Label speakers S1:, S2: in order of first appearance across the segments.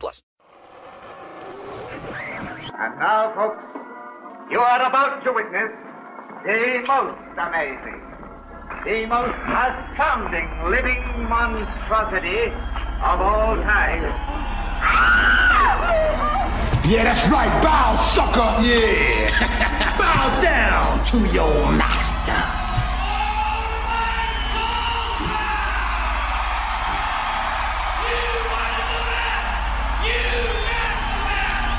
S1: plus.
S2: And now, folks, you are about to witness the most amazing, the most astounding living monstrosity of all time.
S3: Yeah, that's right. Bow, sucker. Yeah. Bow down to your master.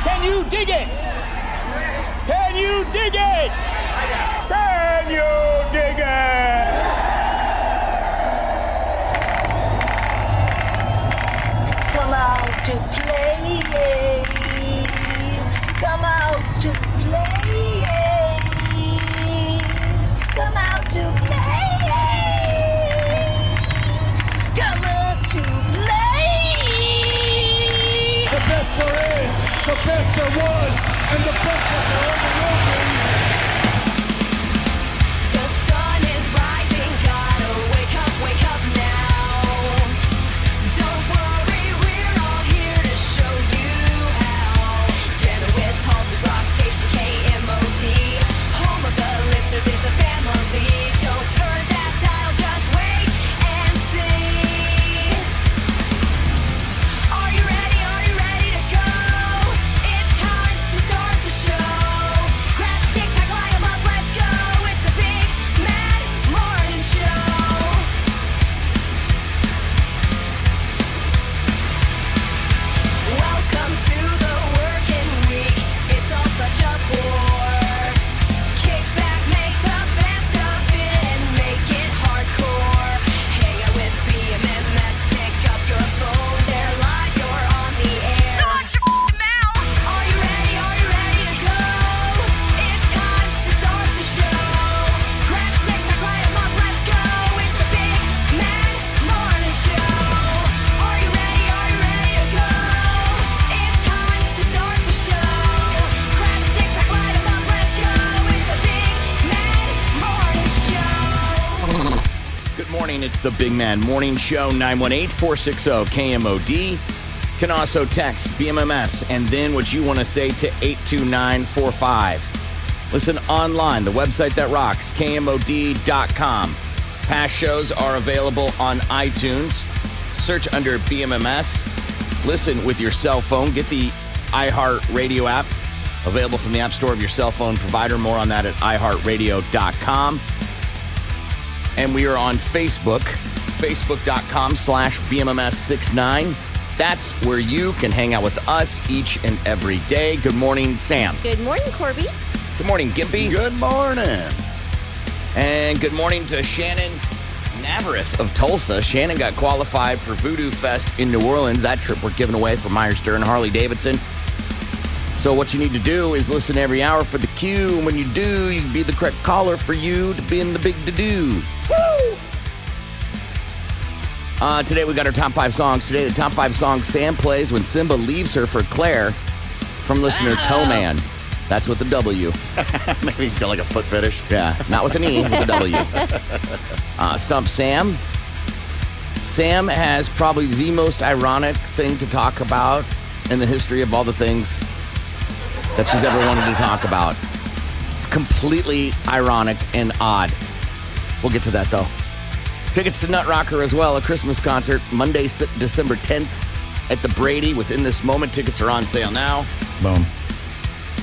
S4: Can you dig it? Can you dig it? Can you dig it?
S5: Come out to play. Come out to play. Come out to play. Come out to play.
S6: The best there is, the best there was, and the best that there ever will be.
S7: The sun is rising, gotta wake up, wake up now. Don't worry, we're all here to show you how. Janowitz Halls is Rock Station KMOT, home of the listeners. It's a family. Don't turn that dial, just wait and see. Are you ready? Are you ready to go? It's time to start the show. Grab a six pack, line 'em up, let's go. It's a big mad morning show. Welcome to the working week. It's all such a bore. Kick back, make the best of it, and make it hardcore. Hang out with BMMS, pick up your phone. They're live, you're on the air. Are you ready? Are you ready to go? It's time to start the show. Grab a six pack, light 'em up, let's go. It's the big mad morning show. Are you ready? Are you ready to go? It's time to start the show. Grab a six pack, light 'em up, let's go. It's the big mad morning show.
S8: Good morning. It's the Big Man Morning Show, 918 460 KMOD. Can also text BMMS and then what you want to say to 82945. Listen online, the website that rocks, KMOD.com. Past shows are available on iTunes. Search under BMMS. Listen with your cell phone. Get the iHeart Radio app available from the App Store of your cell phone provider. More on that at iHeartRadio.com and we are on Facebook, facebook.com slash BMMS69. That's where you can hang out with us each and every day. Good morning, Sam.
S9: Good morning, Corby.
S8: Good morning, Gimpy.
S3: Good morning.
S8: And good morning to Shannon Navareth of Tulsa. Shannon got qualified for Voodoo Fest in New Orleans. That trip we're giving away for Myers Stern Harley Davidson. So what you need to do is listen every hour for the cue, and when you do, you can be the correct caller for you to be in the big to do. Woo! Uh, today we got our top five songs. Today the top five songs Sam plays when Simba leaves her for Claire from listener Toman. That's with the W.
S3: Maybe he's got like a foot fetish.
S8: Yeah, not with an E, with a W. Uh, Stump Sam. Sam has probably the most ironic thing to talk about in the history of all the things that she's ever wanted to talk about. It's completely ironic and odd. We'll get to that though. Tickets to Nut Rocker as well, a Christmas concert, Monday, S- December 10th at the Brady. Within this moment, tickets are on sale now.
S3: Boom.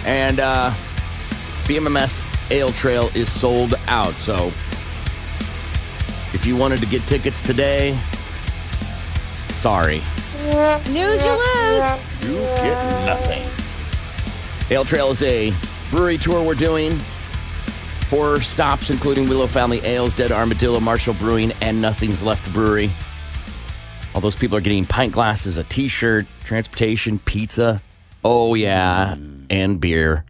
S8: And uh, BMMS Ale Trail is sold out. So if you wanted to get tickets today, sorry.
S9: Snooze, you lose.
S3: You get nothing.
S8: Ale Trail is a brewery tour we're doing. Four stops, including Willow Family Ales, Dead Armadillo, Marshall Brewing, and Nothing's Left Brewery. All those people are getting pint glasses, a t shirt, transportation, pizza. Oh, yeah. And beer.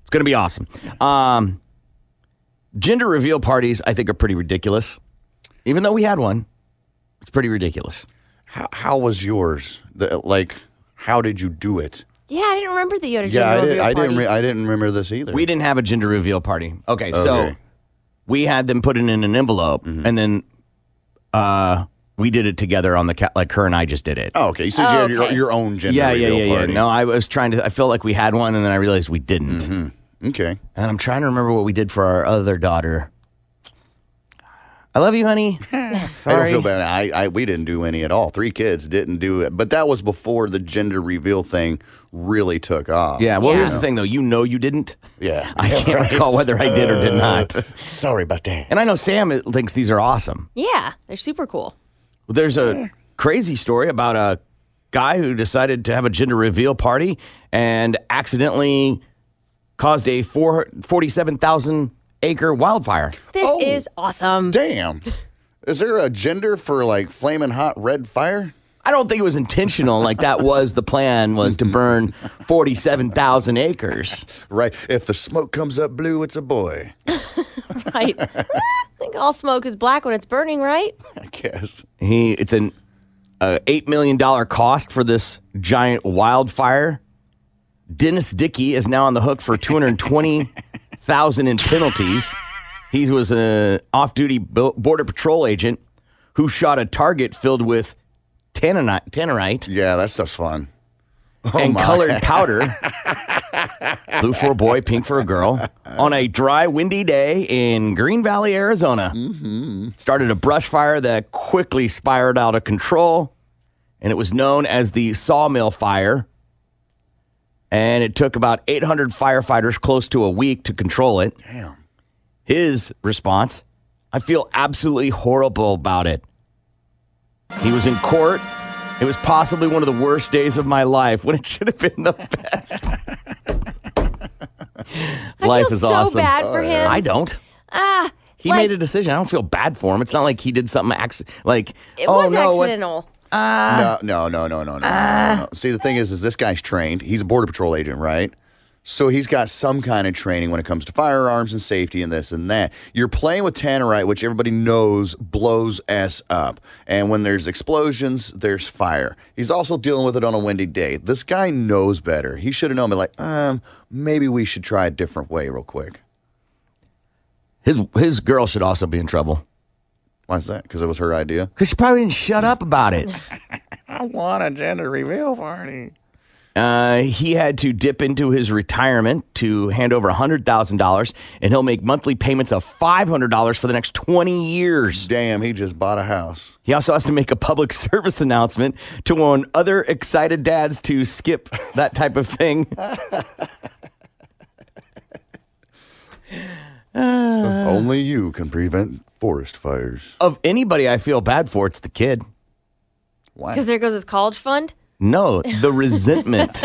S8: It's going to be awesome. Um, gender reveal parties, I think, are pretty ridiculous. Even though we had one, it's pretty ridiculous.
S10: How, how was yours? The, like, how did you do it?
S6: Yeah, I didn't remember that you had a
S10: Yeah, I,
S6: gender
S10: did,
S6: reveal
S10: I didn't.
S6: party.
S10: Re- I didn't remember this either.
S8: We didn't have a gender reveal party. Okay, so
S10: Okay.
S8: we had them put it in an envelope,
S10: Mm-hmm.
S8: and then uh, we did it together on the cat. Like her and I just did it.
S10: Oh, okay. You said you had your, your own gender
S8: yeah, yeah,
S10: reveal
S8: yeah, yeah.
S10: party.
S8: No, I was trying to. I felt like we had one, and then I realized we didn't.
S10: Mm-hmm. Okay.
S8: And I'm trying to remember what we did for our other daughter. I love you, honey.
S10: I don't
S8: Sorry.
S10: feel bad. I, I we didn't do any at all. Three kids didn't do it, but that was before the gender reveal thing really took off.
S8: Yeah. Well, here's the thing, though. You know you didn't.
S10: Yeah,
S8: I can't recall whether I did or did not.
S10: Sorry about that.
S8: And I know Sam uh, thinks these are awesome.
S6: yeah, they're super cool.
S8: Well, There's a crazy story about a guy who decided to have a gender reveal party and accidentally caused a four- 47,000 acre wildfire.
S6: This is awesome.
S10: Damn. Is there a gender for like flaming hot red fire?
S8: I don't think it was intentional. Like that was the plan was to burn 47,000 acres.
S10: Right. If the smoke comes up blue, it's a boy.
S6: Right. I think all smoke is black when it's burning, right?
S10: I guess.
S8: He it's an uh, 8 million dollar cost for this giant wildfire. Dennis Dickey is now on the hook for 220,000 in penalties. He was an off-duty bo- border patrol agent who shot a target filled with tanninite, tannerite
S10: Yeah, that stuff's fun.
S8: and
S10: Oh my.
S8: colored powder. Blue for a boy, pink for a girl. On a dry, windy day in Green Valley, Arizona. Started a brush fire that quickly spiraled out of control. And it was known as the Sawmill Fire. And it took about 800 firefighters close to a week to control it.
S10: Damn.
S8: His response I feel absolutely horrible about it. He was in court. It was possibly one of the worst days of my life when it should have been the best.
S6: I
S8: life
S6: feel
S8: is
S6: so
S8: awesome.
S6: bad for him.
S8: I don't.
S6: ah,
S8: He
S6: like,
S8: made a decision. I don't feel bad for him. It's not like he did something acc- like
S6: It
S8: oh
S6: was
S8: no, what-
S6: accidental.
S10: No, no, no, no, no, no, no, no. See, the thing is, is this guy's trained. He's a border patrol agent, right? So he's got some kind of training when it comes to firearms and safety and this and that. You're playing with tannerite, which everybody knows blows s up. And when there's explosions, there's fire. He's also dealing with it on a windy day. This guy knows better. He should have known. But like, um, maybe we should try a different way, real quick.
S8: his his girl should also be in trouble
S10: Why's that? Because it was her idea.
S8: because she probably didn't shut up about it.
S10: I want a gender reveal party.
S8: Uh, he had to dip into his retirement to hand over $100,000, and he'll make monthly payments of $500 for the next 20 years.
S10: Damn, he just bought a house.
S8: He also has to make a public service announcement to warn other excited dads to skip that type of thing.
S10: Only you can prevent forest fires.
S8: of anybody I feel bad for, it's the kid.
S10: Why?
S6: Because there goes his college fund.
S8: No, the resentment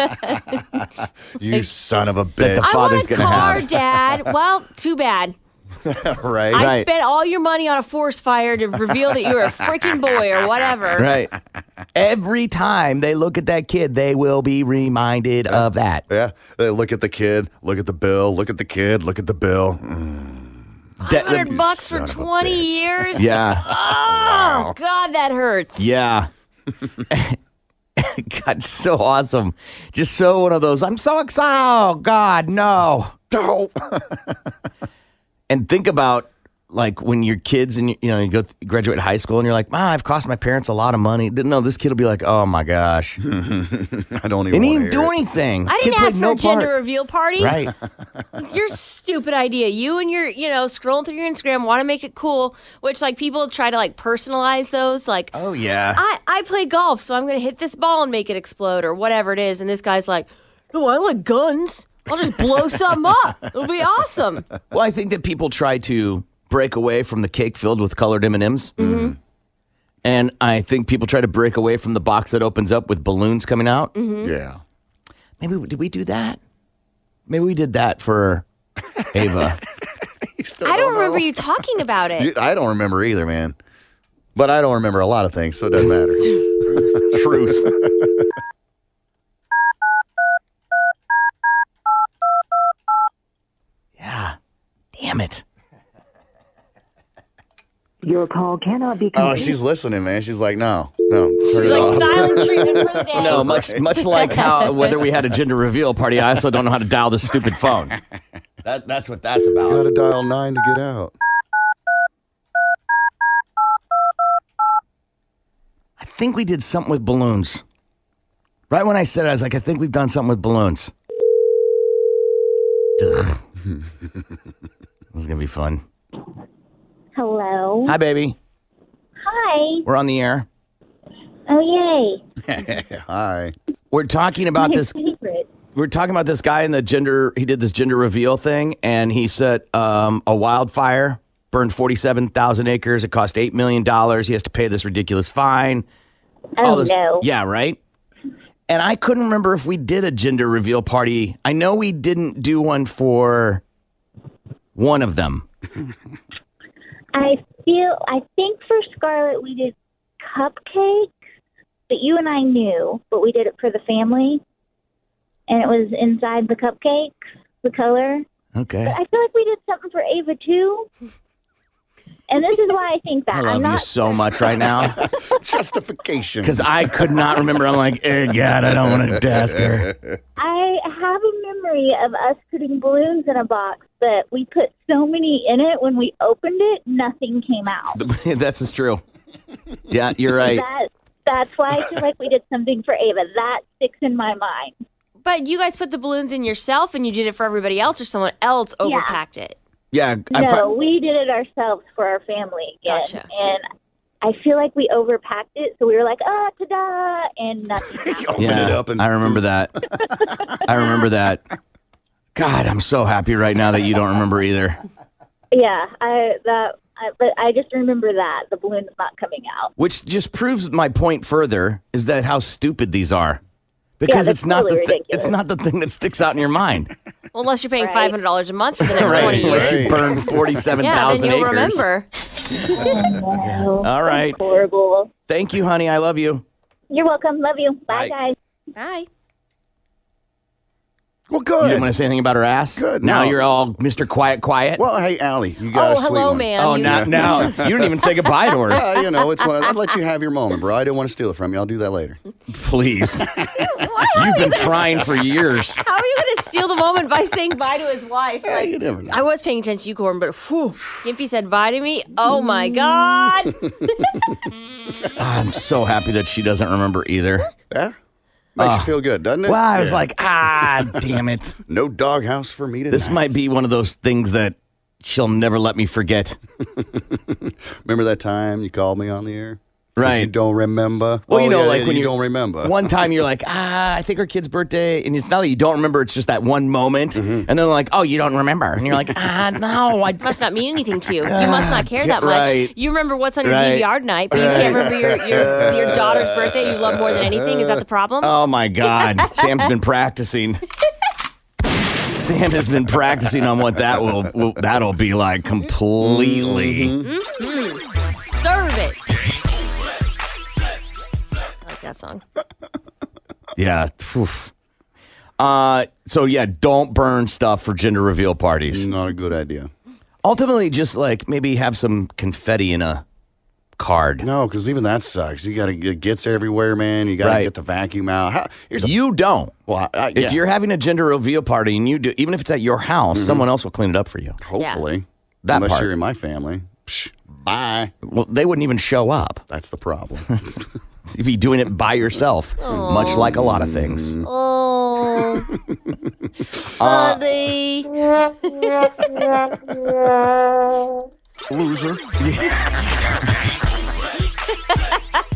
S10: You son of a
S8: that the
S10: bitch.
S6: I
S8: father's
S6: want a
S8: going to
S6: car,
S8: have.
S6: Dad. Well, too bad.
S10: right?
S6: I
S8: Right.
S6: spent all your money on a forest fire to reveal that you're a freaking boy or whatever.
S8: Right. Every time they look at that kid, they will be reminded of that.
S10: Yeah. They look at the kid, look at the bill, look at the kid, look at the bill. Mm,
S8: That-
S6: Hundred bucks for
S10: son of a
S6: twenty years.
S8: yeah.
S6: Oh God, that hurts.
S8: Yeah. God, so awesome. Just so one of those. I'm so excited. Oh, God, no.
S10: No.
S8: And think about like when your kids and you know you go th- graduate high school and you're like, Ma, I've cost my parents a lot of money. No, this kid will be like, Oh my gosh, and
S10: I don't even
S8: he didn't
S10: want to
S8: do
S10: hear it.
S8: anything.
S6: I
S8: Kid
S6: didn't
S8: played
S6: ask for
S8: no
S6: a gender
S8: part.
S6: reveal party.
S8: Right.
S6: It's your stupid idea. You and your, you know, scrolling through your Instagram want to make it cool, which like people try to like personalize those. Like,
S8: Oh yeah.
S6: I, I play golf, so I'm going to hit this ball and make it explode or whatever it is. And this guy's like, no, I like guns. I'll just blow some up. It'll be awesome.
S8: Well, I think that people try to break away from the cake filled with colored M and M's,
S6: Mm-hmm.
S8: and I think people try to break away from the box that opens up with balloons coming out.
S6: Mm-hmm.
S10: Yeah.
S8: Maybe did we do that? Maybe we did that for Ava.
S6: I don't remember you talking about it.
S10: You- I don't remember either, man. But I don't remember a lot of things, so it doesn't matter.
S8: Truth.
S11: yeah. Damn it.
S12: Your call cannot be.
S10: Oh, she's listening, man. She's like, no, no. She's
S12: like, silent
S1: treatment
S12: for the day.
S8: No, much much like how whether we had a gender reveal party, I also don't know how to dial this stupid phone. That that's what that's about.
S10: You gotta dial nine to get out.
S8: I think we did something with balloons. Right when I said it, I was like, I think we've done something with balloons. Ugh. this is gonna be fun.
S6: Hello.
S8: Hi, baby.
S6: Hi.
S8: We're on the air.
S6: Oh, yay.
S10: Hi.
S8: We're talking about
S6: My
S8: this.
S6: favorite.
S8: We're talking about this guy in the gender. He did this gender reveal thing, and he said um, a wildfire burned forty-seven thousand acres. It cost eight million dollars. He has to pay this ridiculous fine.
S6: Oh, no.
S8: Yeah, right. And I couldn't remember if we did a gender reveal party. I know we didn't do one for one of them.
S6: I feel, I think for Scarlet we did cupcakes, but you and I knew, but we did it for the family. And it was inside the cupcakes, the color.
S8: Okay.
S6: But I feel like we did something for Ava too. And this is why I think that.
S8: I
S6: I'm
S8: love you
S6: not
S8: so much right now.
S10: Justification.
S8: Because I could not remember. I'm like, eh, God, I don't want to ask her.
S6: I have a memory of us putting balloons in a box, but we put so many in it when we opened it, nothing came out.
S8: That's is true. Yeah, you're right.
S6: That, that's why I feel like we did something for Ava. That sticks in my mind.
S1: But you guys put the balloons in yourself and you did it for everybody else or someone else overpacked it.
S8: Yeah. I
S6: no,
S8: fi-
S6: we did it ourselves for our family again,
S1: Gotcha.
S6: and I feel like we overpacked it, so we were like, "Ah, ta-da!" and nothing. happened.
S8: yeah, I remember that. I remember that. God, I'm so happy right now that you don't remember either.
S6: yeah, I that, I, but I just remember that the balloon's not coming out.
S8: Which just proves my point further is that how stupid these are. Because
S1: they're
S8: it's not
S1: totally
S8: the thi-
S1: ridiculous.
S8: it's not the thing that sticks out in your mind.
S1: Well, unless you're paying $500 a month for the next
S8: right.
S1: 20 years.
S8: Unless you burn forty seven
S1: yeah, then
S8: thousand
S1: you'll
S8: acres.
S1: remember.
S8: All right.
S6: Horrible.
S8: Thank you, honey. I love you.
S6: You're welcome. Love you. Bye,
S8: Bye.
S6: guys.
S1: Bye.
S10: Well,
S8: You
S10: good.
S8: didn't want to say anything about her ass? Good. Now
S10: no.
S8: you're all Mr. Quiet Quiet.
S10: Well, hey, Allie, you got
S1: Oh,
S10: a sweet
S1: hello,
S10: one.
S1: ma'am.
S8: Oh,
S1: You-
S8: now, now you didn't even say goodbye to her.
S10: Yeah, Uh, you know, it's one. I'd let you have your moment, bro. I didn't want to steal it from you. I'll do that later.
S8: Please. You've been trying for years.
S1: How are you going to steal the moment by saying bye to his wife? Like,
S10: you never know.
S1: I was paying attention to you, Gordon, but whew, Gimpy said bye to me. Oh my God.
S8: I'm so happy that she doesn't remember either.
S10: Yeah. Makes you
S8: Oh.
S10: feel good, doesn't it?
S8: Well, I was
S10: Yeah.
S8: like, ah, damn it.
S10: no doghouse for me tonight.
S8: This might be one of those things that she'll never let me forget.
S10: Remember that time you called me on the air? 'Cause
S8: Right.
S10: You don't remember.
S8: Well, you
S10: Oh,
S8: know,
S10: yeah,
S8: like
S10: yeah,
S8: when
S10: you
S8: you-
S10: don't remember.
S8: One time you're like, ah, I think her kid's birthday. And it's not that you don't remember, it's just that one moment.
S10: Mm-hmm.
S8: And then they're like, oh, you don't remember. And you're like, ah, no, I
S1: must not mean anything to you. You must not care that much.
S8: Right.
S1: You remember what's on your
S8: Right.
S1: DVR night, but you
S8: Right.
S1: can't remember your, your, your daughter's birthday you love more than anything. Is that the problem?
S8: Oh my God. Sam's been practicing. Sam has been practicing on what that will, will that'll be like completely.
S1: Mhm. Serve it. I like that song.
S8: Yeah. oof. Uh, so yeah, don't burn stuff for gender reveal parties.
S10: Not a good idea.
S8: Ultimately, just like maybe have some confetti in a card.
S10: No, because even that sucks. You got to it gets everywhere, man. You got to
S8: Right.
S10: get the vacuum out. How, here's a,
S8: You don't.
S10: well, I, I- yeah,
S8: If you're having a gender reveal party and you do, even if it's at your house,
S10: Mhm.
S8: someone else will clean it up for you.
S10: hopefully
S8: That
S10: unless
S8: part.
S10: you're in my family. Psh, bye.
S8: Well, they wouldn't even show up.
S10: That's the problem.
S8: You'd be doing it by yourself, much like a lot of things.
S1: Oh,
S8: Uh,
S1: buddy.
S8: Loser.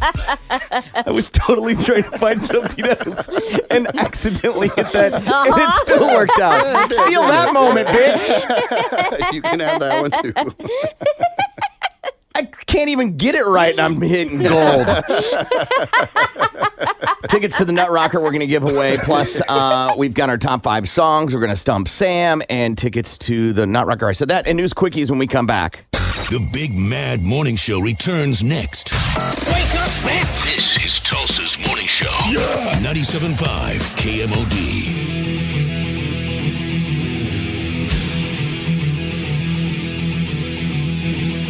S8: I was totally trying to find something else and accidentally hit that, and it still worked out. Steal that moment, bitch.
S10: you can have that one too.
S8: I can't even get it right, and I'm hitting gold. Tickets to the Nut Rocker we're going to give away. Plus, uh, we've got our top five songs. We're going to stump Sam and tickets to the Nut Rocker. I said that. And news quickies when we come back.
S13: The Big Mad Morning Show returns next.
S14: Wake up, bitch! This is Tulsa's morning show.
S13: Yeah! 97.5 KMOD.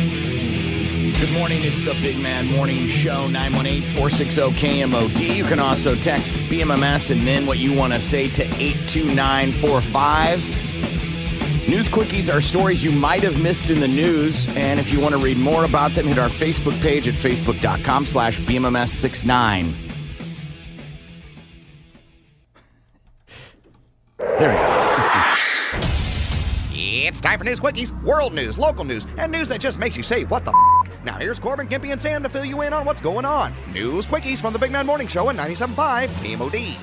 S6: Good morning. It's the Big Man Morning Show, 918 460 KMOD. You can also text BMMS and then what you want to say to 82945. News Quickies are stories you might have missed in the news. And if you want to read more about them, hit our Facebook page at facebook.com slash BMMS69. There we go.
S1: It's time for News Quickies, world news, local news, and news that just makes you say, what the f-? Now here's Corbin, Gimpy, and Sam to fill you in on what's going on. News Quickies from the Big Man Morning Show at 97.5 KMOD.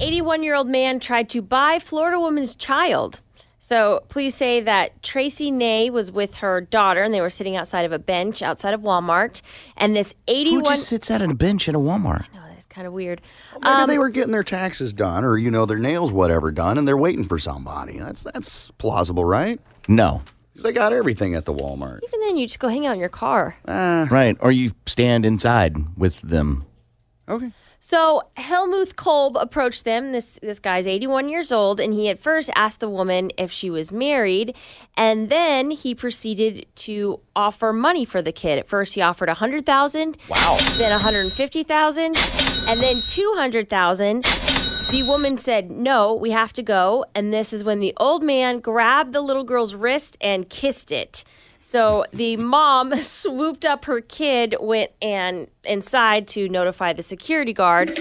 S8: 81 year old man tried to buy Florida woman's child. So police say that Uh, Tracy Nay was with her daughter and they were sitting outside of a bench outside of Walmart. And this 81
S10: Who just sits at a bench at a Walmart?
S8: It's kind of weird.
S10: Maybe
S8: um,
S10: they were getting their taxes done, or you know, their nails, whatever, done, and they're waiting for somebody. That's that's plausible, right?
S6: No,
S10: because they got everything at the Walmart.
S8: even then, you just go hang out in your car.
S6: Right. Or you stand inside with them.
S10: Okay.
S8: So Helmuth Kolb approached them. This this guy's 81 years old, and he at first asked the woman if she was married, and then he proceeded to offer money for the kid. At first, he offered 100,000.
S6: Wow.
S8: Then 150,000, and then 200,000. The woman said, "No, we have to go." And this is when the old man grabbed the little girl's wrist and kissed it. So the mom swooped up her kid, went and inside to notify the security guard.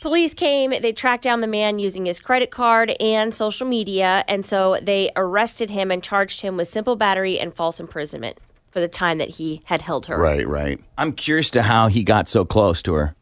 S8: Police came, they tracked down the man using his credit card and social media, and so they arrested him and charged him with simple battery and false imprisonment for the time that he had held her.
S10: right.
S6: I'm curious to how he got so close to her.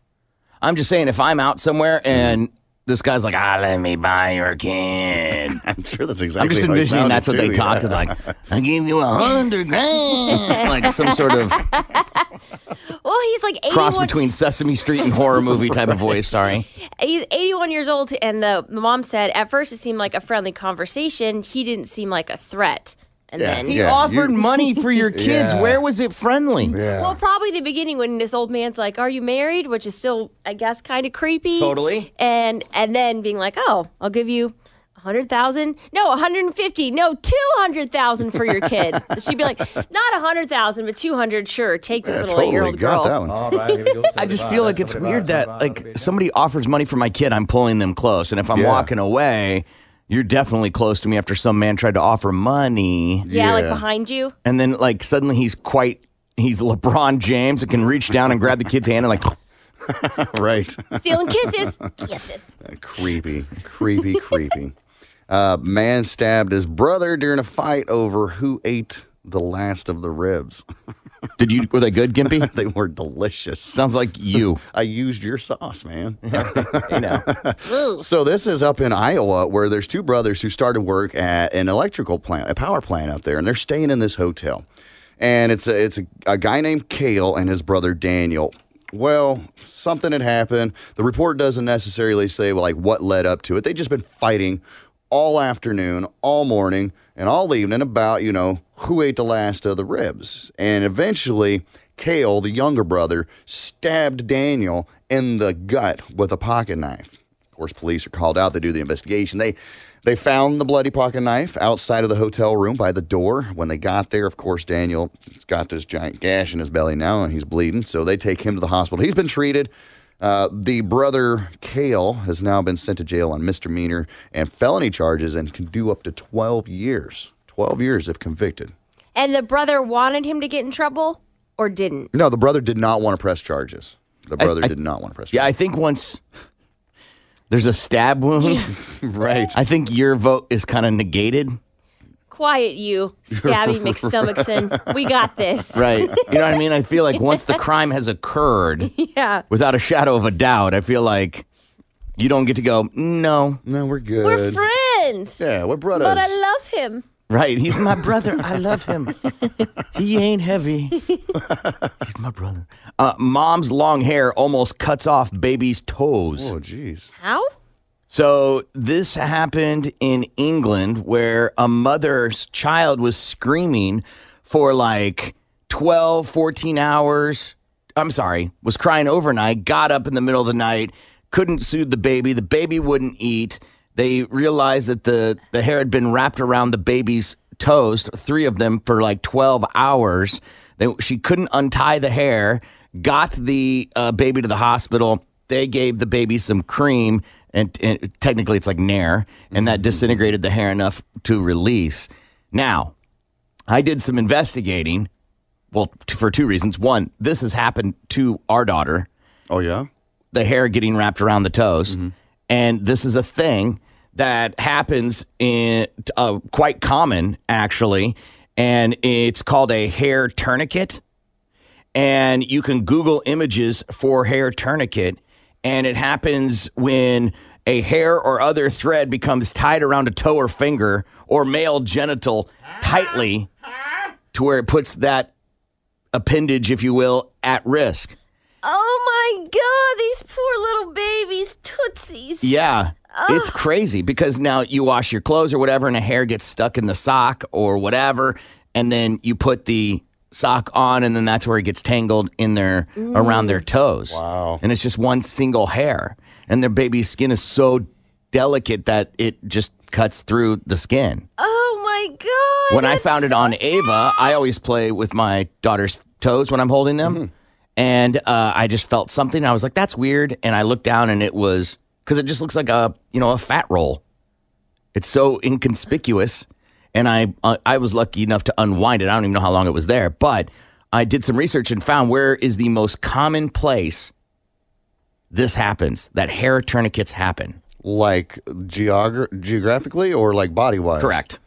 S6: I'm just saying, if I'm out somewhere and this guy's like, ah, let me buy your kid.
S10: I'm sure that's
S6: I'm
S10: exactly
S6: just
S10: how he
S6: envisioning
S10: sounded,
S6: that's what they
S10: too,
S6: talk to.
S10: yeah.
S6: They're like, I give you a hundred grand. like some sort of
S8: Well, he's like 81,
S6: cross between Sesame Street and horror movie type of voice. Sorry.
S8: he's 81 years old, and the the mom said at first it seemed like a friendly conversation. He didn't seem like a threat. And then
S6: he offered money for your kids.
S10: Yeah.
S6: Where was it friendly?
S8: Well, probably the beginning when this old man's like, "Are you married?" which is still, I guess, kind of creepy.
S6: Totally.
S8: And and then being like, "Oh, I'll give you." a Hundred thousand? No, one hundred and fifty. No, two hundred thousand for your kid. She'd be like, not a hundred thousand, but two hundred. Sure, take this little eight-year-old girl.
S6: I just feel like it's weird that like somebody offers money for my kid, I'm pulling them close, and if I'm walking away, you're definitely close to me after some man tried to offer money.
S8: Yeah, like behind you.
S6: And then like suddenly he's quite he's LeBron James and can reach down and grab the kid's hand and like
S10: right. Uh,
S8: Stealing kisses.
S10: creepy, creepy, creepy. Uh, man stabbed his brother during a fight over who ate the last of the ribs.
S6: Did you? Were they good, Gimpy?
S10: they were delicious.
S6: Sounds like you.
S10: I used your sauce, man.
S6: you know.
S10: So this is up in Iowa where there's two brothers who started work at an electrical plant, a power plant up there, and they're staying in this hotel. And it's a, it's a, a guy named Kale and his brother Daniel. Well, something had happened. The report doesn't necessarily say like what led up to it. They just been fighting all afternoon, all morning, and all evening about, you know, who ate the last of the ribs. And eventually, Kale, the younger brother, stabbed Daniel in the gut with a pocket knife. Of course, police are called out. They do the investigation. They they found the bloody pocket knife outside of the hotel room by the door. When they got there, of course, Daniel has got this giant gash in his belly now, and he's bleeding. So they take him to the hospital. He's been treated. Uh, the brother Kale has now been sent to jail on misdemeanor and felony charges, and can do up to twelve years. Twelve years if convicted.
S8: And the brother wanted him to get in trouble or didn't.
S10: No, the brother did not want to press charges. The
S6: I-
S10: brother
S6: I-
S10: did not want to press.
S6: Yeah, I think once there's a stab wound,
S10: right?
S6: I think your vote is kind of negated.
S8: Quiet you, stabby McStomachson. We got this.
S6: Right. You know what I mean? I feel like once the crime has occurred,
S8: yeah.
S6: without a shadow of a doubt, I feel like you don't get to go, no.
S10: No, we're good.
S8: We're friends.
S10: Yeah, we're brothers.
S8: But I love him.
S6: right. He's my brother. I love him. he ain't heavy. He's my brother. Uh, mom's long hair almost cuts off baby's toes.
S10: Oh, jeez.
S8: How? So this happened in England where a mother's child was screaming for like 12, 14 hours. I'm sorry, was crying overnight, got up in the middle of the night, couldn't soothe the baby. The baby wouldn't eat. They realized that the, the hair had been wrapped around the baby's toes, three of them for like 12 hours. They, she couldn't untie the hair, got the uh, baby to the hospital. They gave the baby some cream, and, and technically it's like Nair, and that disintegrated the hair enough to release. Now, I did some investigating. Well, t- for two reasons. One, this has happened to our daughter.
S10: Oh yeah,
S8: the hair getting wrapped around the toes, and this is a thing that happens in uh, quite common actually, and it's called a hair tourniquet. And you can Google images for hair tourniquet, and it happens when a hair or other thread becomes tied around a toe or finger or male genital tightly to where it puts that appendage, if you will, at risk.
S7: Oh my God, these poor little babies, tootsies.
S8: Yeah. It's crazy because now you wash your clothes or whatever, and a hair gets stuck in the sock or whatever, and then you put the sock on, and then that's where it gets tangled in their around their toes. Wow! And it's just one single hair, and their baby's skin is so delicate that it just cuts through the skin.
S7: Oh my God.
S8: when I found it on Ava, I always play with my daughter's toes when I'm holding them, and uh, I just felt something. I was like, "That's weird," and I looked down, and it was because it just looks like a you know a fat roll. It's so inconspicuous, and I uh, I was lucky enough to unwind it. I don't even know how long it was there, but I did some research and found where is the most common place this happens that hair tourniquets happen.
S10: Like geogra- geographically or like body wise?
S8: Correct.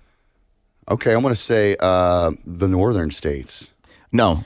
S10: Okay, I'm going to say uh, the northern states.
S8: No,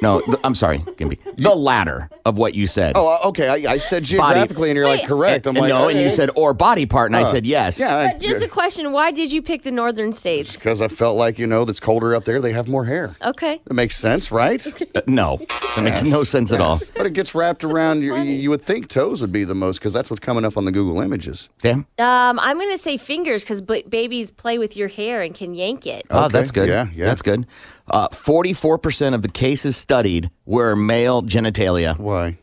S8: no, th- I'm sorry, Gimby. The latter of what you said.
S10: Oh, uh, okay. I, I said geographically, and you're like, correct. I'm
S8: And-
S10: like,
S8: Eh. no, and you
S10: okay.
S8: said or body part, and I
S10: Huh.
S8: said yes.
S10: Yeah, I-
S7: But just a question why did you pick the northern states?
S10: because I felt like you know that's colder up there. They have more hair.
S7: Okay.
S10: That makes sense, right?
S8: Uh, no, that makes no sense at all.
S10: But it gets wrapped around. your you would think toes would be the most because that's what's coming up on the Google images.
S8: Damn.
S7: Um, I'm going to say fingers because b- babies play with your hair and can yank it.
S8: Oh, that's good.
S10: yeah, yeah.
S8: that's good. Uh, Forty-four percent of the cases studied were male genitalia.
S10: Why?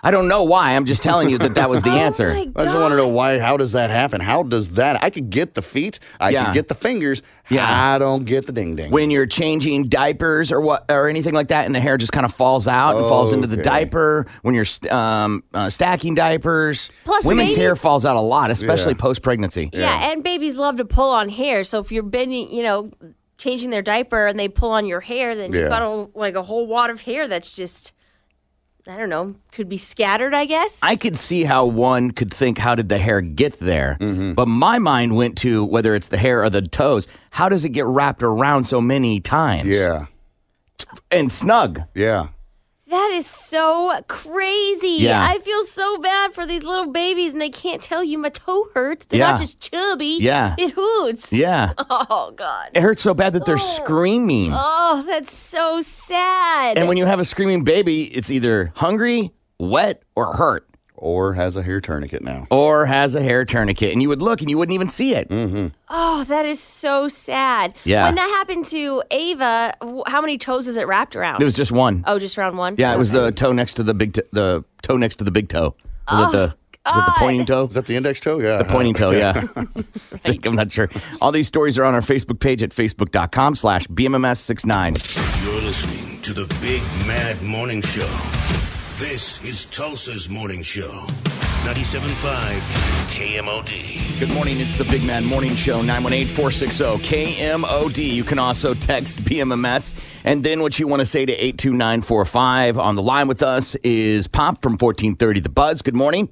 S8: I don't know why. I'm just telling you that that was the
S7: Oh
S8: answer.
S10: I just want to know why. How does that happen? How does that? I could get the feet. I
S8: Yeah.
S10: could get the fingers.
S8: Yeah.
S10: I don't get the ding ding.
S8: When you're changing diapers or what or anything like that, and the hair just kind of falls out and falls into the
S10: Okay.
S8: diaper. When you're st- um, uh, stacking diapers,
S7: Plus
S8: women's
S7: babies-
S8: hair falls out a lot, especially
S10: Yeah.
S8: post-pregnancy.
S7: Yeah. and babies love to pull on hair. So if you're bending, you know, changing their diaper and they pull on your hair, then
S8: Yeah.
S7: you've got a, like a whole wad of hair that's just, I don't know, could be scattered, I guess.
S8: I could see how one could think, how did the hair get there?
S10: Mm-hmm.
S8: But my mind went to whether it's the hair or the toes, how does it get wrapped around so many times?
S10: Yeah.
S8: And snug.
S10: Yeah.
S7: That is so crazy.
S8: Yeah.
S7: I feel so bad for these little babies and they can't tell you my toe hurts. They're
S8: Yeah.
S7: not just chubby.
S8: Yeah.
S7: It hoots.
S8: Yeah.
S7: Oh, God.
S8: It hurts so bad that they're screaming.
S7: Oh, that's so sad.
S8: And when you have a screaming baby, it's either hungry, wet, or hurt.
S10: Or has a hair tourniquet now.
S8: Or has a hair tourniquet. And you would look and you wouldn't even see it. Mm-hmm.
S7: Oh, that is so sad.
S8: Yeah.
S7: When that happened to Ava, w- how many toes is it wrapped around?
S8: It was just one.
S7: Oh, just round one.
S8: Yeah, it was the toe next to the big t- the toe next to the big toe. Was it
S7: Oh,
S8: the is it the pointing toe? Is
S10: that the index toe? Yeah.
S8: It's the pointing toe, yeah. I think I'm not sure. All these stories are on our Facebook page at facebook.com slash BMMS69.
S6: You're listening to the Big Mad Morning Show. This is Tulsa's Morning Show. 97.5 KMOD.
S8: Good morning. It's the Big Man Morning Show, 918 460 KMOD. You can also text BMMS and then what you want to say to 82945. On the line with us is Pop from 1430 The Buzz. Good morning.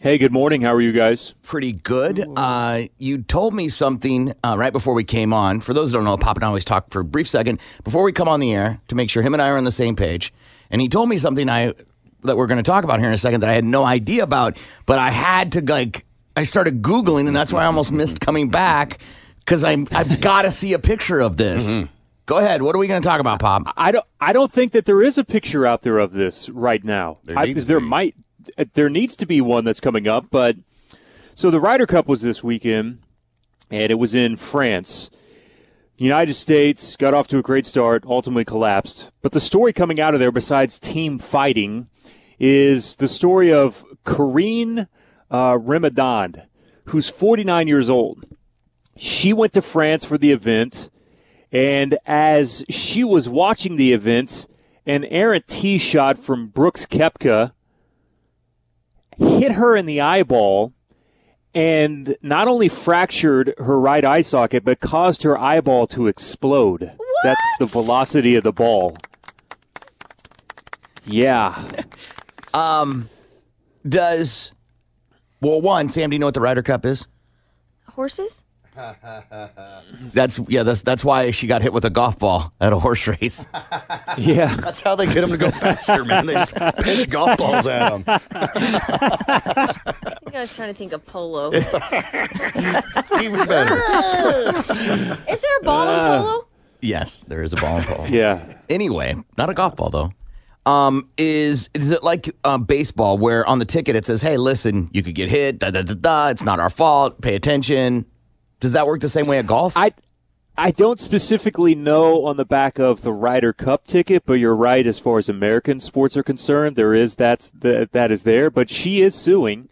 S15: Hey, good morning. How are you guys?
S8: Pretty good. Uh, you told me something uh, right before we came on. For those who don't know, Pop and I always talk for a brief second before we come on the air to make sure him and I are on the same page. And he told me something I that we're going to talk about here in a second that I had no idea about, but I had to like I started googling, and that's why I almost missed coming back because I I've got to see a picture of this. Go ahead. What are we going to talk about, Pop?
S15: I don't. I don't think that there is a picture out there of this right now. There, I, there might. There needs to be one that's coming up, but
S8: So the Ryder Cup was this weekend, and it was in France. United States got off to a great start, ultimately collapsed. But the story coming out of there, besides team fighting, is the story of Corinne uh, Remidand, who's 49 years old. She went to France for the event, and as she was watching the event, an errant tee shot from Brooks Kepka hit her in the eyeball and not only fractured her right eye socket, but caused her eyeball to explode. That's the velocity of the ball. Yeah.
S6: Um, does well one Sam? Do you know what the Ryder Cup is?
S7: Horses?
S6: That's yeah. That's that's why she got hit with a golf ball at a horse race.
S8: yeah,
S10: that's how they get them to go faster, man. They just pitch golf balls at them.
S7: I think I was trying to think of polo.
S10: Even better.
S7: Is there a ball in polo?
S6: Yes, there is a ball and ball.
S8: yeah.
S6: Anyway, not a golf ball though. Um, is is it like um, baseball where on the ticket it says, "Hey, listen, you could get hit. Da da da da. It's not our fault. Pay attention." Does that work the same way at golf?
S8: I I don't specifically know on the back of the Ryder Cup ticket, but you're right as far as American sports are concerned. There is that's that that is there, but she is suing.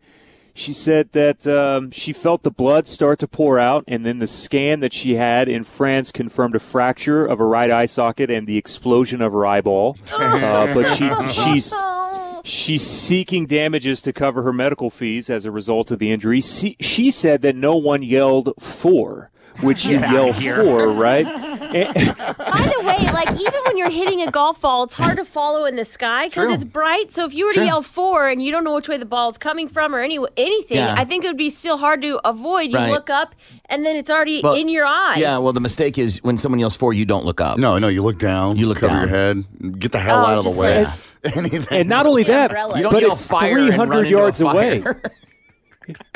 S8: She said that um, she felt the blood start to pour out, and then the scan that she had in France confirmed a fracture of her right eye socket and the explosion of her eyeball. Uh, but she she's She's seeking damages to cover her medical fees as a result of the injury. She, she said that no one yelled for, which you
S7: Get outta
S8: yell
S7: here.
S8: for, right? And-
S7: By the way, like even when you're hitting a golf ball, it's hard to follow in the sky because
S8: True.
S7: it's bright. So if you were
S8: True.
S7: to yell four and you don't know which way the ball's coming from or any anything,
S6: Yeah.
S7: I think it would be still hard to avoid. You
S6: Right.
S7: look up and then it's already
S6: Well,
S7: in your eye.
S6: Yeah, well, the mistake is when someone yells four, you don't look up. No,
S10: no, you look down.
S6: You look
S10: cover
S6: down.
S10: your head. Get the hell
S1: Oh,
S7: Oh,
S10: out of the way.
S8: And not only that,
S6: umbrella. You don't
S8: but
S6: yell
S8: it's
S6: fire and
S8: 300
S6: run into a
S8: yards away.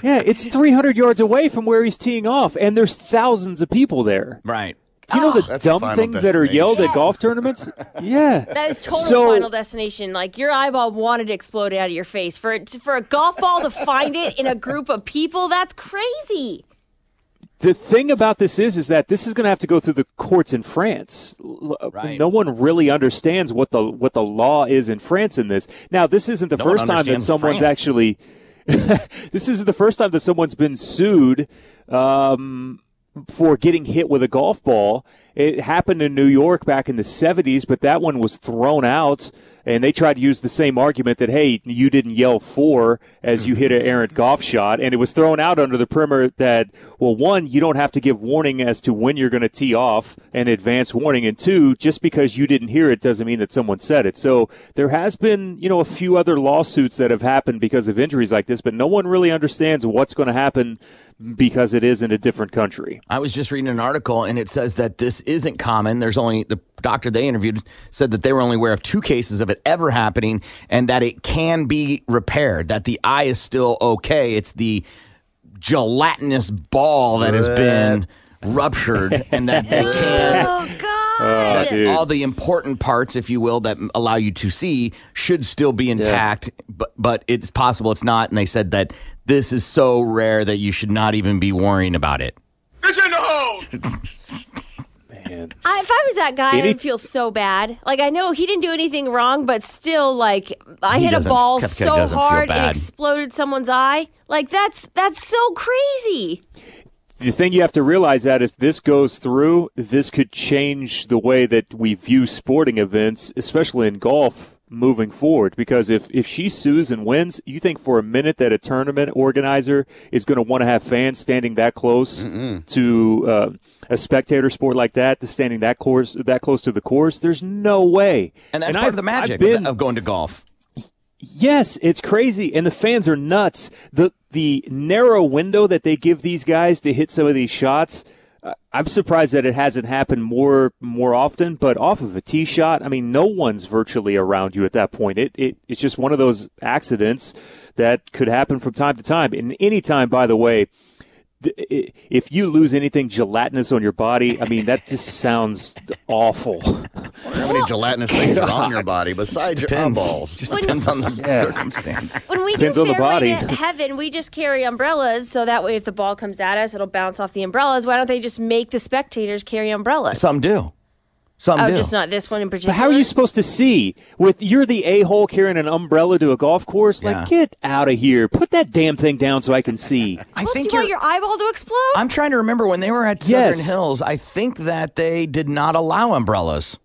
S8: yeah, it's 300 yards away from where he's teeing off, and there's thousands of people there.
S6: Right. Oh,
S8: Do you know the
S7: That's
S8: dumb
S7: Final
S8: things that are yelled
S7: Destination.
S8: at golf tournaments? Yeah.
S7: That is total
S8: So-
S7: final destination. Like your eyeball wanted to explode out of your face for it for a golf ball to find it in a group of people. That's crazy.
S8: The thing about this is, is that this is going to have to go through the courts in France. L- uh, No one really understands what the what the law is in France in this. Now, this isn't the
S6: No one
S8: first time that
S6: understands
S8: someone's
S6: France.
S8: actually. this isn't the first time that someone's been sued um, for getting hit with a golf ball. It happened in New York back in the '70s, but that one was thrown out, and they tried to use the same argument that hey, you didn't yell four as you hit an errant golf shot, and it was thrown out under the primer that well, one, you don't have to give warning as to when you're going to tee off, an advance warning, and two, just because you didn't hear it doesn't mean that someone said it. So there has been you know a few other lawsuits that have happened because of injuries like this, but no one really understands what's going to happen because it is in a different country.
S6: I was just reading an article and it says that this isn't common. There's only the doctor they interviewed said that they were only aware of two cases of it ever happening and that it can be repaired, that the eye is still okay. It's the gelatinous ball that has been ruptured and that they can
S8: Oh,
S6: that
S8: dude.
S6: all the important parts, if you will, that allow you to see should still be intact, but but it's possible it's not. And they said that this is so rare that you should not even be worrying about it.
S7: Bitch in the hole. I, if I was that guy,
S6: Any-
S7: I'd feel so bad. Like I know he didn't do anything wrong, but still, like I
S6: He
S7: hit a
S6: doesn't-
S7: ball
S6: Kepka
S7: so
S6: doesn't feel
S7: hard it
S6: bad.
S7: exploded someone's eye. Like that's that's so crazy.
S8: the thing you have to realize that if this goes through, this could change the way that we view sporting events, especially in golf, moving forward. Because if, if she sues and wins, you think for a minute that a tournament organizer is going to want to have fans standing that close to uh, a spectator sport like that, to standing that course that close to the course? There's no way.
S6: And that's part of the magic of the- of going to golf.
S8: Yes, it's crazy, and the fans are nuts. the The narrow window that they give these guys to hit some of these shots, uh, I'm surprised that it hasn't happened more more often. But off of a tee shot, I mean, no one's virtually around you at that point. It, it it's just one of those accidents that could happen from time to time. And any time, by the way, th- i- if you lose anything gelatinous on your body, I mean, that just sounds awful.
S10: How many gelatinous things are on your body besides your
S8: Depends.
S10: eyeballs? Just
S1: When- depends
S10: on the
S8: Yeah.
S10: circumstance.
S1: When we
S8: Depends
S1: do
S8: on the
S1: fairway
S8: body.
S1: to heaven, we just carry umbrellas so that way if the ball comes at us, it'll bounce off the umbrellas. Why don't they just make the spectators carry umbrellas?
S8: Some do. Some
S1: oh, just not this one in
S8: But
S1: particular.
S8: how are you supposed to see with you're the a hole carrying an umbrella to a golf course? Like, get out of here! Put that damn thing down so I can see.
S1: I think you want your eyeball to explode?
S6: I'm trying to remember when they were at
S8: Yes.
S6: Southern Hills. I think that they did not allow umbrellas.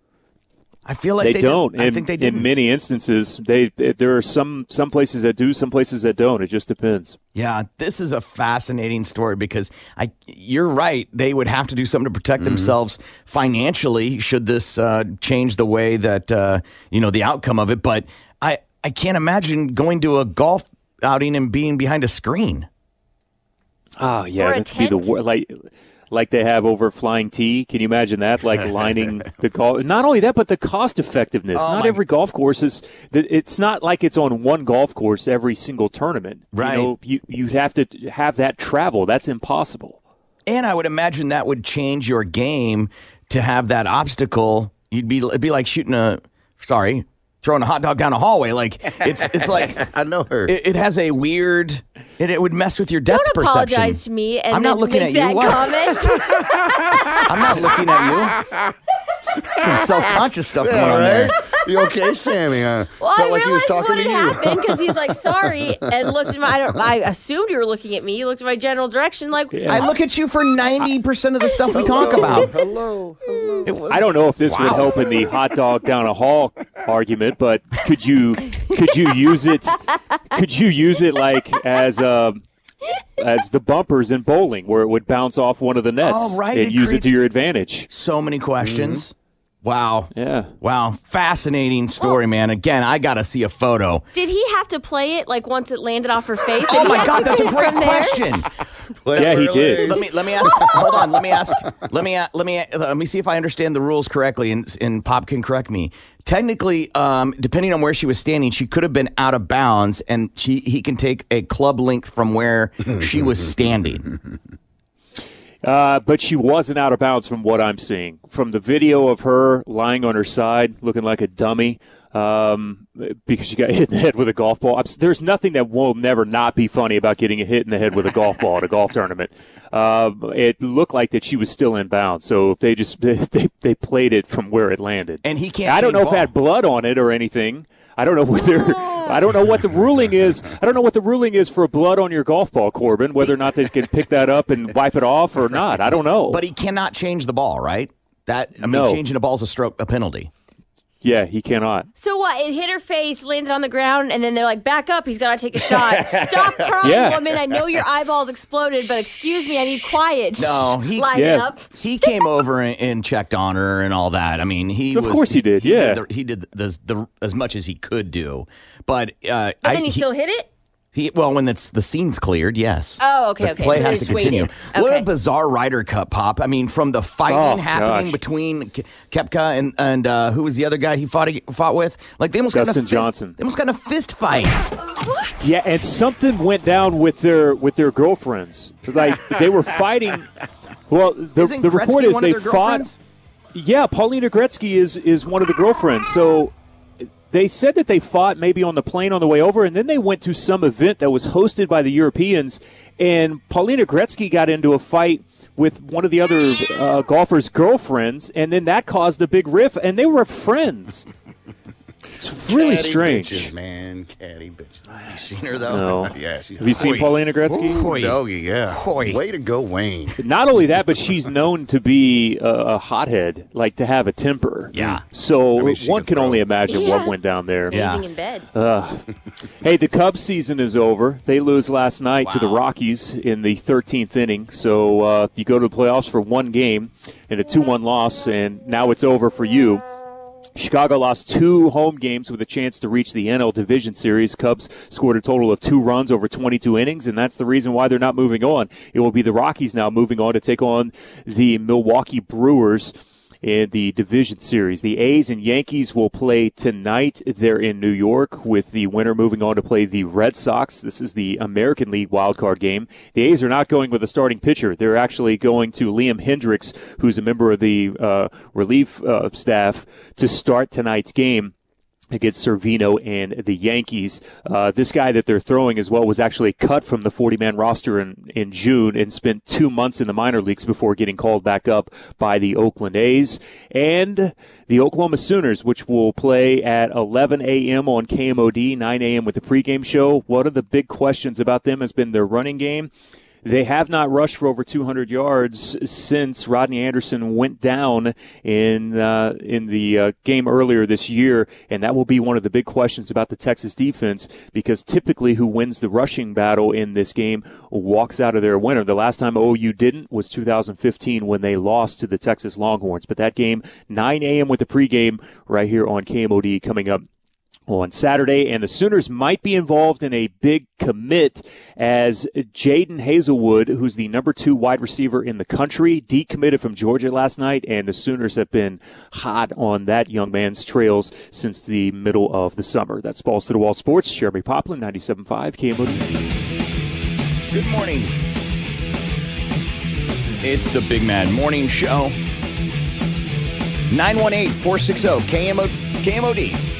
S6: I feel like
S8: they,
S6: they, did-
S8: don't.
S6: I
S8: in,
S6: think they
S8: in
S6: did.
S8: many instances, they there are some some places that do, some places that don't. It just depends.
S6: Yeah, this is a fascinating story because I, you're right. They would have to do something to protect
S8: Mm-hmm.
S6: themselves financially should this uh, change the way that uh, you know the outcome of it. But I, I can't imagine going to a golf outing and being behind a screen.
S8: Oh yeah,
S6: Or a
S8: that'd be the
S6: tent.
S8: wor- like like they have over flying tea. Can you imagine that? Like lining the golf. Not only that, but the cost effectiveness.
S6: Oh,
S8: not
S6: my-
S8: every golf course is. th- It's not like it's on one golf course every single tournament.
S6: Right.
S8: You know, you you have to have that travel. That's impossible.
S6: And I would imagine that would change your game to have that obstacle. You'd be it'd be like shooting a sorry, throwing a hot dog down a hallway. Like it's it's like
S10: I know her.
S6: It, it has a weird. It, it would mess with your depth
S1: Don't
S6: perception.
S1: apologize to me and
S6: I'm
S1: then
S6: not looking
S1: make
S6: at
S1: that
S6: you. What?
S1: comment.
S6: I'm not looking at you. Some self conscious stuff
S10: Yeah,
S6: going on there.
S10: right? You okay, Sammy? Uh,
S1: Well, I
S10: felt like he was
S1: realized
S10: talking
S1: what
S10: to
S1: had
S10: you.
S1: happened because he's like, "Sorry," and looked at my. I, don't, I assumed you were looking at me. You looked at my general direction, like
S6: I look at you for ninety percent of the stuff we talk about.
S10: Hello.
S8: I don't know if this would help in the hot dog down a hall argument, but could you could you use it? Could you use it like as um as the bumpers in bowling, where it would bounce off one of the nets
S6: Oh, right,
S8: and
S6: it
S8: use it
S6: creates-
S8: to your advantage? Mm-hmm.
S6: So many questions. Wow.
S8: Yeah.
S6: Wow. Fascinating story, man. Again, I got to see a photo.
S1: Did he have to play it like once it landed off her face? Did
S6: Oh
S1: he
S6: my
S1: have
S6: God,
S1: to
S6: that's a
S1: do it
S6: great
S1: from there?
S6: question.
S8: Yeah, he did.
S6: Let me let me ask. hold on. Let me ask. Let me a- let me let me see if I understand the rules correctly, and and Pop can correct me. Technically, um, depending on where she was standing, she could have been out of bounds, and she he can take a club length from where she was standing.
S8: Uh, but she wasn't out of bounds from what I'm seeing. From the video of her lying on her side, looking like a dummy, um, because she got hit in the head with a golf ball. I'm s- There's nothing that will never not be funny about getting a hit in the head with a golf ball at a golf tournament. Um, it looked like that she was still in bounds, so they just they they played it from where it landed.
S6: And he can't
S8: I don't
S6: change
S8: know if it
S6: ball.
S8: had blood on it or anything. I don't know whether
S1: Oh.
S8: I don't know what the ruling is. I don't know what the ruling is for blood on your golf ball, Corbin. Whether or not they can pick that up and wipe it off or not, I don't know.
S6: But he cannot change the ball, right? That I mean,
S8: No.
S6: changing a ball is a stroke, a penalty.
S8: yeah, he cannot.
S1: So what? It hit her face, landed on the ground, and then they're like, "Back up! He's got to take a shot. Stop crying,
S6: Yeah.
S1: woman! I know your eyeballs exploded, but excuse me, I need quiet.
S6: No, he
S1: line it up.
S6: He came over and, and checked on her and all that. I mean, he
S8: Of
S6: was-
S8: course he did, yeah.
S6: did the- he did the, the, as much as he could do, but uh,
S1: But
S6: I-
S1: then he, still hit it.
S6: He, well, when it's the scene's cleared, yes.
S1: Oh, okay,
S6: the
S1: okay.
S6: Play
S1: So
S6: has
S1: they just
S6: to continue.
S1: waited.
S6: What a bizarre Ryder Cup pop! I mean, from the
S8: Oh,
S6: fighting happening
S8: gosh.
S6: between K- Kepka and and uh, who was the other guy he fought ag- fought with? Like they almost got in a
S8: Dustin
S6: fist,
S8: Johnson.
S6: They almost got in a fist fight.
S8: Yeah, and something went down with their with their girlfriends. Like they were fighting. Well, the,
S6: Isn't
S8: the report
S6: Gretzky
S8: is
S6: one of
S8: they
S6: their
S8: fought.
S6: girlfriends?
S8: Yeah, Paulina Gretzky is is one of the girlfriends. So they said that they fought maybe on the plane on the way over, and then they went to some event that was hosted by the Europeans, and Paulina Gretzky got into a fight with one of the other uh, golfers' girlfriends, and then that caused a big riff, and they were friends. It's really
S10: Catty
S8: strange.
S10: bitches, man. Catty bitches. Have you seen her
S8: No.
S10: though? yeah. She's
S8: Have you seen
S10: Hoy.
S8: Paulina Gretzky?
S10: Ooh,
S8: Hoy.
S10: doggy, yeah. Way to go, Wayne.
S8: Not only that, but she's known to be a, a hothead, like to have a temper. Yeah. So one can only imagine what
S1: Yeah.
S8: went uh, down there.
S1: Losing in bed.
S8: Ugh. hey, the Cubs season is over. They lose last night to the Rockies in the 13th inning. So uh, you go to the playoffs for one game and a 2 1 loss, and now it's over for you. Chicago lost two home games with a chance to reach the NL Division Series. Cubs scored a total of two runs over 22 innings, and that's the reason why they're not moving on. It will be the Rockies now moving on to take on the Milwaukee Brewers. in the division series. The A's and Yankees will play tonight. They're in New York with the winner moving on to play the Red Sox. This is the American League wildcard game. The A's are not going with a starting pitcher. They're actually going to Liam Hendricks, who's a member of the uh, relief uh, staff, to start tonight's game against Servino and the Yankees. Uh, this guy that they're throwing as well was actually cut from the 40 man roster in, in June and spent two months in the minor leagues before getting called back up by the Oakland A's and the Oklahoma Sooners, which will play at 11 a.m. on KMOD, 9 a.m. with the pregame show. One of the big questions about them has been their running game. They have not rushed for over 200 yards since Rodney Anderson went down in uh, in the uh, game earlier this year, and that will be one of the big questions about the Texas defense because typically who wins the rushing battle in this game walks out of there a winner. The last time OU didn't was 2015 when they lost to the Texas Longhorns, but that game 9 a.m. with the pregame right here on KMOD coming up on Saturday, and the Sooners might be involved in a big commit as Jaden Hazelwood, who's the number two wide receiver in the country, decommitted from Georgia last night, and the Sooners have been hot on that young man's trails since the middle of the summer. That's Balls to the Wall Sports. Jeremy Poplin, 97.5, KMOD.
S16: Good morning.
S17: It's the Big Mad Morning Show.
S16: 918 460 KMOD.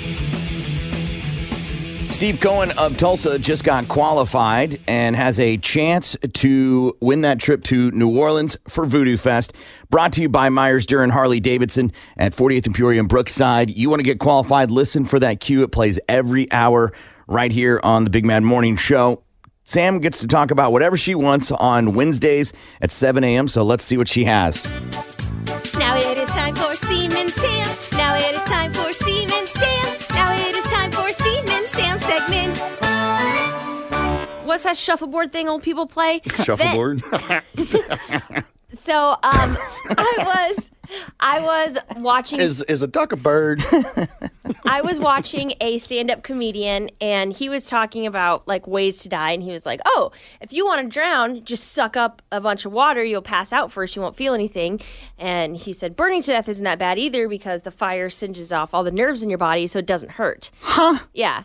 S17: Steve Cohen of Tulsa just got qualified and has a chance to win that trip to New Orleans for Voodoo Fest. Brought to you by Myers Duran Harley Davidson at 48th and Peoria and Brookside. You want to get qualified? Listen for that cue. It plays every hour right here on the Big Mad Morning Show. Sam gets to talk about whatever she wants on Wednesdays at 7 a.m. So let's see what she has.
S18: Now it is time for Seaman Sam. Now it is time for Seaman Sam. Now it is time for Seaman Sam segment.
S6: What's that shuffleboard thing old people play? That-
S10: Shuffleboard.
S6: so um, I was I was watching
S10: is is a duck a bird?
S6: I was watching a stand-up comedian and he was talking about like ways to die and he was like, "Oh, if you want to drown, just suck up a bunch of water, you'll pass out first, you won't feel anything." And he said, "Burning to death isn't that bad either because the fire singes off all the nerves in your body so it doesn't hurt." Huh? Yeah.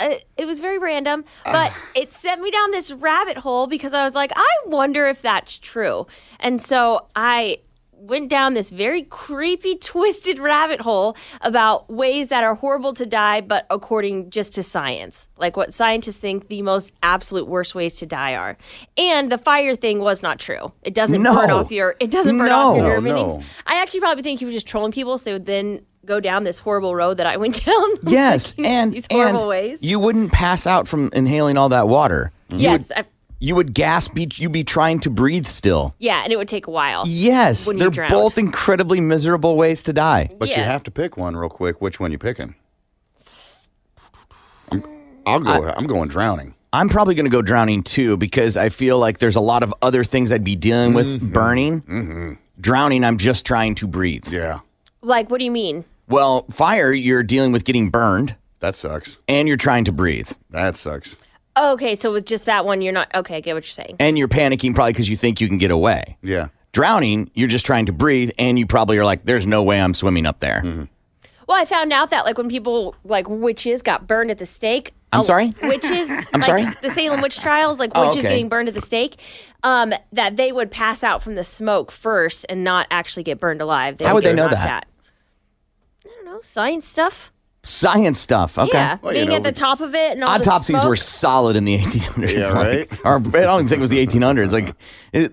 S6: Uh, It was very random, but it sent me down this rabbit hole because I was like, "I wonder if that's true." And so I went down this very creepy, twisted rabbit hole about ways that are horrible to die, but according just to science, like what scientists think the most absolute worst ways to die are. And the fire thing was not true. It doesn't
S18: No.
S6: burn off your. It doesn't burn off your
S18: No.
S6: nerve
S18: No, no.
S6: endings. I actually probably think he was just trolling people, so they would then go down this horrible road that I went down.
S17: Yes, and
S6: these horrible
S17: and
S6: ways.
S17: You wouldn't pass out from inhaling all that water. You
S6: yes.
S17: would,
S6: I-
S17: you would gasp. You'd you'd be trying to breathe still.
S6: yeah, and it would take a while.
S17: Yes,
S6: when you
S17: they're
S6: drowned.
S17: both incredibly miserable ways to die.
S10: But you
S6: Yeah.
S10: have to pick one real quick. Which one you picking? I'm, I'll go. I, am going drowning.
S17: I'm probably going to go drowning too because I feel like there's a lot of other things I'd be dealing
S10: Mm-hmm.
S17: with burning. Drowning, I'm just trying to breathe.
S10: Yeah.
S6: Like, what do you mean?
S17: Well, fire, you're dealing with getting burned.
S10: That sucks.
S17: And you're trying to breathe.
S10: That sucks.
S6: Okay, so with just that one, you're not okay. I get what you're saying.
S17: And you're panicking probably because you think you can get away.
S10: Yeah.
S17: Drowning, you're just trying to breathe and you probably are like, there's no way I'm swimming up there.
S10: Mm-hmm.
S6: Well, I found out that like when people like witches got burned at the stake.
S17: I'm
S6: oh,
S17: sorry?
S6: Witches.
S17: I'm
S6: like,
S17: sorry?
S6: The Salem witch trials, like
S17: Oh,
S6: witches
S17: okay.
S6: getting burned at the stake, um, that they would pass out from the smoke first and not actually get burned alive.
S17: How would
S6: get
S17: they know
S6: knocked
S17: that?
S6: out. I don't know. Science stuff.
S17: Science stuff. Okay.
S6: Yeah. Being at the top of it and all the
S17: Autopsies
S6: smoke.
S17: were solid in the 1800s.
S10: Yeah,
S17: like- or I don't even think it was the 1800s. Like, it,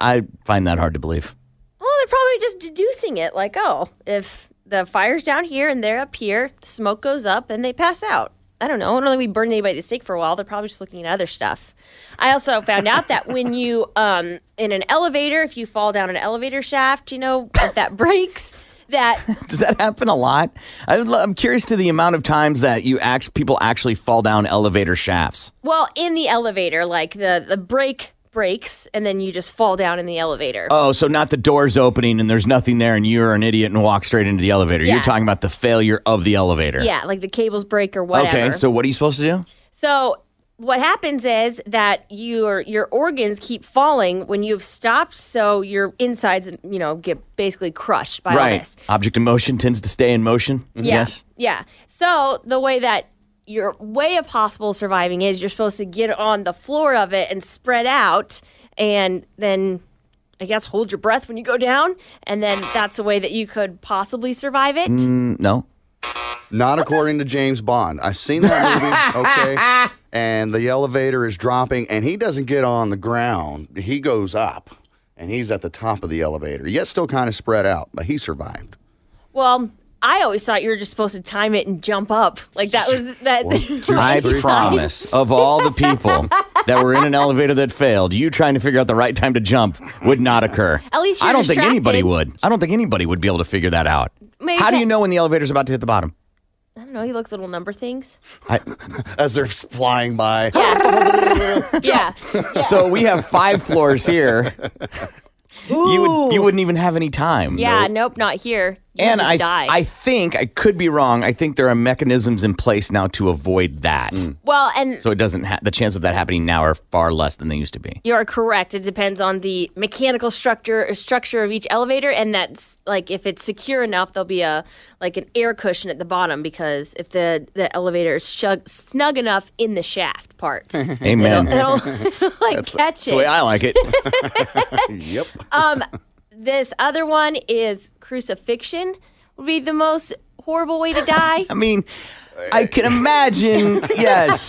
S17: I find that hard to believe.
S6: Well, they're probably just deducing it. Like, oh, if the fire's down here and they're up here, the smoke goes up and they pass out. I don't know. I don't think we burned anybody to stake for a while. They're probably just looking at other stuff. I also found out that when you, um, in an elevator, if you fall down an elevator shaft, you know, if that breaks, that
S17: Does that happen a lot? I would lo- I'm curious to the amount of times that you act, people actually fall down elevator shafts.
S6: well, in the elevator, like the the brake breaks and then you just fall down in the elevator.
S17: Oh, so not the doors opening and there's nothing there and you're an idiot and walk straight into the elevator.
S6: Yeah.
S17: You're talking about the failure of the elevator.
S6: yeah, like the cables break or whatever.
S17: Okay, so what are you supposed to do?
S6: So what happens is that your your organs keep falling when you've stopped, so your insides, you know, get basically crushed by all
S8: right.
S6: this.
S8: Object in motion tends to stay in motion.
S6: Yeah,
S8: Yes.
S6: Yeah. So the way that your way of possible surviving is you're supposed to get on the floor of it and spread out and then I guess hold your breath when you go down and then that's the way that you could possibly survive it.
S10: Mm,
S8: no.
S10: Not according to James Bond. I've seen that movie, okay? And the elevator is dropping, and he doesn't get on the ground. He goes up, and he's at the top of the elevator, yet still kind of spread out, but he survived.
S6: Well, I always thought you were just supposed to time it and jump up. Like that was that
S8: I promise, of all the people that were in an elevator that failed, you trying to figure out the right time to jump would not occur.
S6: At least you're
S8: I don't think anybody
S6: distracted.
S8: would. I don't think anybody would be able to figure that out.
S6: Maybe
S8: How do
S6: that-
S8: you know when the elevator's about to hit the bottom?
S6: I don't know, you look little number things.
S8: I,
S10: As they're flying by.
S6: yeah.
S8: So we have five floors here. You would you wouldn't even have any time.
S6: Yeah, nope, not here. You
S8: and
S6: just
S8: I,
S6: die.
S8: I think I could be wrong. I think there are mechanisms in place now to avoid that.
S10: Mm.
S6: well, and
S8: So it doesn't ha- the chance of that happening now are far less than they used to be.
S6: You're correct. It depends on the mechanical structure or structure of each elevator, and that's like if it's secure enough, there'll be a like an air cushion at the bottom because if the the elevator is shug, snug enough in the shaft part,
S8: Amen.
S6: it'll, it'll, like catch
S8: That's the way
S6: it.
S8: I like it. yep.
S10: Uh,
S6: um, this other one is crucifixion. Would be the most horrible way to die.
S8: I mean, I can imagine, yes,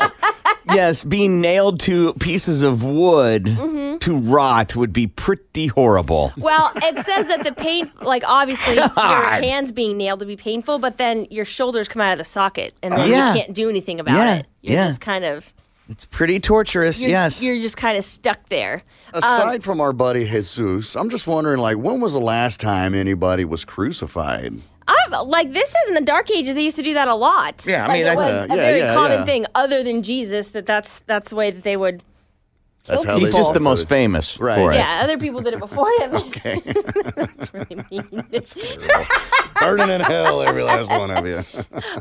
S8: yes, being nailed to pieces of wood
S6: Mhm.
S8: to rot would be pretty horrible.
S6: Well, it says that the pain, like obviously your
S8: God.
S6: hands being nailed would be painful, but then your shoulders come out of the socket, and then
S8: Yeah.
S6: you can't do anything about
S8: Yeah,
S6: it. You're
S8: yeah.
S6: just kind of
S8: It's pretty torturous,
S6: you're,
S10: yes.
S6: you're just kind of stuck there. Um,
S10: Aside from our buddy Jesus, I'm just wondering, like, when was the last time anybody was crucified?
S6: I'm like this is in the Dark Ages. They used to do that a lot.
S10: Yeah, I
S6: Like,
S10: mean,
S6: it
S10: I-
S6: was
S10: uh,
S6: a
S10: yeah,
S6: very
S10: yeah,
S6: common
S10: yeah.
S6: thing, other than Jesus, that that's that's the way that they would.
S10: That's
S6: kill
S10: how they
S8: He's
S10: do
S8: just
S10: it.
S8: the most famous for it.
S6: Yeah, other people did it before him. okay, that's really mean.
S10: Burning in hell, every last one of you.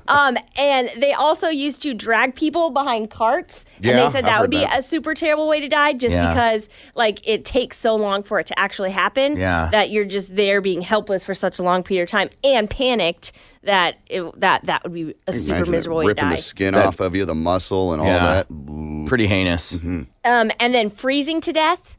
S6: Um, and they also used to drag people behind carts. and
S10: Yeah,
S6: they said
S10: I've
S6: that would
S10: heard
S6: be
S10: that.
S6: a super terrible way to die just
S10: Yeah.
S6: because like it takes so long for it to actually happen
S8: Yeah.
S6: that you're just there being helpless for such a long period of time and panicked that it, that that would be a super
S10: Imagine it
S6: miserable way to
S10: ripping
S6: die.
S10: the skin off of you, the muscle, and all
S8: Yeah.
S10: that.
S8: Pretty heinous.
S6: Um, and then freezing to death.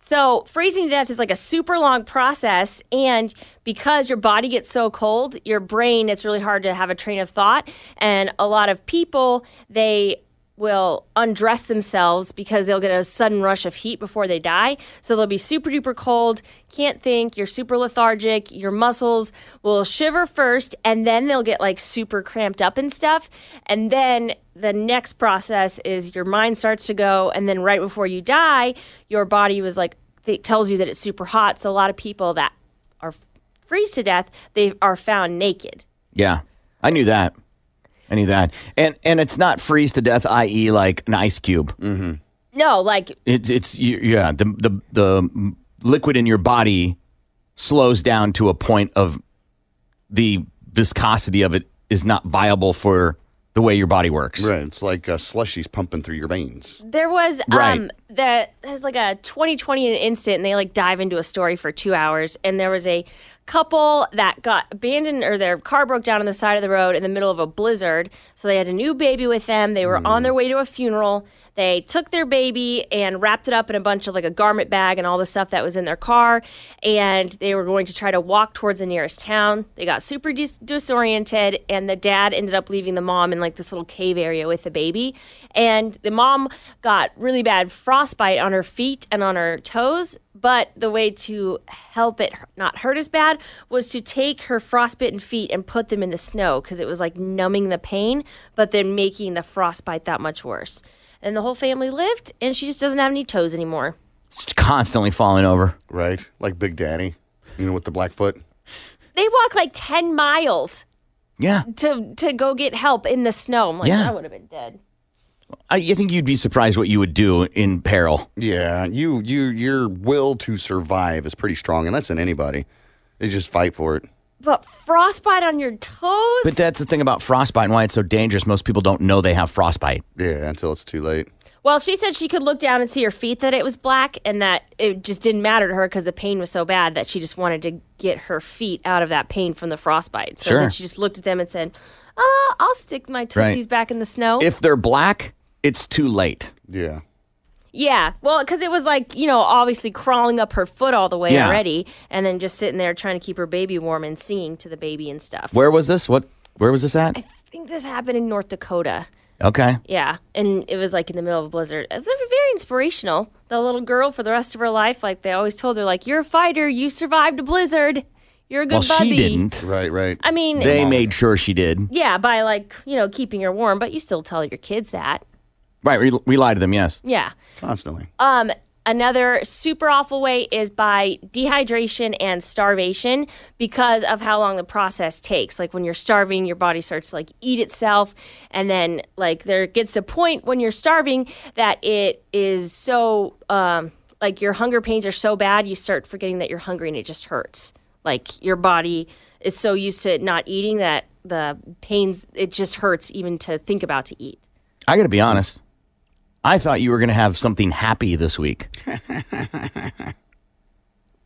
S6: So freezing to death is like a super long process, and because your body gets so cold, your brain it's really hard to have a train of thought. And a lot of people they will undress themselves because they'll get a sudden rush of heat before they die. So they'll be super duper cold, can't think, you're super lethargic, your muscles will shiver first, and then they'll get like super cramped up and stuff. And then the next process is your mind starts to go, and then right before you die, your body was like, it tells you that it's super hot. So a lot of people that are freeze to death, they are found naked.
S8: Yeah, I knew that. I knew that, and and it's not freeze to death, i.e., like an ice cube. Mm-hmm.
S6: No, like
S8: It's it's you- yeah, the the the liquid in your body slows down to a point of the viscosity of it is not viable for the way your body works.
S10: Right. It's like uh, slushies pumping through your veins.
S6: There was
S8: Right.
S6: um the there's like a 2020 in an instant and they like dive into a story for 2 hours and there was a couple that got abandoned or their car broke down on the side of the road in the middle of a blizzard so they had a new baby with them they were on their way to a funeral they took their baby and wrapped it up in a bunch of like a garment bag and all the stuff that was in their car and they were going to try to walk towards the nearest town they got super dis- disoriented and the dad ended up leaving the mom in like this little cave area with the baby and the mom got really bad frostbite on her feet and on her toes but the way to help it not hurt as bad was to take her frostbitten feet and put them in the snow because it was like numbing the pain but then making the frostbite that much worse and the whole family lived and she just doesn't have any toes anymore
S8: It's constantly falling over.
S10: Right. Like Big Daddy, you know, with the Blackfoot.
S6: they walk like 10 miles
S8: Yeah.
S6: to to go get help in the snow i'm like
S8: Yeah.
S6: i would have been dead
S8: I, I think you'd be surprised what you would do in peril.
S10: Yeah, you you your will to survive is pretty strong, and that's in anybody. You just fight for it.
S6: but frostbite on your toes.
S8: But that's the thing about frostbite and why it's so dangerous. Most people don't know they have frostbite.
S10: Yeah, until it's too late.
S6: Well, she said she could look down and see her feet that it was black and that it just didn't matter to her because the pain was so bad that she just wanted to get her feet out of that pain from the frostbite. So then
S8: Sure.
S6: she just looked at them and said, uh, I'll stick my tootsies
S8: Right.
S6: back in the snow.
S8: If they're black, it's too late.
S10: Yeah.
S6: yeah. Well, because it was like, you know, obviously crawling up her foot all the way
S8: Yeah.
S6: already and then just sitting there trying to keep her baby warm and singing to the baby and stuff.
S8: Where was this? What? Where was this at?
S6: I think this happened in North Dakota.
S8: Okay.
S6: Yeah, and it was like in the middle of a blizzard. It was very inspirational. The little girl for the rest of her life, like they always told her, like you're a fighter, you survived a blizzard, you're a good
S8: well,
S6: buddy.
S8: she didn't.
S10: Right, right.
S6: I mean-
S8: they made sure she did.
S6: Yeah, by like you know keeping her warm, but you still tell your kids that.
S8: Right. We, we lied to them. Yes.
S6: Yeah.
S10: Constantly.
S6: Um, another super awful way is by dehydration and starvation because of how long the process takes. Like when you're starving, your body starts to like eat itself, and then like there gets a point when you're starving that it is so um, like your hunger pains are so bad you start forgetting that you're hungry and it just hurts. Like your body is so used to not eating that the pains it just hurts even to think about to eat.
S8: I got to be honest. I thought you were going to have something happy this week.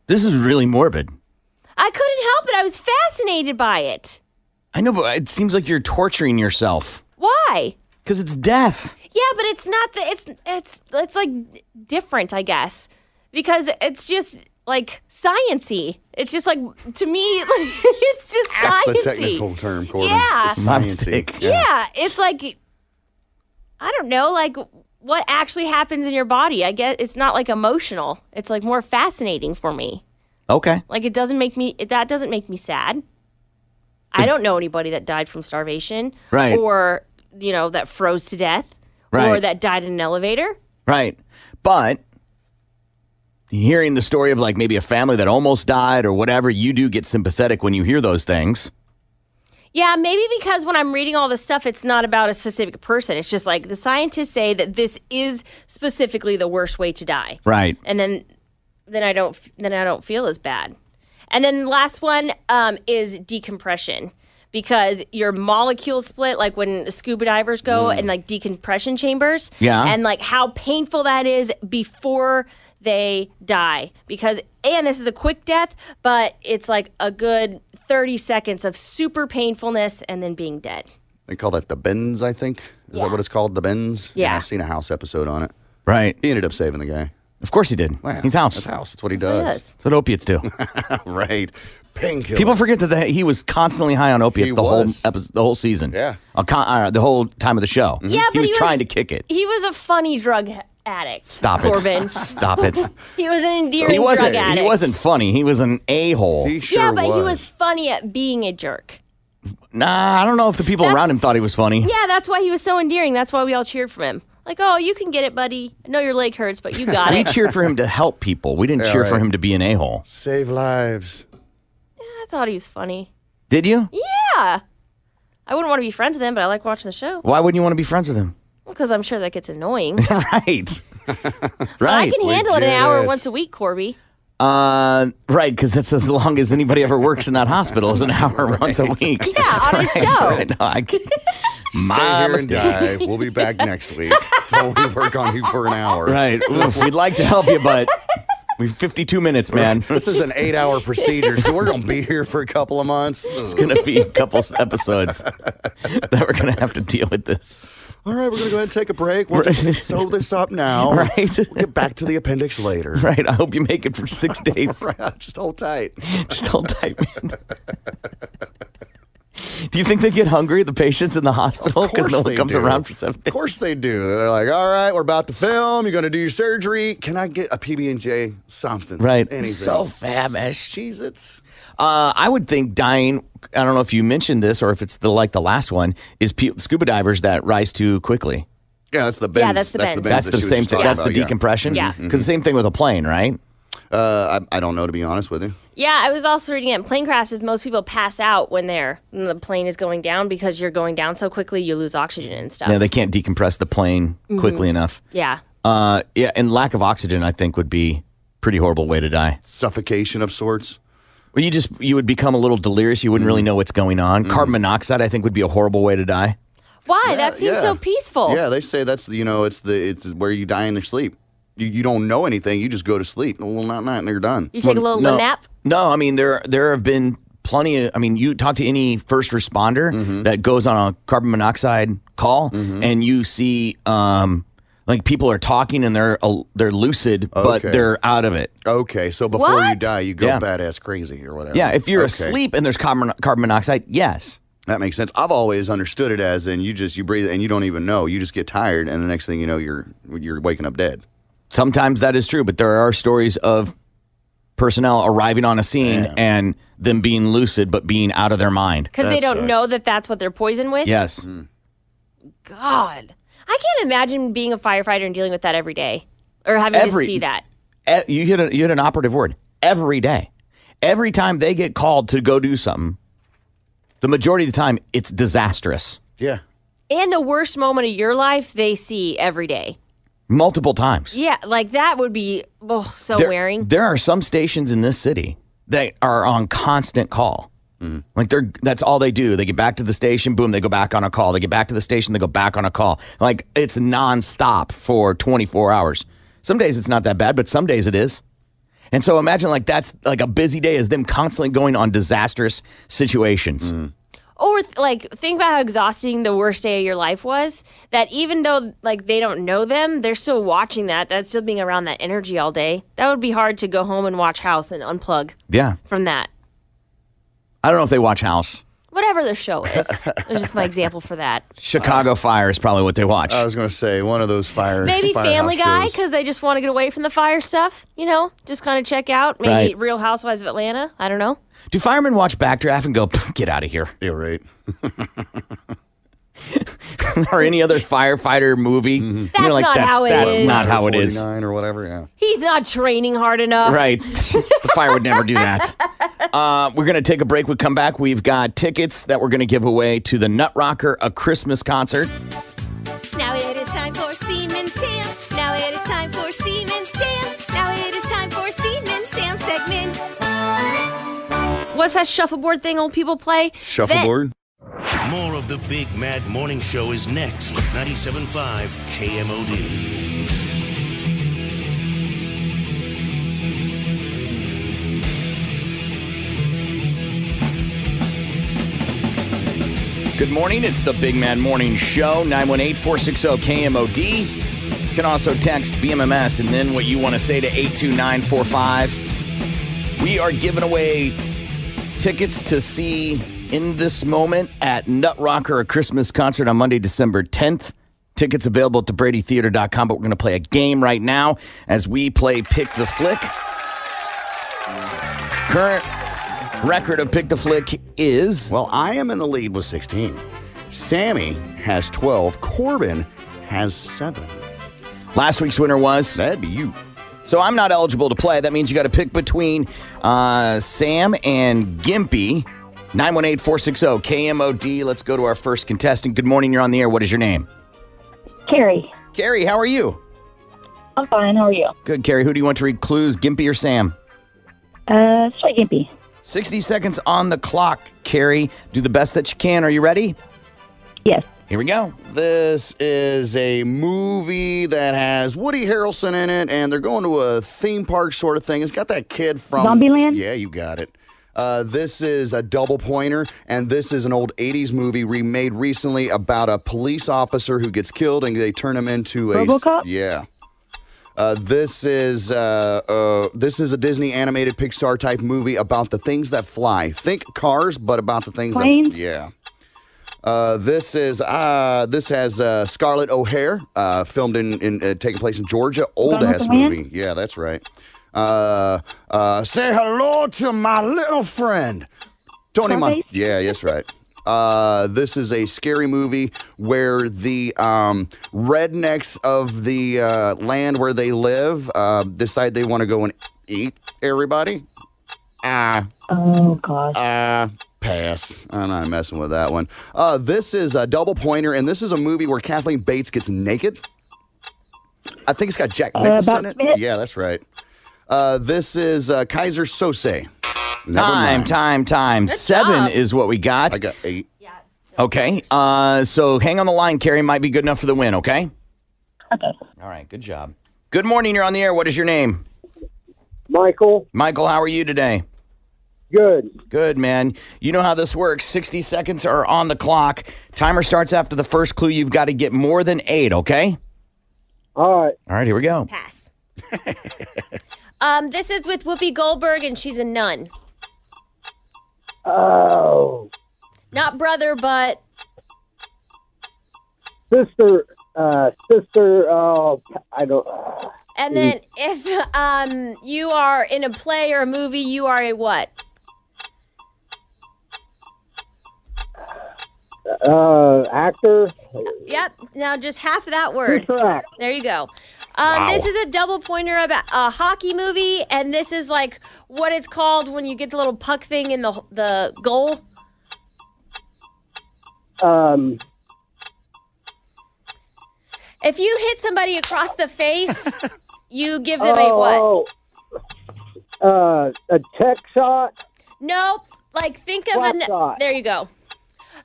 S8: this is really morbid.
S6: I couldn't help it. I was fascinated by it.
S8: I know, but it seems like you're torturing yourself
S6: Why?
S8: because it's death.
S6: Yeah, but it's not the it's it's it's like different, I guess, because it's just like sciency. It's just like to me, like, it's just
S10: That's the
S6: sciency.
S10: technical term, Corbin.
S6: Yeah.
S10: It's sciencey.
S6: Yeah. it's like I don't know, like what actually happens in your body. I guess it's not like emotional. It's like more fascinating for me.
S8: Okay.
S6: Like it doesn't make me it, that doesn't make me sad. I don't know anybody that died from starvation,
S8: Right.
S6: Or you know that froze to death, or
S8: Right.
S6: that died in an elevator.
S8: Right. But hearing the story of like maybe a family that almost died or whatever, you do get sympathetic when you hear those things.
S6: Yeah, maybe because when I'm reading all this stuff, it's not about a specific person. It's just like the scientists say that this is specifically the worst way to die,
S8: Right.
S6: and then then I don't then I don't feel as bad. And then the last one um, is decompression because your molecules split, like when scuba divers go
S8: Mm.
S6: in like decompression chambers,
S7: Yeah.
S6: and like how painful that is before they die because and this is a quick death but it's like a good 30 seconds of super painfulness and then being dead
S10: They call that the bends, I think. Is that what it's called? The bends?
S6: Yeah.
S10: i seen a house episode on it.
S8: Right.
S10: He ended up saving the guy.
S8: Of course he did. He's house.
S10: That's house. That's what he
S8: That's what he
S10: does.
S8: does. Mm-hmm. That's what opiates do.
S10: right. Painkiller.
S8: People forget that the, he was constantly high on opiates
S10: He
S8: the
S10: was.
S8: whole episode, the whole season.
S10: Yeah.
S8: A con- uh, the whole time of the show.
S6: Mm-hmm. Yeah,
S8: he
S6: but
S8: was
S6: he was-
S8: trying to kick it.
S6: he was a funny drug addict
S8: Stop it.
S6: corbin
S8: Stop it.
S6: he was an endearing
S8: he
S6: drug
S8: wasn't.
S6: addict
S8: He wasn't funny. He was an a hole. He
S6: yeah but he was funny at being a jerk
S8: Nah, I don't know if the people around him thought he was funny.
S6: yeah that's why he was so endearing that's why we all cheered for him like oh you can get it buddy i know your leg hurts but you got
S8: we
S6: it
S8: cheered for him to help people. We didn't
S10: Yeah,
S8: cheer for
S10: right.
S8: him to be an a hole.
S10: Save lives.
S6: i thought he was funny
S8: Did you?
S6: yeah i wouldn't want to be friends with him but i like watching the show
S8: Why wouldn't you want to be friends with him?
S6: because i'm sure that gets annoying
S8: right.
S6: But
S8: right.
S6: I can handle it an hour once a week, Corby.
S8: Uh, right, because that's as long as anybody ever works in that hospital is an hour once a week.
S6: Yeah, on his
S8: Right,
S6: show.
S8: right. No, I can't- My
S10: Stay here
S8: mistake.
S10: and die. We'll be back next week. Don't we work on you for an hour.
S8: Right. Oof, we'd like to help you, but we have 52 minutes, man.
S10: This is an eight hour procedure, so we're going to be here for a couple of months.
S8: It's going to be a couple s- episodes that we're going to have to deal with this.
S10: All right, we're going to go ahead and take a break. We'll just sew this up now.
S8: Right.
S10: We'll get back to the appendix later.
S8: Right. I hope you make it for six days.
S10: Right, Just hold tight.
S8: Just hold tight, man. Do you think they get hungry, the patients in the hospital, because no one comes around for seven
S10: Of course they do. They're like, all right, we're about to film. You're going to do your surgery. Can I get a PB and J something?
S8: Right.
S10: Anything.
S8: So famished.
S10: Cheez-Its.
S8: Uh, I would think dying. I don't know if you mentioned this or if it's the like the last one is pe- scuba divers that rise too quickly.
S10: Yeah, that's the bends.
S6: Yeah, that's the bends.
S10: bends
S8: That's
S10: that
S8: the
S10: she was
S8: same
S10: just
S8: thing.
S10: talking
S8: That's the
S10: about, yeah. Mm-hmm.
S8: decompression.
S6: Yeah.
S8: Because the same thing with a plane, right?
S10: Uh, I, I don't know, to be honest with you.
S6: Yeah, I was also reading it. In plane crashes, most people pass out when they're when the plane is going down because you're going down so quickly, you lose oxygen and stuff.
S8: Yeah, they can't decompress the plane quickly
S6: Mhm.
S8: enough.
S6: Yeah.
S8: Uh, yeah, and lack of oxygen, I think, would be pretty horrible way to die.
S10: Suffocation of sorts.
S8: Well, you just you would become a little delirious. You wouldn't
S10: Mm-hmm.
S8: really know what's going on. Carbon monoxide, I think, would be a horrible way to die.
S6: Why? that seems
S10: yeah.
S6: so
S8: Oh.
S6: peaceful.
S10: Yeah, they say that's you know it's the it's where you die in your sleep. You, you don't know anything. You just go to sleep. Well, not not and you're done.
S6: You take a little
S8: no,
S6: nap.
S8: No, I mean there there have been plenty of I mean you talk to any first responder
S10: Mm-hmm.
S8: that goes on a carbon monoxide call and you see um like people are talking and they're uh, they're lucid
S10: Okay.
S8: but they're out of it.
S10: Okay, so before you
S8: What?
S10: die, you go
S8: Yeah.
S10: badass crazy or whatever.
S8: Yeah, if you're
S10: Okay.
S8: asleep and there's carbon carbon monoxide, yes.
S10: That makes sense. I've always understood it as in you just you breathe and you don't even know. You just get tired and the next thing you know you're you're waking up dead.
S8: Sometimes that is true, but there are stories of personnel arriving on a scene and them being lucid but being out of their mind.
S6: Because they don't know that that's what they're poisoned with?
S8: Yes.
S6: God. I can't imagine being a firefighter and dealing with that every day or having
S8: Every-
S6: to see that.
S8: E- You hit a, you hit an operative word every day. Every time they get called to go do something, the majority of the time it's disastrous.
S10: Yeah.
S6: And the worst moment of your life they see every day.
S8: Multiple times.
S6: Yeah, like that would be oh, so
S8: there,
S6: wearing.
S8: There are some stations in this city that are on constant call. Like they're that's all they do. They get back to the station, boom, they go back on a call. They get back to the station, they go back on a call. Like it's nonstop for 24 hours. Some days it's not that bad, but some days it is. And so imagine like that's like a busy day is them constantly going on disastrous situations.
S6: Or th- like think about how exhausting the worst day of your life was that even though like they don't know them, they're still watching that. That's still being around that energy all day. That would be hard to go home and watch House and unplug
S8: Yeah.
S6: from that.
S8: I don't know if they watch House.
S6: Whatever the show is. That's just my example for that.
S8: Chicago Fire is probably what they watch. I
S10: was going to say one of those fire
S6: Maybe Family Guy because they just want to get away from the fire stuff, you know? Just kind of check out. Maybe
S8: Right.
S6: Real Housewives of Atlanta. I don't know.
S8: Do firemen watch Backdraft and go, "Pff, get out of here?
S10: You're right.
S8: or any other firefighter movie. And
S6: That's
S8: you're like,
S6: not
S8: that's,
S6: how it
S8: that's
S6: is."
S8: not how it is.
S10: 49 or whatever, yeah.
S6: He's not training hard enough.
S8: Right. the fire would never do that. Uh, we're going to take a break. We come back. We've got tickets that we're going to give away to the Nut Rocker, a Christmas concert.
S5: Now it is time for Seaman Sam. Now it is time for Seaman Sam. Now it is time for Seaman Sam segment.
S6: What's that shuffleboard thing old people play?
S10: Shuffleboard?
S19: More of the Big Mad Morning Show is next. 97.5 KMOD.
S8: Good morning. It's the Big Man Morning Show, 918 460 KMOD. You can also text BMMS and then what you want to say to 82945. We are giving away tickets to see in this moment at Nut Rocker, a Christmas concert on Monday, December 10th. Tickets available at thebradytheater.com, but we're going to play a game right now as we play Pick the Flick. Current record of Pick the Flick is.
S10: Well, I am in the lead with 16. Sammy has 12. Corbin has 7.
S8: Last week's winner was
S10: that'd be you.
S8: So I'm not eligible to play. That means you got to pick between uh, Sam and Gimpy. 918-460 KMOD. Let's go to our first contestant. Good morning. You're on the air. What is your name?
S20: Carrie.
S8: Carrie, how are you?
S20: I'm fine. How are you?
S8: Good, Carrie. Who do you want to read clues, Gimpy or Sam?
S20: Uh, Sweet Gimpy.
S8: 60 seconds on the clock, Carrie. Do the best that you can. Are you ready?
S20: Yes.
S8: Here we go.
S10: This is a movie that has Woody Harrelson in it, and they're going to a theme park sort of thing. It's got that kid from
S20: Zombieland?
S10: Yeah, you got it. Uh, this is a double pointer, and this is an old 80s movie remade recently about a police officer who gets killed and they turn him into a.
S20: RoboCop?
S10: Yeah. Uh, this is uh, uh, this is a Disney animated Pixar type movie about the things that fly. Think cars, but about the things
S20: Planes?
S10: that yeah. Uh, this is uh, this has uh, Scarlett O'Hare, uh, filmed in, in uh, taking place in Georgia. Old
S21: Gone with
S10: ass
S21: the Wind?
S10: movie. Yeah, that's right. Uh, uh, say hello to my little friend, Tony. Mon-
S21: Scarface?
S10: yeah, yes, right. Uh, this is a scary movie where the um, rednecks of the uh, land where they live uh, decide they want to go and eat everybody. Ah.
S20: Oh gosh.
S10: Uh, pass. I'm not messing with that one. Uh, this is a double pointer, and this is a movie where Kathleen Bates gets naked. I think it's got Jack
S21: Uh,
S10: Nicholson
S21: about
S10: in it. Yeah, that's right. Uh, this is uh, Kaiser Sose.
S8: Time, time, time. Seven is what we got. I got eight. Okay. Uh, so hang on the line, Carrie. Might be good enough for the win, okay? Okay. All right. Good job. Good morning. You're on the air. What is your name? Michael. Michael, how are you today? Good. Good, man. You know how this works. 60 seconds are on the clock. Timer starts after the first clue. You've got to get more than eight, okay? All right. All right, here we go.
S6: Pass. um, this is with Whoopi Goldberg, and she's a nun.
S22: Oh,
S6: Not brother, but
S22: sister, uh, sister. Uh, I don't. Uh,
S6: and then if um you are in a play or a movie, you are a what?
S22: uh, actor.
S6: Yep. Now just half of that word.
S22: Correct.
S6: There you go. Um,
S22: Wow.
S6: This is a double pointer about a hockey movie, and this is like what it's called when you get the little puck thing in the the goal.
S22: Um,
S6: If you hit somebody across the face, you give them a what?
S22: oh, oh, uh, a tech shot.
S6: Nope. Like think of
S22: Slap
S6: an.
S22: shot.
S6: There you go.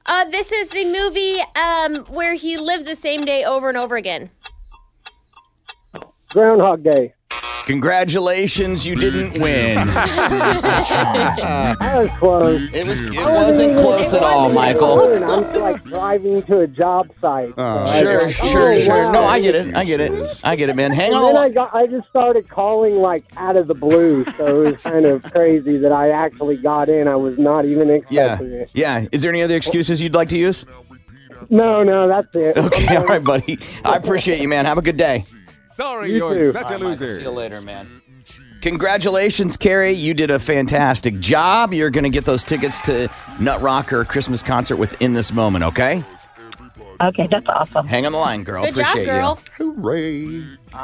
S6: Uh, this is the movie um, where he lives the same day over and over again.
S22: Groundhog Day.
S8: Congratulations, you didn't win.
S22: That was close.
S8: It was. It wasn't close at all, Michael.
S22: I'm like driving to a job site.
S10: Uh.
S22: so I
S8: Sure,
S22: just-
S8: sure,
S22: Oh,
S8: sure.
S22: wow.
S8: No, I get it. I get it. I get it, man. Hang
S22: and
S8: on.
S22: then I got, I just started calling like out of the blue, so it was kind of crazy that I actually got in. I was not even
S8: Yeah.
S22: expecting it.
S8: Yeah. Is there any other excuses you'd like to use?
S22: No, no, that's it.
S8: Okay. All right, buddy. I appreciate you, man. Have a good day.
S22: Sorry, You you're too. such a
S8: All right, Michael, see you later, man. Congratulations, Carrie. You did a fantastic job. You're going to get those tickets to Nut Rocker Christmas concert within this moment, okay?
S20: Okay, that's awesome.
S8: Hang on the line, girl.
S20: Good job,
S8: Oh, Appreciate
S20: girl.
S8: you. Hooray. Uh,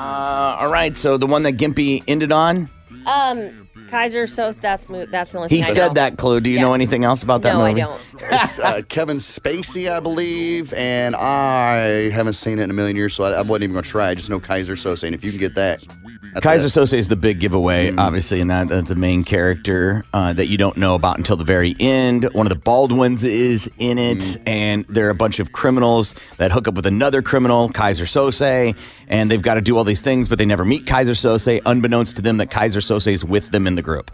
S8: all right, so the one that Gimpy ended on,
S6: Um, Kaiser. So that's the mo- that's the only.
S8: he
S6: thing I
S8: said
S6: know.
S8: that, Clue. Do you know anything else about that
S6: No, I
S8: movie?
S6: don't.
S10: it's uh, Kevin Spacey, I believe, and I haven't seen it in a million years, so I, I wasn't even going to try. I just know Kaiser Sose, and if you can get that, that's
S8: Kaiser
S10: it.
S8: Sose is the big giveaway, obviously, and that, that's the main character uh, that you don't know about until the very end. One of the Baldwins is in it, and they're a bunch of criminals that hook up with another criminal, Kaiser Sose, and they've got to do all these things, but they never meet Kaiser Sose, unbeknownst to them that Kaiser Sose is with them in the group.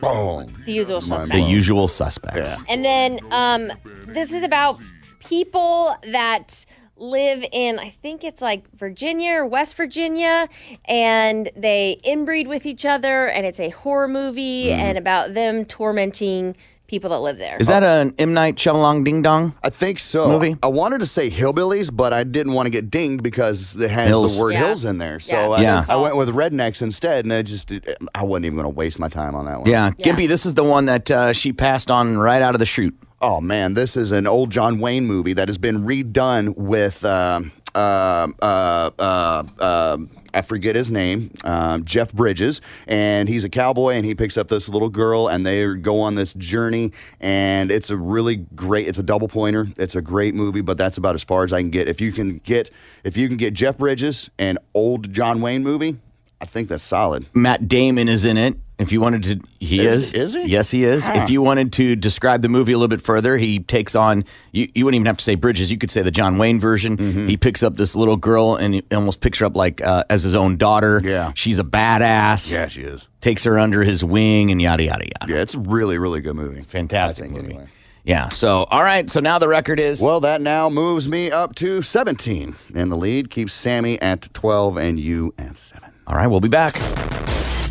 S6: The usual
S8: The
S6: suspects.
S8: usual suspects.
S6: And then um, this is about people that live in, I think it's like Virginia or West Virginia, and they inbreed with each other, and it's a horror movie and about them tormenting people that live there.
S8: Mm-hmm. Is that an M. Night Shyamalan Ding Dong?
S10: I think so.
S8: Movie?
S10: I wanted to say hillbillies, but I didn't want to get dinged because it has
S8: Hills.
S10: the word
S8: Yeah.
S10: hills in there. So
S8: Yeah.
S10: I,
S8: Yeah.
S10: I went with rednecks instead, and I just I wasn't even going to waste my time on that one.
S8: Yeah. Gimpy, this is the one that uh, she passed on right out of the chute.
S10: Oh man, this is an old John Wayne movie that has been redone with um, uh, uh, uh, uh, I forget his name, um, Jeff Bridges, and he's a cowboy and he picks up this little girl and they go on this journey and it's a really great. It's a double pointer. It's a great movie, but that's about as far as I can get. If you can get if you can get Jeff Bridges and old John Wayne movie, I think that's solid.
S8: Matt Damon is in it. If you wanted to, he
S10: Is-
S8: is.
S10: is he?
S8: Yes, he is.
S10: Huh.
S8: If you wanted to describe the movie a little bit further, he takes on, you, you wouldn't even have to say Bridges. You could say the John Wayne version.
S10: Mm-hmm.
S8: He picks up this little girl and he almost picks her up like uh, as his own daughter. Yeah. She's a badass.
S10: Yeah, she is.
S8: Takes her under his wing and yada, yada, yada.
S10: Yeah, it's a really, really good movie.
S8: fantastic movie. Yeah. So, all right. So now the record is.
S10: Well, that now moves me up to 17. And the lead keeps Sammy at 12 and you at 7.
S8: All right, we'll be back.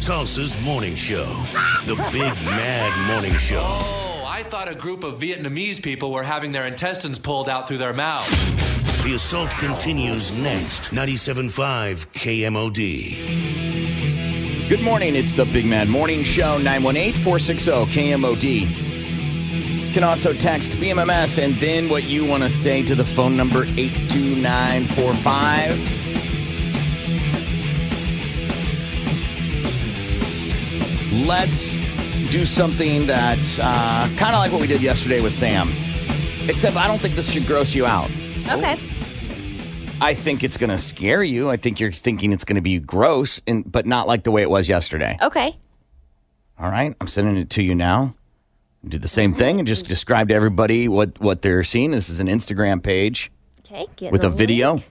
S19: Tulsa's Morning Show. The Big Mad Morning Show.
S23: Oh, I thought a group of Vietnamese people were having their intestines pulled out through their mouth.
S19: The assault continues next. 97.5 KMOD.
S8: Good morning. It's the Big Mad Morning Show, 918 460 KMOD. You can also text BMMS and then what you want to say to the phone number 82945. Let's do something that's uh, kind of like what we did yesterday with Sam, except I don't think this should gross you out.
S6: Okay.
S8: I think it's going to scare
S6: Oh.
S8: you. I think you're thinking it's going to be gross, and but not like the way it was yesterday.
S6: Okay.
S8: All right, I'm sending it to you now. Do the same thing and just describe to everybody what what they're seeing. This is an Instagram page
S6: Okay, getting
S8: with
S6: the
S8: a video.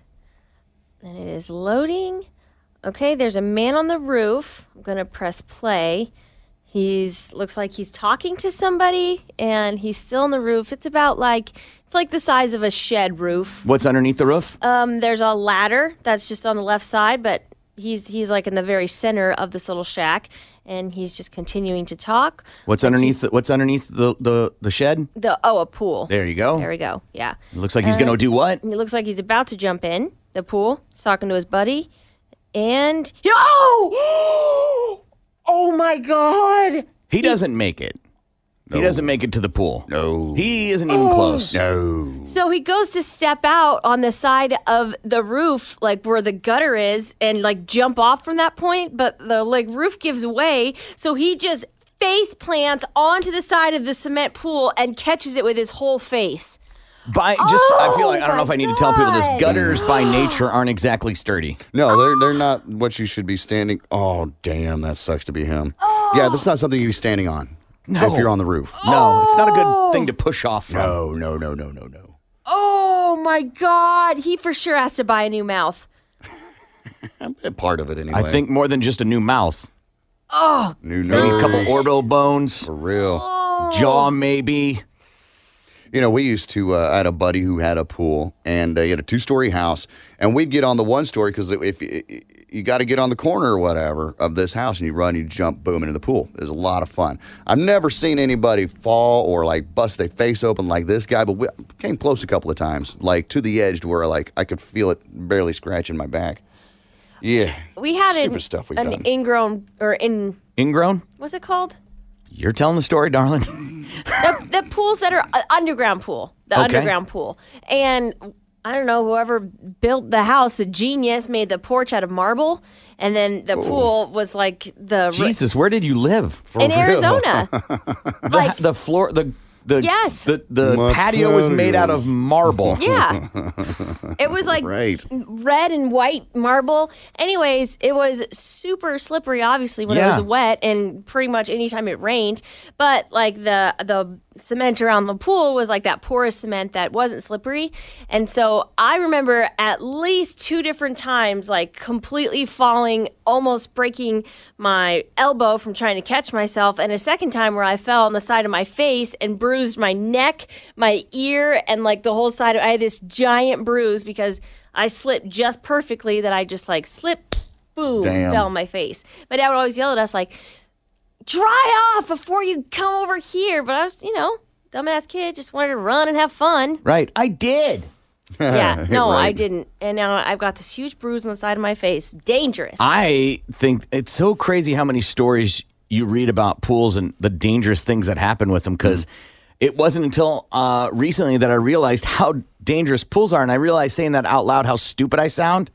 S6: And it is loading. Okay, there's a man on the roof. I'm going to press play. He's looks like he's talking to somebody and he's still on the roof. It's about like it's like the size of a shed roof.
S8: What's underneath the roof?
S6: Um there's a ladder that's just on the left side, but he's he's like in the very center of this little shack and he's just continuing to talk.
S8: What's underneath? The, what's underneath the, the the shed?
S6: The oh, a pool.
S8: There you go.
S6: There we go. Yeah.
S8: It looks like he's gonna do what?
S6: It looks like he's about to jump in the pool. He's talking to his buddy, and oh, oh my god!
S8: He doesn't make it. He doesn't make it to the pool. No. He isn't even
S6: Oh.
S8: close. No.
S10: Oh.
S6: So he goes to step out on the side of the roof, like where the gutter is, and like jump off from that point, but the like roof gives way, so he just face plants onto the side of the cement pool and catches it with his whole face.
S8: By just, I feel like I don't know if I need to tell people this. Gutters by nature aren't exactly sturdy.
S10: No, they're they're not what you should be standing. Oh, damn, that sucks to be him. Yeah, that's not something you be standing on.
S8: No.
S10: If you're on the roof.
S8: No, it's not a good thing to push off from.
S10: No, no, no, no, no, no.
S6: Oh my god! He for sure has to buy a new mouth.
S8: Part of it anyway. I think more than just a new mouth.
S6: Oh,
S8: New Maybe a couple orbital bones. For
S10: real.
S6: Oh.
S8: Jaw maybe.
S10: You know, we used to. Uh, I had a buddy who had a pool, and uh, he had a two-story house, and we'd get on the one story because if you, you got to get on the corner or whatever of this house, and you run, you jump, boom, into the pool. It was a lot of fun. I've never seen anybody fall or like bust their face open like this guy, but we came close a couple of times, like to the edge to where like I could feel it barely scratching my back. Yeah,
S6: We had an,
S10: Stupid stuff we've
S6: an
S10: done.
S6: ingrown or in
S8: Ingrown?
S6: what's it called?
S8: You're telling the story, darling.
S6: the, the pools that are uh, underground pool, the
S8: Okay.
S6: underground pool, and I don't know whoever built the house, the genius made the porch out of marble, and then the pool was like the ri-
S8: Jesus, where did you live?
S6: in Arizona.
S8: the, the floor, the the
S6: Yes.
S8: the, the
S10: My
S8: patio was made out of
S10: patios.
S8: marble.
S6: Yeah. It was like
S8: Right.
S6: red and white marble. Anyways, it was super slippery, obviously, when it was
S8: Yeah.
S6: wet and pretty much anytime it rained. But like the the cement around the pool was like that porous cement that wasn't slippery. And so I remember at least two different times like completely falling, almost breaking my elbow from trying to catch myself, and a second time where I fell on the side of my face and bruised my neck, my ear, and like the whole side of I had this giant bruise because I slipped just perfectly that I just like slipped, boom,
S24: Damn.
S6: fell on my face. My dad would always yell at us like, dry off before you come over here. But I was, you know, dumbass kid, just wanted to run and have fun.
S8: Right. I did.
S6: Yeah, no, I didn't. And now I've got this huge bruise on the side of my face. Dangerous.
S8: I think it's so crazy how many stories you read about pools and the dangerous things that happen with them
S6: Mm.
S8: because it wasn't until uh, recently that I realized how dangerous pools are. And I realized saying that out loud how stupid I sound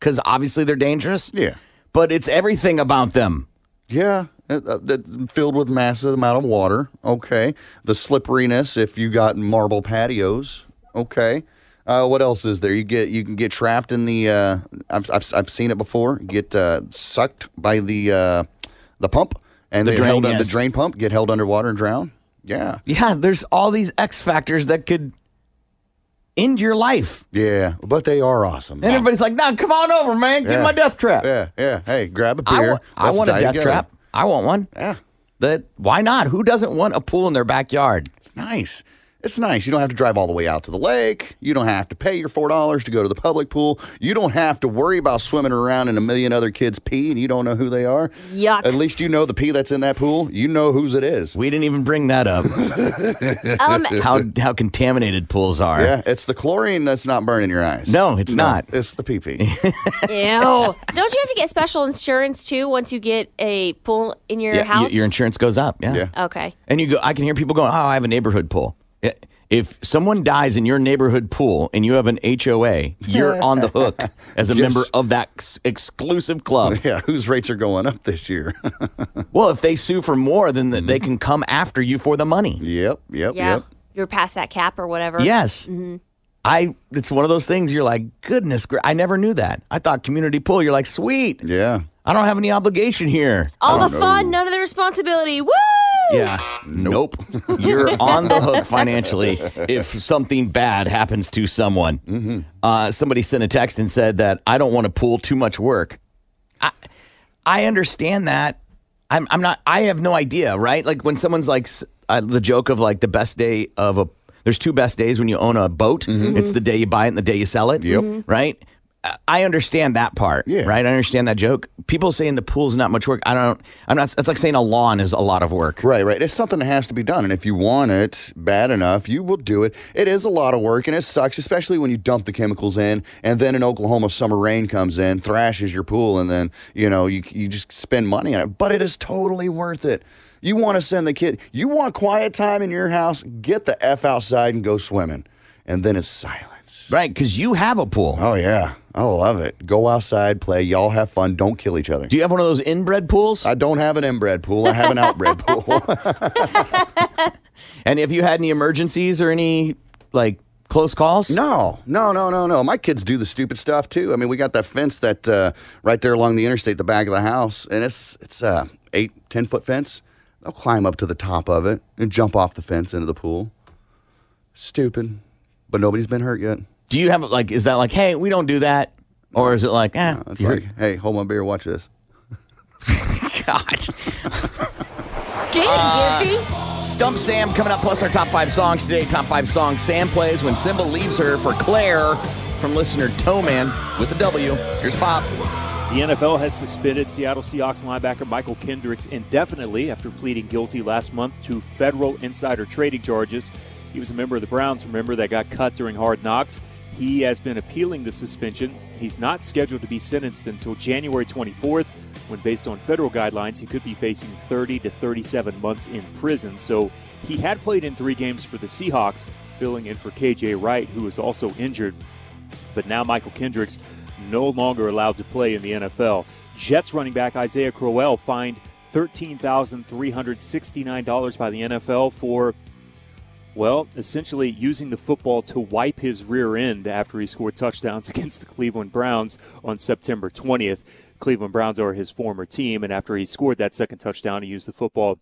S8: because obviously they're dangerous. Yeah. But it's everything about them.
S10: Yeah, uh, uh, that's filled with massive amount of water. Okay, the slipperiness if you got marble patios. Okay, uh, what else is there? You get you can get trapped in the. Uh, I've, I've I've seen it before. Get uh, sucked by the uh, the pump and
S8: The
S10: get
S8: drain,
S10: held on
S8: yes.
S10: the drain pump. Get held underwater and drown. Yeah.
S8: Yeah. There's all these X factors that could end your life.
S10: Yeah, but they are awesome.
S8: And everybody's like, nah, come on over, man. Get in
S10: Yeah.
S8: my death trap.
S10: Yeah, yeah. Hey, grab a
S8: I
S10: beer.
S8: wa- I
S10: Let's
S8: want a
S10: die
S8: death
S10: together.
S8: trap. I want one.
S10: Yeah.
S8: That why not? Who doesn't want a pool in their backyard?
S10: It's nice. It's nice. You don't have to drive all the way out to the lake. You don't have to pay your four dollars to go to the public pool. You don't have to worry about swimming around in a million other kids' pee, and you don't know who they are.
S6: Yuck.
S10: At least you know the pee that's in that pool. You know whose it is.
S8: We didn't even bring that up.
S6: Um,
S8: how how contaminated pools are.
S10: Yeah, it's the chlorine that's not burning your eyes. No,
S8: it's not.
S10: It's the pee pee.
S6: Ew. Don't you have to get special insurance too once you get a pool in your
S8: Yeah, y-
S6: house?
S8: your insurance goes up. Yeah.
S6: Okay.
S8: And you go. I can hear people going, "Oh, I have a neighborhood pool." Yeah. If someone dies in your neighborhood pool and you have an HOA, you're on the hook as a
S10: Yes.
S8: member of that ex- exclusive club.
S10: Yeah, whose rates are going up this year?
S8: well, if they sue for more, then th- they can come after you for the money.
S10: Yep, yep,
S6: yeah. You're past that cap or whatever.
S8: Yes.
S6: hmm
S8: I it's one of those things you're like, goodness, gra- I never knew that. I thought community pool. You're like, sweet.
S10: Yeah.
S25: I don't have any obligation here.
S6: All the fun, none of the responsibility. Woo!
S25: Yeah. Nope. You're on the hook financially if something bad happens to someone. Uh, somebody sent a text and said that I don't want to pool too much work. I, I understand that. I'm, I'm not, I have no idea, right? Like when someone's like, s- uh, the joke of like the best day of a, there's two best days when you own a boat. It's the day you buy it and the day you sell it. Mm-hmm. Yep. Right? I- I understand that part, yeah. right? I understand that joke. People saying the pool's not much work. I don't. I'm not. It's like saying a lawn is a lot of work.
S10: Right, right. It's something that has to be done. And if you want it bad enough, you will do it. It is a lot of work and it sucks, especially when you dump the chemicals in and then in Oklahoma summer rain comes in, thrashes your pool, and then, you know, you, you just spend money on it. But it is totally worth it. You want to send the kid, you want quiet time in your house, get the F outside and go swimming. And then it's silence.
S25: Right, because you have a pool.
S10: Oh, yeah. I love it. Go outside, play. Y'all have fun. Don't kill each other. Do
S25: you have one of those inbred pools?
S10: I don't have an inbred pool. I have an outbred pool.
S25: And have you had any emergencies or any like close calls?
S10: No, no, no, no, no. My kids do the stupid stuff too. I mean, we got that fence that uh, right there along the interstate, the back of the house, and it's it's a eight ten foot fence. They'll climb up to the top of it and jump off the fence into the pool. Stupid, but nobody's been hurt yet.
S25: Do you have like? Is that like, hey, we don't do that, or is it like, eh?
S10: It's like, hey, hold my beer, watch this.
S25: God.
S6: Get it,
S25: Stump Sam coming up, plus our top five songs today. Top five songs Sam plays when Simba leaves her for Claire from listener Toman with a W. Here's Pop.
S8: The NFL has suspended Seattle Seahawks linebacker Michael Kendricks indefinitely after pleading guilty last month to federal insider trading charges. He was a member of the Browns, remember, that got cut during hard knocks. He has been appealing the suspension. He's not scheduled to be sentenced until January 24th, when, based on federal guidelines, he could be facing 30 to 37 months in prison. So he had played in three games for the Seahawks, filling in for KJ Wright, who was also injured but now Michael Kendricks no longer allowed to play in the NFL. Jets running back Isaiah Crowell fined $13,369 by the NFL for, well, essentially using the football to wipe his rear end after he scored touchdowns against the Cleveland Browns on September 20th. Cleveland Browns are his former team, and after he scored that second touchdown, he used the football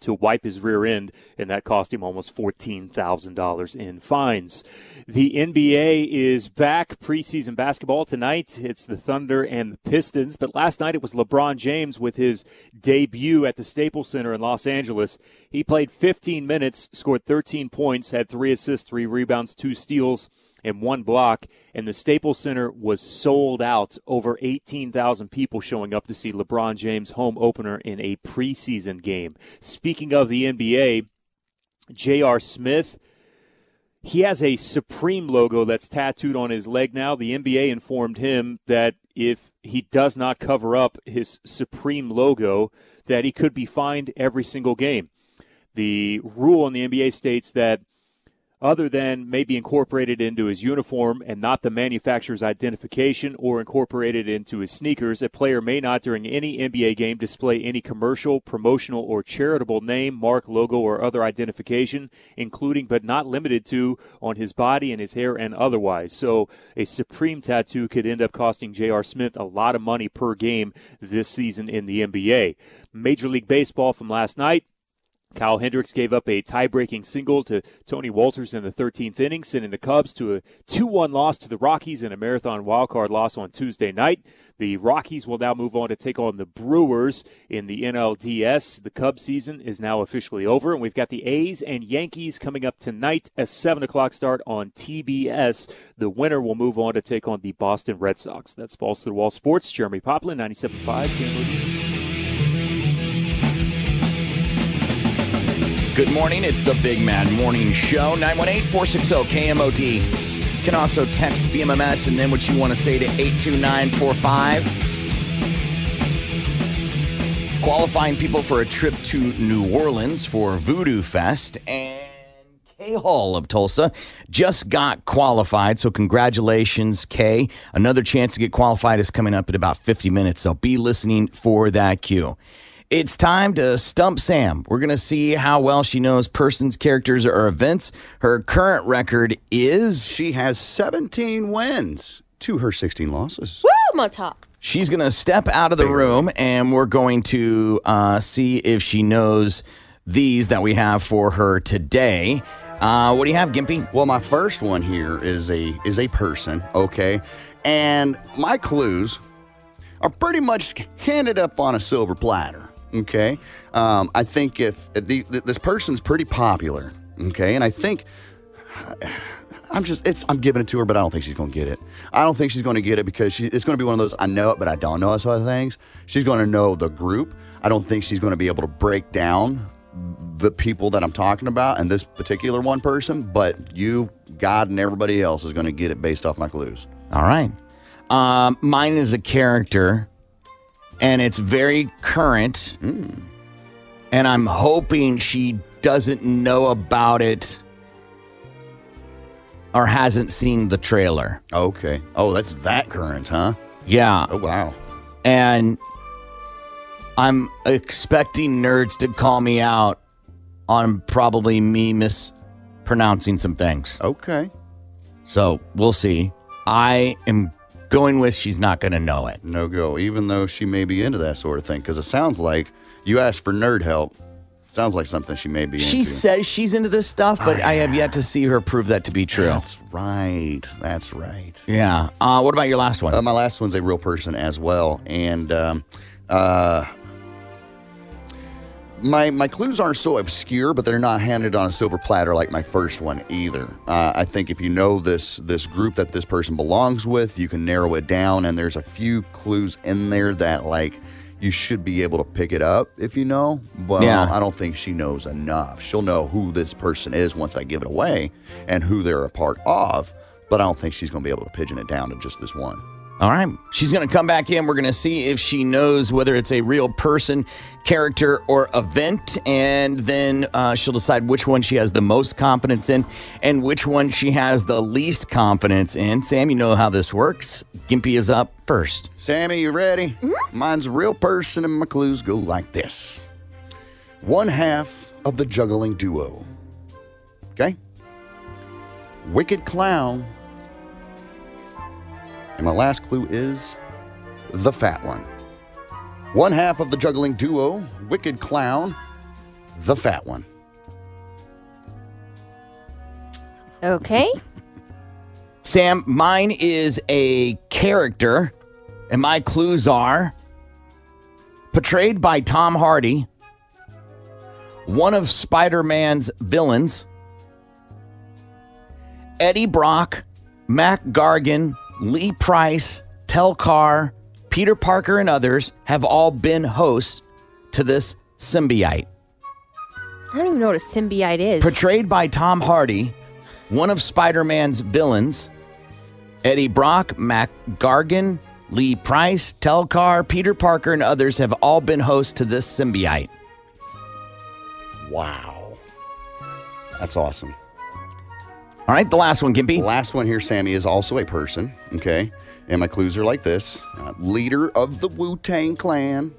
S8: to wipe his rear end, and that cost him almost $14,000 in fines. The NBA is back preseason basketball tonight. It's the Thunder and the Pistons, but last night it was LeBron James with his debut at the Staples Center in Los Angeles. He played 15 minutes, scored 13 points, had three assists, three rebounds, two steals, and one block, and the Staples Center was sold out. Over 18,000 people showing up to see LeBron James' home opener in a preseason game. Speaking of the NBA, J.R. Smith. He has a Supreme logo that's tattooed on his leg now. The NBA informed him that if he does not cover up his Supreme logo, that he could be fined every single game. The rule in the NBA states that other than maybe incorporated into his uniform and not the manufacturer's identification or incorporated into his sneakers, a player may not during any NBA game display any commercial, promotional, or charitable name, mark, logo, or other identification, including but not limited to on his body and his hair and otherwise. So a Supreme tattoo could end up costing J.R. Smith a lot of money per game this season in the NBA. Major League Baseball from last night. Kyle Hendricks gave up a tie-breaking single to Tony Walters in the 13th inning, sending the Cubs to a 2-1 loss to the Rockies and a marathon wildcard loss on Tuesday night. The Rockies will now move on to take on the Brewers in the NLDS. The Cubs season is now officially over, and we've got the A's and Yankees coming up tonight, a 7 o'clock start on TBS. The winner will move on to take on the Boston Red Sox. That's Balls to the Wall Sports. Jeremy Poplin, 97.5. KMOD.
S25: Good morning. It's the Big Mad Morning Show, 918 460 KMOD. You can also text BMMS and then what you want to say to 82945. Qualifying people for a trip to New Orleans for Voodoo Fest. And Kay Hall of Tulsa just got qualified. So, congratulations, Kay. Another chance to get qualified is coming up in about 50 minutes. So, be listening for that cue. It's time to stump Sam. We're going to see how well she knows persons, characters, or events. Her current record is
S10: she has 17 wins to her 16 losses.
S6: Woo, my top.
S8: She's going to step out of the room and we're going to uh, see if she knows these that we have for her today. Uh, what do you have, Gimpy?
S10: Well, my first one here is a is a person, okay? And my clues are pretty much handed up on a silver platter, okay? Um, I think if the, this person's pretty popular, okay? And I think I'm just it's I'm giving it to her, but I don't think she's gonna get it. I don't think she's gonna get it because she, it's gonna be one of those I know it, but I don't know it sort of things. She's gonna know the group. I don't think she's gonna be able to break down the people that I'm talking about and this particular one person, but you, God, and everybody else is gonna get it based off my clues.
S8: All right. Um, mine is a character, and it's very current. And I'm hoping she doesn't know about it or hasn't seen the trailer.
S10: Okay. Oh, that's that current, huh?
S8: Yeah. Oh,
S10: wow.
S8: And I'm expecting nerds to call me out on probably me mispronouncing some things.
S10: Okay.
S8: So we'll see. I am going with she's not going to know it.
S10: No go, even though she may be into that sort of thing, because it sounds like you asked for nerd help. Sounds like something she may be
S8: She
S10: into.
S8: says she's into this stuff, but I have yet to see her prove that to be true.
S10: That's right. That's right.
S8: Yeah. Uh, what about your last one?
S10: Uh, my last one's a real person as well, and um, uh, my my clues aren't so obscure, but they're not handed on a silver platter like my first one either. Uh, I think if you know this this group that this person belongs with, you can narrow it down, and there's a few clues in there that like. You should be able to pick it up if you know, but
S8: Yeah.
S10: I don't think she knows enough. She'll know who this person is once I give it away and who they're a part of, but I don't think she's going to be able to pigeon it down to just this one.
S8: All right. She's going to come back in. We're going to see if she knows whether it's a real person, character, or event. And then uh, she'll decide which one she has the most confidence in and which one she has the least confidence in. Sam, you know how this works. Gimpy is up first.
S10: Sammy, you ready? Mine's a real person, and my clues go like this One half of the juggling duo. Okay? Wicked clown. And my last clue is the fat one. One half of the juggling duo, wicked clown, the fat one.
S6: Okay.
S8: Sam, mine is a character, and my clues are portrayed by Tom Hardy, one of Spider Man's villains, Eddie Brock, Mac Gargan, Lee Price, Tel Carr, Peter Parker, and others have all been hosts to this symbiote
S6: I don't even know what a symbiote is.
S8: portrayed by Tom Hardy, one of Spider Man's villains, Eddie Brock, Mac Gargan, Lee Price, Telcar, Peter Parker, and others have all been hosts to this symbiote.
S10: Wow. That's awesome.
S8: All right, the last one, Gimpy.
S10: The last one here, Sammy, is also a person. Okay. And my clues are like this Uh, leader of the Wu Tang Clan.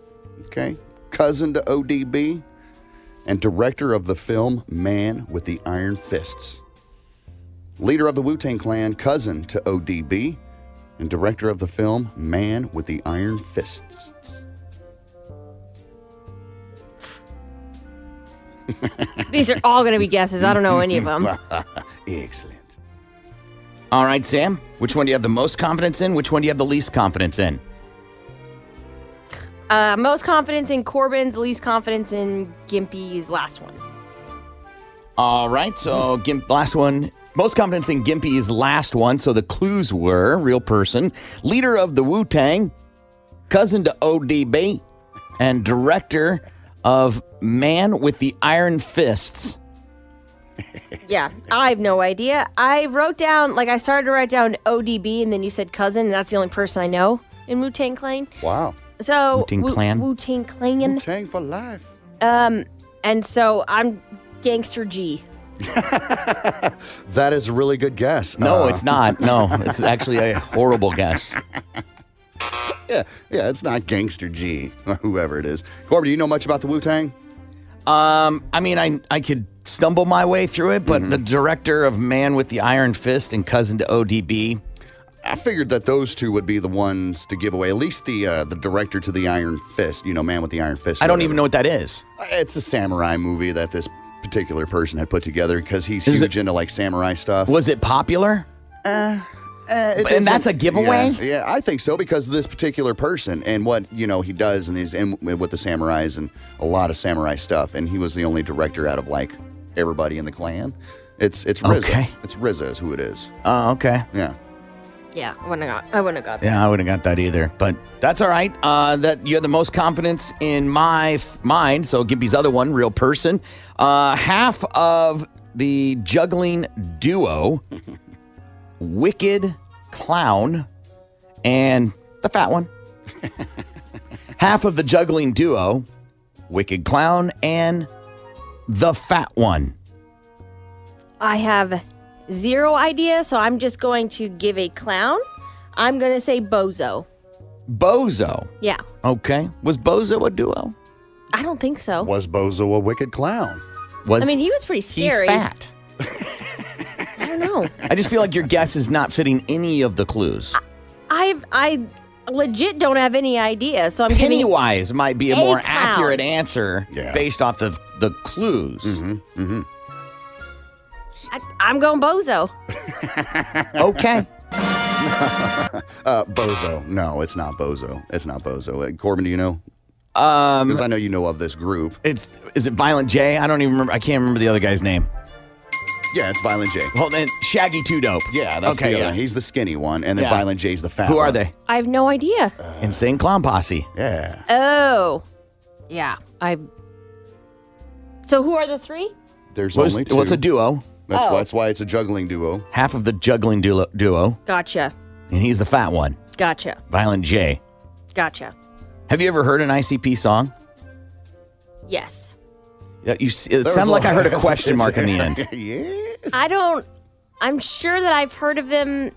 S10: Okay. Cousin to ODB. And director of the film Man with the Iron Fists. Leader of the Wu Tang Clan, cousin to ODB. And director of the film Man with the Iron Fists.
S6: These are all going to be guesses. I don't know any of them.
S10: Excellent.
S8: All right, Sam, which one do you have the most confidence in? Which one do you have the least confidence in?
S6: Uh, most confidence in Corbin's, least confidence in Gimpy's last one.
S8: All right, so Gimp, last one. Most confidence in Gimpy's last one. So the clues were real person, leader of the Wu Tang, cousin to ODB, and director of Man with the Iron Fists.
S6: Yeah, I have no idea. I wrote down, like, I started to write down ODB, and then you said cousin, and that's the only person I know in Wu Tang Clan.
S10: Wow.
S6: So
S8: Wu-Tang Clan?
S6: Wu Tang Clan. Wu
S10: Tang for life.
S6: Um, and so I'm Gangster G.
S10: That is a really good guess.
S8: No,
S10: Uh,
S8: it's not. No, it's actually a horrible guess.
S10: Yeah, yeah, it's not Gangster G or whoever it is. Corbin, do you know much about the Wu Tang?
S8: Um, I mean, I I could stumble my way through it, but the director of Man with the Iron Fist and cousin to ODB.
S10: I figured that those two would be the ones to give away. At least the uh, the director to the Iron Fist, you know, Man with the Iron Fist.
S8: I don't even know what that is.
S10: It's a samurai movie that this particular person had put together because he's huge into like samurai stuff.
S8: Was it popular?
S10: Uh, uh, it
S8: But- and that's
S10: isn't-
S8: a giveaway?
S10: Yeah, yeah, I think so because of this particular person and what you know he does and he's in with the samurais and a lot of samurai stuff. And he was the only director out of like everybody in the clan. It's it's Rizzo.
S8: Okay.
S10: It's Rizzo is who it is.
S8: Oh, okay.
S10: Yeah.
S6: Yeah, I wouldn't have got. I wouldn't have got.
S8: Yeah, I wouldn't have got that either. But that's all right. Uh, that you had the most confidence in my f- mind. So Gimpy's other one, real person. Uh, half of the juggling duo, Wicked Clown, and the fat one. half of the juggling duo, Wicked Clown and the fat one.
S6: I have zero idea, so I'm just going to give a clown. I'm going to say bozo.
S8: Bozo.
S6: Yeah,
S8: Okay. Was Bozo a duo?
S6: I don't think so.
S10: Was Bozo a wicked clown?
S8: Was
S6: I mean, he was pretty scary.
S8: fat?
S6: I don't know.
S8: I just feel like your guess is not fitting any of the clues.
S6: I've I legit don't have any idea, so I'm giving
S8: Pennywise might be a,
S6: A
S8: more
S6: clown.
S8: accurate answer based off the the clues. Mm-hmm,
S6: I, I'm going bozo.
S8: okay.
S10: uh, Bozo. No, it's not Bozo. It's not Bozo. Uh, Corbin, do you know?
S8: Um,
S10: because I know you know of this group.
S8: It's is it Violent J? I don't even remember. I can't remember the other guy's name.
S10: Yeah, it's Violent J.
S8: Hold on, Shaggy Two Dope.
S10: Yeah, that's
S8: Okay,
S10: the other
S8: yeah.
S10: one. He's the skinny one, and then
S8: Yeah.
S10: Violent J's the fat.
S8: Who are
S10: one. Uh,
S8: they?
S6: I have no idea.
S8: Insane Clown Posse.
S10: Yeah.
S6: Oh, yeah. I. So who are the three?
S10: There's
S8: Well, it's-
S10: only two.
S8: well, it's a duo.
S10: That's,
S6: Oh.
S10: that's why it's a juggling duo.
S8: Half of the juggling duo, duo,
S6: Gotcha.
S8: and he's the fat one,
S6: Gotcha.
S8: Violent J.
S6: Gotcha.
S8: Have you ever heard an ICP song?
S6: Yes.
S8: Yeah, You, s- it
S6: was
S8: sounded
S6: a
S8: like I
S6: lot-
S8: heard a question mark in the end.
S10: yeah.
S6: I don't. I'm sure that I've heard of them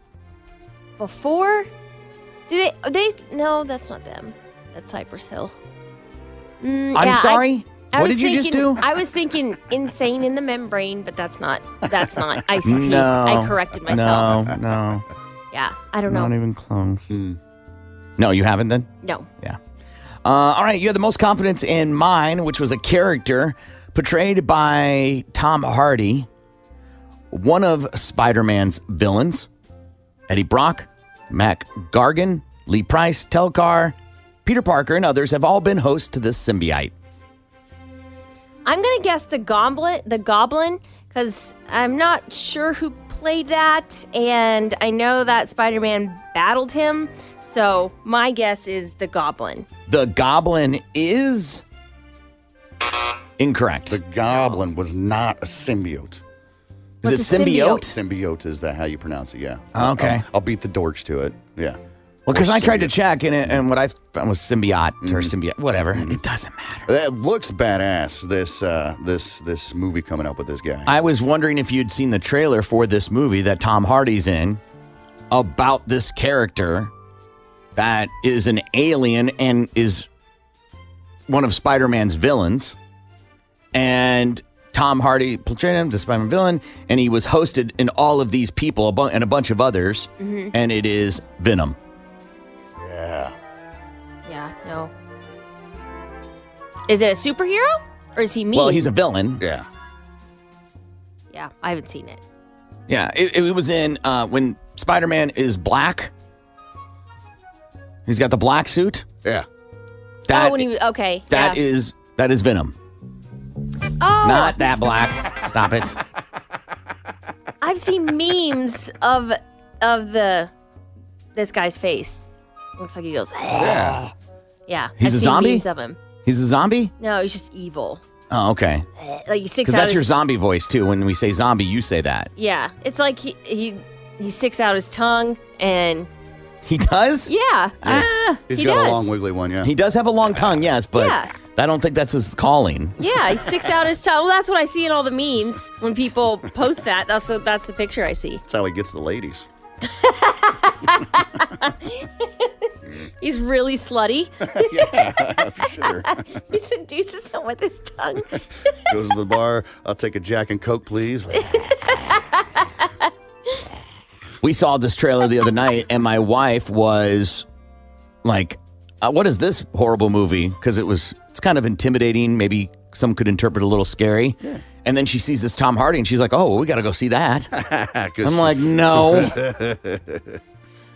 S6: before. Do they? are They? No, that's not them. That's Cypress Hill. Mm,
S8: I'm
S6: yeah, I-
S8: sorry?
S6: I
S8: What
S6: was
S8: did you just
S6: thinking-
S8: do?
S6: I was thinking insane in the membrane, but that's not. That's not ICP. I corrected myself.
S8: No, no.
S6: Yeah, I don't know.
S8: Not even close. No, you haven't then?
S6: No.
S8: Yeah. Uh, all right, you had the most confidence in mine, which was a character portrayed by Tom Hardy, one of Spider Man's villains Eddie Brock, Mac Gargan, Lee Price, Telcar, Peter Parker, and others have all been hosts to this symbiote.
S6: I'm gonna guess the goblet, the goblin, because I'm not sure who played that, and I know that Spider-Man battled him. So my guess is the goblin.
S8: The goblin is incorrect. The
S10: goblin was not a symbiote.
S8: Is What's it a symbiote?
S10: Symbiote is that how you pronounce it? Yeah.
S8: Oh. Okay.
S10: I'll, I'll beat the dorks to it. Yeah.
S8: Well, because
S10: Or
S8: I tried to check and, it, and what I found was symbiote or symbiote, whatever. It doesn't matter.
S10: That looks badass. This uh, this this movie coming up with this guy.
S8: I was wondering if you'd seen the trailer for this movie that Tom Hardy's in about this character that is an alien and is one of Spider Man's villains. And Tom Hardy portrayed him, the Spider Man villain, and he was hosted in all of these people a bu- and a bunch of others.
S6: Mhm.
S8: And it is Venom.
S10: Yeah.
S6: Yeah. No. Is it a superhero or is he mean?
S8: Well, he's a villain.
S10: Yeah.
S6: yeah. I haven't seen it.
S8: Yeah, it, it was in uh, when Spider Man is black. He's got the black suit.
S10: Yeah.
S8: That,
S6: oh, when he was okay.
S8: that
S6: yeah.
S8: is- that is Venom.
S6: oh,
S8: Not that black. Stop it.
S6: I've seen memes of of the this guy's face. Looks like he goes. Yeah. Yeah. I've
S8: He's a
S6: seen
S8: zombie?
S6: Memes of him.
S8: He's a zombie?
S6: No, he's just evil.
S8: Oh, okay.
S6: Like he sticks
S8: Because
S6: out.
S8: that's
S6: his,
S8: your zombie voice too. When we say zombie, you say that.
S6: Yeah, it's like he he he sticks out his tongue and
S8: He does?
S6: yeah. Ah,
S10: He's
S6: he
S10: got
S6: does.
S10: a long wiggly one. Yeah.
S8: He does have a long tongue, yes, but
S6: Yeah.
S8: I don't think that's his calling.
S6: yeah, he sticks out his tongue. Well, that's what I see in all the memes when people post that. That's the, that's the picture I see.
S10: That's how he gets the ladies.
S6: He's really slutty.
S10: yeah, for sure.
S6: he seduces him with his tongue.
S10: Goes to the bar. I'll take a Jack and Coke, please.
S8: we saw this trailer the other night, and my wife was like, uh, "What is this horrible movie?" Because it was it's kind of intimidating. Maybe some could interpret a little scary. And then she sees this Tom Hardy, and she's like, "Oh, we got to go see that." I'm like, "No."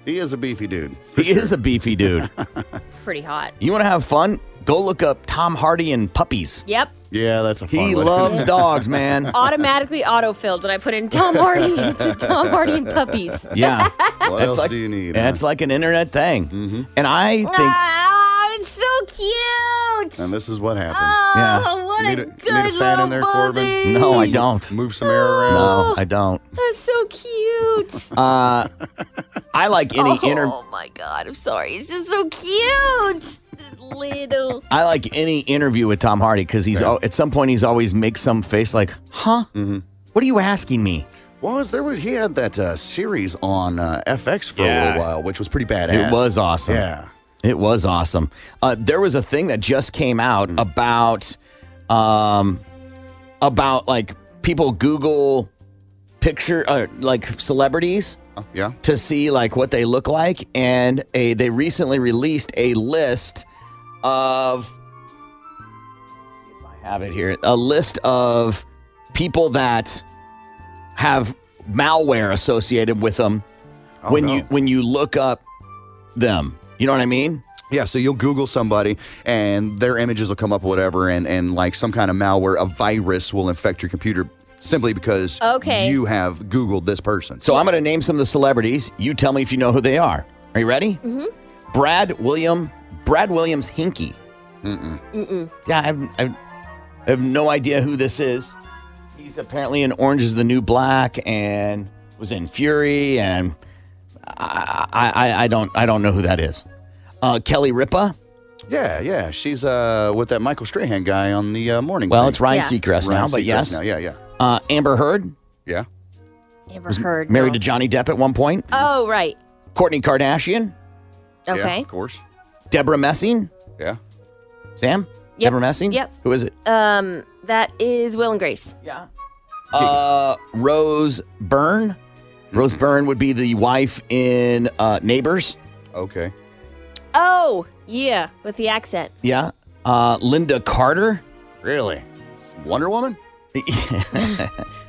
S10: he is a beefy dude.
S8: He is a beefy dude.
S6: It's pretty hot.
S8: you want to have fun? Go look up Tom Hardy and puppies.
S6: Yep.
S10: Yeah, that's a fun
S8: He
S10: one.
S8: loves dogs, man.
S6: Automatically autofilled when I put in Tom Hardy. It's a Tom Hardy and puppies.
S8: Yeah.
S10: What else
S8: like,
S10: do you need? Mm-hmm. Ah.
S8: That's like an internet thing. And I think,
S6: Oh, it's so cute.
S10: And this is what happens.
S8: yeah.
S6: Oh, what
S10: you
S6: a
S10: need a, you need
S6: good
S10: a fan in there,
S6: little
S10: Corbin.
S8: No, I don't.
S10: Move some air around.
S8: No, I don't.
S6: That's so cute.
S8: Uh, I like any
S6: oh,
S8: inter.
S6: my god, I'm sorry. It's just so cute. Little.
S8: I like any interview with Tom Hardy because he's al- at some point he's always makes some face like, huh? What are you asking me?
S10: What was there? Was he had that uh, series on uh, FX for a
S8: Yeah.
S10: little while, which was pretty badass.
S8: It was awesome.
S10: Yeah.
S8: It was awesome. Uh, there was a thing that just came out about um about like people Google picture uh, like celebrities
S10: Oh, yeah.
S8: to see like what they look like and a they recently released a list of I have it here. A list of people that have malware associated with them
S10: Oh,
S8: when you when you look up them. You know what I mean?
S10: Yeah, so you'll Google somebody and their images will come up, whatever, and, and like some kind of malware, a virus will infect your computer simply because
S6: Okay.
S10: you have Googled this person.
S8: So I'm going to name some of the celebrities. You tell me if you know who they are. Are you ready?
S6: Mhm.
S8: Brad William Brad Williams Hinky.
S10: Mm-mm.
S6: Mm-mm.
S8: Yeah, I've, I've, I have no idea who this is. He's apparently in Orange is the New Black and was in Fury, and I, I, I- I don't I don't know who that is. Uh, Kelly Ripa.
S10: Yeah, yeah. She's uh, with that Michael Strahan guy on the uh, morning.
S8: Well,
S10: thing.
S8: it's Ryan Yeah. Seacrest now, but yes.
S10: now, Yeah, yeah.
S8: Uh, Amber Heard.
S10: Yeah.
S6: Amber Heard.
S8: Married to Johnny Depp at one point.
S6: Oh, right.
S8: Courtney Kardashian.
S6: Okay.
S10: course.
S8: Deborah Messing.
S10: Yeah.
S8: Sam.
S6: Yep.
S8: Deborah Messing.
S6: Yep.
S8: Who is it?
S6: Um, that is Will and Grace.
S8: Yeah. Uh, Rose Byrne. Rose Byrne would be the wife in uh, Neighbors.
S10: Okay.
S6: Oh, yeah, with the accent.
S8: Yeah. Uh, Linda Carter.
S10: Really? Wonder Woman?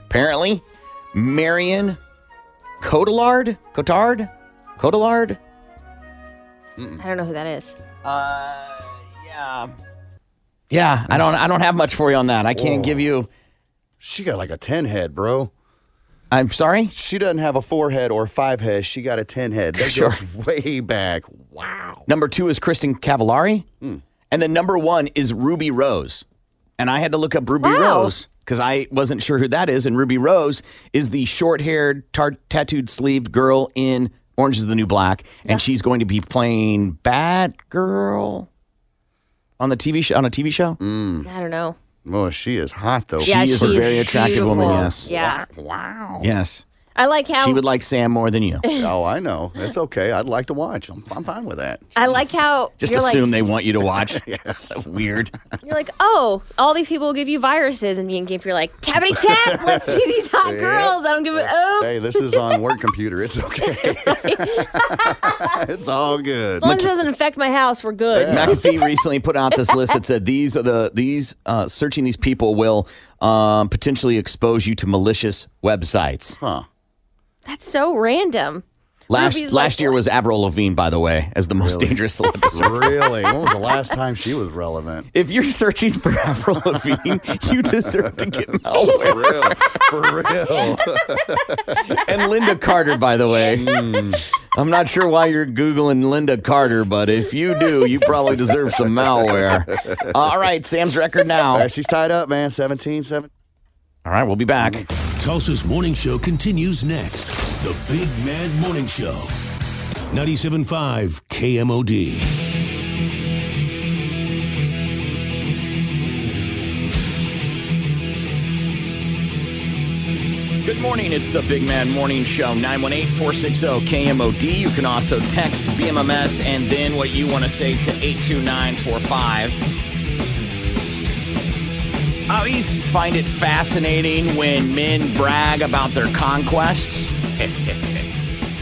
S8: Apparently. Marion Cotillard. Cotard? Cotillard? Mm.
S6: I don't know who that is.
S8: Uh, yeah. Yeah, I don't I don't have much for you on that. I can't
S10: Whoa.
S8: give you
S10: She got like a 10 head, bro.
S8: I'm sorry?
S10: She doesn't have a four head or a five head. She got a 10 head. That
S8: Sure.
S10: goes way back. Wow.
S8: Number 2 is Kristen Cavallari.
S6: Hmm.
S8: And then number 1 is Ruby Rose. And I had to look up Ruby
S6: Wow.
S8: Rose cuz I wasn't sure who that is and Ruby Rose is the short-haired tar- tattooed sleeved girl in Orange is the New Black and she's going to be playing Batgirl on the TV show on a TV show?
S6: Mm. I don't know.
S10: Well, she is hot though.
S8: Mm. She
S6: yeah,
S8: is
S6: she
S8: a very attractive woman,
S6: beautiful.
S8: yes.
S6: Yeah.
S10: Wow.
S8: Yes.
S6: I like how
S8: She would like Sam more than you.
S10: oh, I know. It's okay. I'd like to watch. I'm, I'm fine with that.
S6: I like how
S8: Just
S6: you're
S8: assume
S6: like
S8: they want you to watch. So weird.
S6: you're like, "Oh, all these people will give you viruses." And me and Gimp you're like, "Tappity tap. Let's see these hot
S10: Yeah.
S6: girls. I don't give a oh."
S10: Hey, this is on work computer. It's okay. it's all
S6: As
S10: good.
S6: long as it doesn't infect my house, we're good.
S8: McAfee recently put out this list that said these are the these uh, searching these people will um, potentially expose you to malicious websites.
S10: Huh.
S6: That's so random.
S8: Last
S6: Ruby's
S8: last
S6: like,
S8: year was Avril Lavigne, by the way, as the most dangerous celebrity.
S10: really? When was the last time she was relevant?
S8: If you're searching for Avril Lavigne, you deserve to get malware.
S10: Really? For real?
S8: and Linda Carter, by the way. Hmm. I'm not sure why you're Googling Linda Carter, but if you do, you probably deserve some malware. All right, Sam's record now.
S10: She's tied up, man. 17 7.
S8: All right, we'll be back.
S19: Tulsa's morning show continues next. The Big Mad Morning Show. 97.5 KMOD.
S8: Good morning. It's the Big Man Morning Show, 918 460 KMOD. You can also text BMMS and then what you want to say to 82945. I always find it fascinating when men brag about their conquests.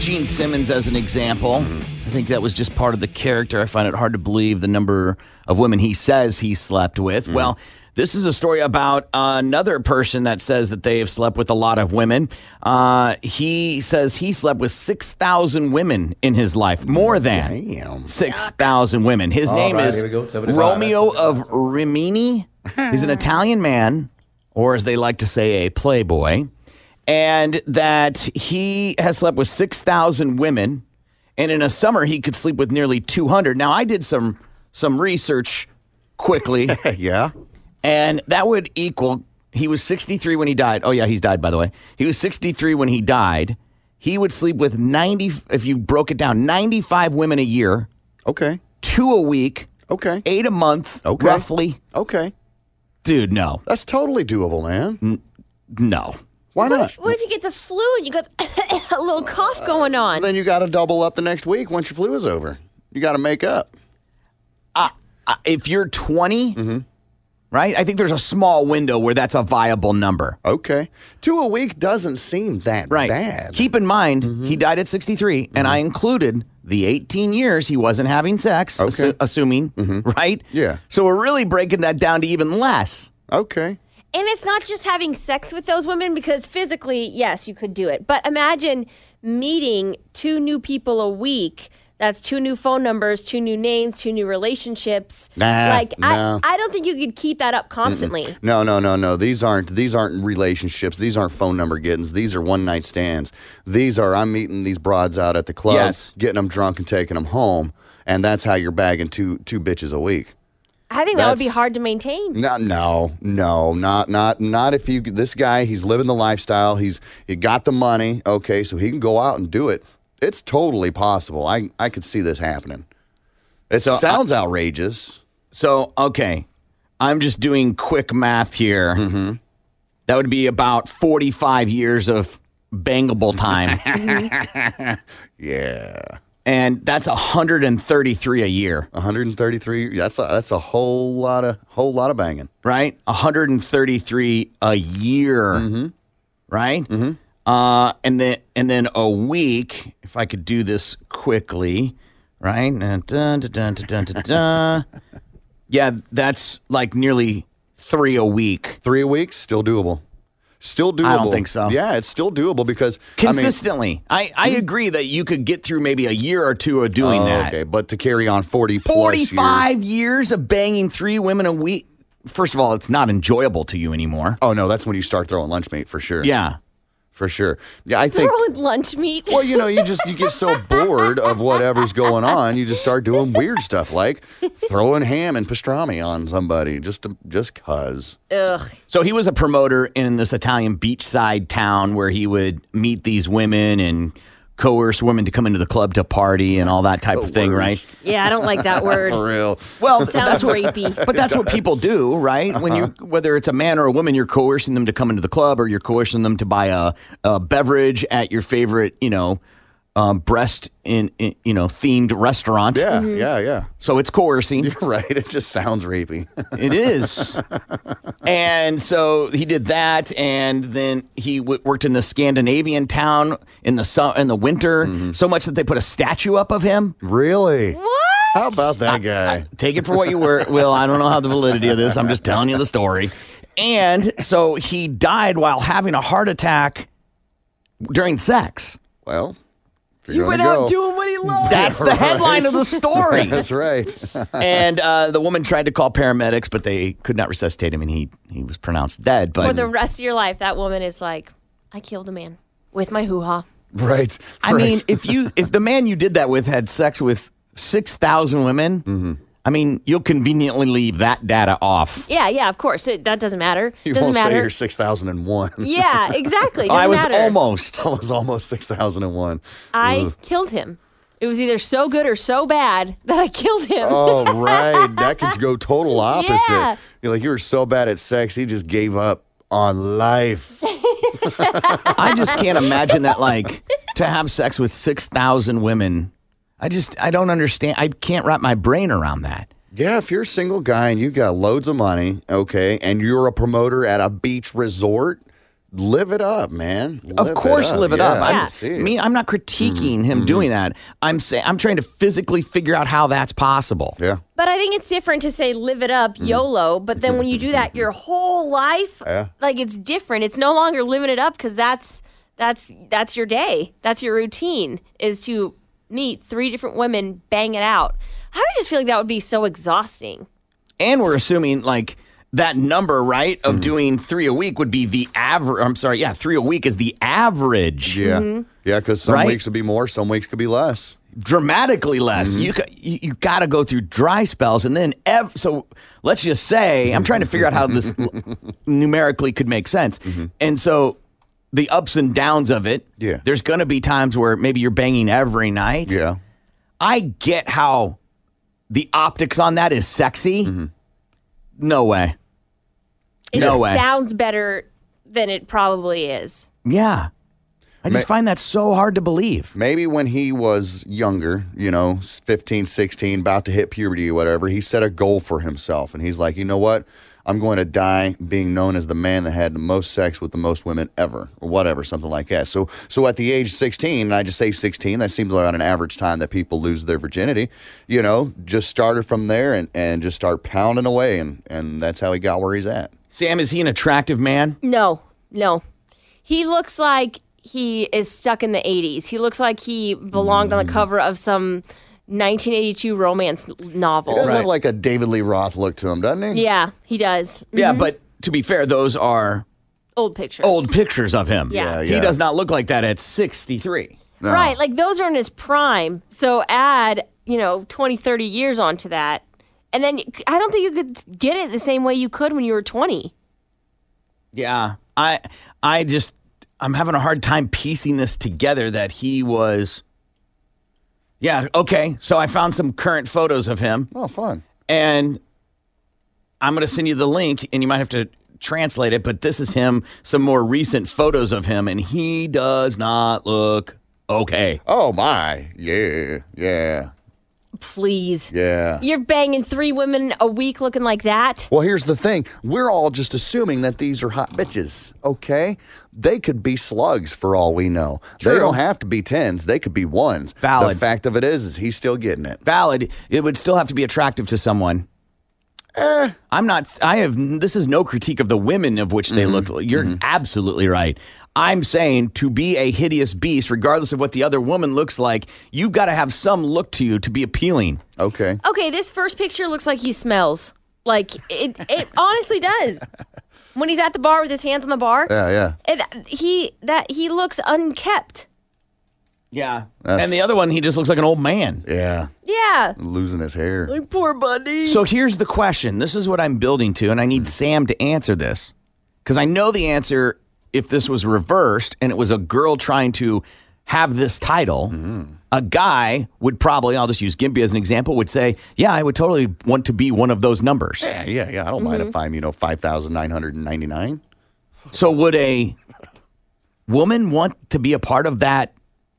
S8: Gene Simmons as an example. I think that was just part of the character. I find it hard to believe the number of women he says he slept
S24: Mm-hmm.
S8: with. Well, this is a story about another person that says that they have slept with a lot of women. Uh, he says he slept with 6,000 women in his life, more than 6,000 women. His
S24: All
S8: name
S24: right,
S8: is
S24: here we go, 75.
S8: Romeo of Rimini. He's an Italian man, or as they like to say, a playboy, and that he has slept with 6,000 women, and in a summer he could sleep with nearly 200. Now, I did some some research quickly.
S10: yeah.
S8: And that would equal he was 63 when he died. Oh yeah, he's died by the way. He was 63 when he died. He would sleep with 90 if you broke it down, 95 women a year.
S10: Okay.
S8: 2 a week.
S10: Okay.
S8: 8 a month okay. roughly.
S10: Okay.
S8: Dude, no.
S10: That's totally doable, man.
S8: no.
S10: Why
S6: What
S10: not?
S6: if, what if you get the flu and you got a little cough going on?
S10: Then you got to double up the next week once your flu is over. You got to make up.
S8: Uh, uh, if you're 20,
S10: Mm-hmm.
S8: right? I think there's a small window where that's a viable number.
S10: Okay. Two a week doesn't seem that
S8: right. bad. Keep in mind,
S10: Mm-hmm.
S8: he died at 63, and I included the 18 years he wasn't having sex,
S10: Okay. Mm-hmm.
S8: assu- assuming, right?
S10: Yeah.
S8: So we're really breaking that down to even less.
S10: Okay.
S6: And it's not just having sex with those women because physically, yes, you could do it. But imagine meeting two new people a week. That's two new phone numbers, two new names, two new relationships.
S10: Nah,
S6: like
S10: no.
S6: I, I don't think you could keep that up constantly.
S10: No, no, no, no. These aren't these aren't relationships. These aren't phone number gettings. These are one night stands. These are I'm meeting these broads out at the club,
S8: Yes.
S10: getting them drunk and taking them home, and that's how you're bagging two two bitches a week.
S6: I think that would be
S10: That's-
S6: hard to maintain.
S10: No, no, no, not not not if you. This guy, he's living the lifestyle. He's he got the money. Okay, so he can go out and do it. It's totally possible. I I could see this happening. It
S8: So,
S10: sounds outrageous.
S8: So, okay, I'm just doing quick math here.
S10: Mm-hmm.
S8: That would be about 45 years of bangable time.
S10: yeah.
S8: And that's 133 a year.
S10: 133. That's a, that's a whole lot of whole lot of banging.
S8: right? 133 a year, right? Uh, and then and then a week. If I could do this quickly, right? Uh, dun, dun, dun, dun, dun, dun, dun. yeah, that's like nearly three a week.
S10: Three a week, still doable. Still doable.
S8: I don't think so.
S10: Yeah, it's still doable because I mean-
S8: Consistently, I, I, agree that you could get through maybe a year or two of doing
S10: Oh,
S8: that.
S10: Okay, but to carry on 40 plus years-
S8: 45 years. of banging three women a week. First of all, it's not enjoyable to you anymore.
S10: Oh no, that's when you start throwing lunch meat for sure.
S8: Yeah.
S10: For sure. Yeah, I think
S6: Throwing lunch meat.
S10: Well, you know, you just you get so bored of whatever's going on, you just start doing weird stuff like throwing ham and pastrami on somebody just to, just cuz.
S6: Ugh.
S8: So he was a promoter in this Italian beachside town where he would meet these women and coerce women to come into the club to party and all that type of thing, right?
S6: Yeah, I don't like that word.
S10: For real.
S8: Well,
S6: It sounds
S8: that's what,
S6: rapey.
S8: But that's what people do, right?
S10: Uh-huh.
S8: When you whether it's a man or a woman, you're coercing them to come into the club or you're coercing them to buy a, a beverage at your favorite, you know, um, breast in, in you know themed restaurant.
S10: Yeah, yeah, yeah.
S8: So it's coercing.
S10: You're right. It just sounds rapey.
S8: It is. and so he did that, and then he w- worked in the Scandinavian town in the su- in the winter so much that they put a statue up of him.
S10: Really?
S6: What?
S10: How about that guy?
S8: Take it for what you were will. I don't know how the validity of this. I'm just telling you the story. And so he died while having a heart attack during sex.
S10: Well, if you're
S8: You
S10: gonna
S8: went out
S10: go-
S8: doing
S6: what he
S8: loved. That's the headline of the story.
S10: That's right.
S8: and uh, the woman tried to call paramedics, but they could not resuscitate him, and he he was pronounced dead. But
S6: For the rest of your life, that woman is like, I killed a man with my hoo ha.
S10: Right.
S8: I mean, if you if the man you did that with had sex with six thousand women,
S10: Mm-hmm.
S8: I mean, you'll conveniently leave that data off.
S6: Yeah, yeah, of course. It, that doesn't matter.
S10: You
S6: doesn't
S10: won't say
S6: matter.
S10: you're 6001.
S6: yeah, exactly. Doesn't
S10: I was
S6: matter.
S8: almost.
S10: I was almost 6001.
S6: I
S10: Ugh.
S6: killed him. It was either so good or so bad that I killed him.
S10: oh, right. That could go total opposite.
S6: Yeah.
S10: You're like, you were so bad at sex, he just gave up on life.
S8: I just can't imagine that like to have sex with six thousand women. I just I don't understand. I can't wrap my brain around that.
S10: Yeah, if you're a single guy and you got loads of money, okay, and you're a promoter at a beach resort, Live it up, man.
S8: Of course, live it up.
S10: Yeah,
S8: I'm,
S10: I see Mm-hmm. it.
S8: Me, I'm not critiquing him doing that. I'm saying I'm trying to physically figure out how that's possible.
S10: Yeah.
S6: But I think it's different to say live it up, YOLO. But then when you do that your whole life,
S10: Mm. Yeah.
S6: like it's different. It's no longer living it up because that's that's that's your day. That's your routine is to meet three different women, bang it out. I would just feel like that would be so exhausting.
S8: And we're assuming like that number, right,
S10: Mm-hmm.
S8: of doing three a week would be the average. I'm sorry, yeah, three a week is the average.
S10: Yeah. Yeah, because some
S8: Right?
S10: weeks would be more, some weeks could be less.
S8: dramatically less. You ca- You you got to go through dry spells, and then ev- so let's just say I'm trying to figure out how this l- numerically could make sense, and so the ups and downs of it. Yeah, there's going to be times where maybe you're banging every night.
S10: Yeah,
S8: I get how the optics on that is sexy. No way.
S6: It
S8: no
S6: just
S8: way.
S6: sounds better than it probably is.
S8: yeah. I just find that so hard to believe.
S10: Maybe when he was younger, you know, 15, 16, about to hit puberty or whatever, he set a goal for himself. And he's like, you know what? I'm going to die being known as the man that had the most sex with the most women ever, or whatever, something like that. So, so at the age 16, and I just say 16, that seems like on an average time that people lose their virginity, you know, just started from there and, and just start pounding away. And, and that's how he got where he's at.
S8: Sam, is he an attractive man?
S6: No, no. He looks like he is stuck in the 80s. He looks like he belonged
S10: Mm.
S6: on the cover of some 1982 romance n-
S10: He
S6: novel.
S10: does have like a David Lee Roth look to him, doesn't he?
S6: Yeah, he does.
S8: Yeah,
S6: Mhm.
S8: but to be fair, those are
S6: old pictures.
S8: old pictures of him.
S6: Yeah. Yeah,
S8: He
S6: yeah.
S8: does not look like that at 63.
S6: Right, like those are in his prime. So add, you know, 20, 30 years onto that. And then y- I don't think you could get it the same way you could when you were 20.
S8: Yeah. I I just I'm having a hard time piecing this together that he was Yeah, okay. So I found some current photos of him.
S10: Oh, fun.
S8: And I'm going to send you the link and you might have to translate it, but this is him some more recent photos of him and he does not look okay.
S10: Oh my. Yeah. Yeah.
S6: Please.
S10: Yeah.
S6: You're banging three women a week looking like that.
S10: Well, here's the thing. We're all just assuming that these are hot bitches, okay? They could be slugs for all we know. They
S8: True.
S10: don't have to be tens, they could be ones.
S8: Valid.
S10: The fact of it is is he's still getting it.
S8: Valid. It would still have to be attractive to someone. Eh, I'm not. I have. This is no critique of the women of which they looked. You're absolutely right. I'm saying to be a hideous beast, regardless of what the other woman looks like, you've got to have some look to you to be appealing.
S10: Okay.
S6: Okay, this first picture looks like he smells. Like it, it honestly does. When he's at the bar with his hands on the bar,
S10: Yeah, yeah.
S6: it, he that he looks unkept.
S8: Yeah.
S10: That's-
S8: and the other one, he just looks like an old man.
S10: Yeah.
S6: Yeah,
S10: Losing his hair.
S6: like poor buddy.
S8: So here's the question. This is what I'm building to, and I need Sam to answer this because I know the answer. If this was reversed and it was a girl trying to have this title, a guy would probably, I'll just use Gimpy as an example, would say, Yeah, I would totally want to be one of those numbers.
S10: Yeah, yeah, yeah. I don't mind if
S8: Mm-hmm.
S10: I'm, you know, 5,999.
S8: So would a woman want to be a part of that?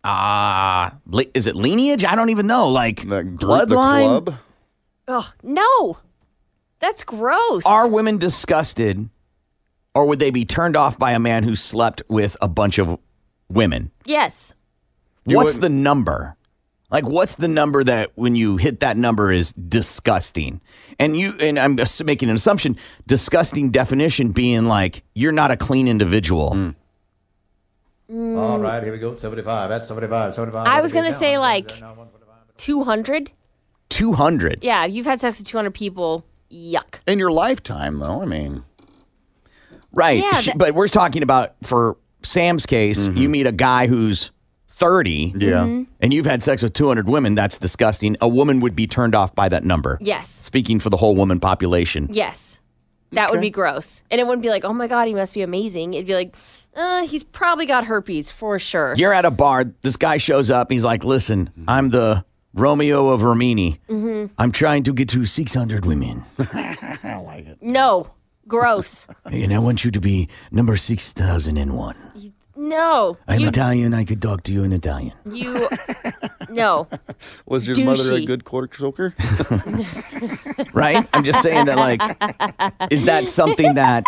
S8: Uh, li- is it lineage? I don't even know. Like
S10: the
S8: bloodline?
S10: club?
S6: Oh no, that's gross.
S8: Are women disgusted or would they be turned off by a man who slept with a bunch of women?
S6: yes,
S8: what's the number? Like what's the number that when you hit that number is disgusting? And you and I'm just making an assumption, disgusting definition being like you're not a clean individual.
S24: All right, here we go. 75. That's 75. 75.
S6: I was gonna say like two hundred.
S8: 200.
S6: Yeah, you've had sex with two hundred people. Yuck.
S10: In your lifetime, though, I mean.
S8: Right.
S6: Yeah,
S8: She-
S6: that-
S8: but we're talking about for Sam's case, you meet a guy who's 30.
S6: Yeah. Mhm.
S8: And you've had sex with 200 women. That's disgusting. A woman would be turned off by that number.
S6: Yes,
S8: Speaking for the whole woman population.
S6: yes, that would be gross, and it wouldn't be like, oh my god, he must be amazing. It'd be like, uh, he's probably got herpes for sure.
S8: You're at a bar. This guy shows up. He's like, listen, I'm the Romeo of Romini.
S6: Mhm.
S8: I'm trying to get to 600 women.
S6: No, gross.
S8: and I want you to be number 6001.
S6: No,
S8: I'm Italian. I could talk to you in Italian.
S6: you. No,
S10: Was your mother a
S6: Douchey.
S10: good cork soaker?
S8: Right? I'm just saying that, like, is that something that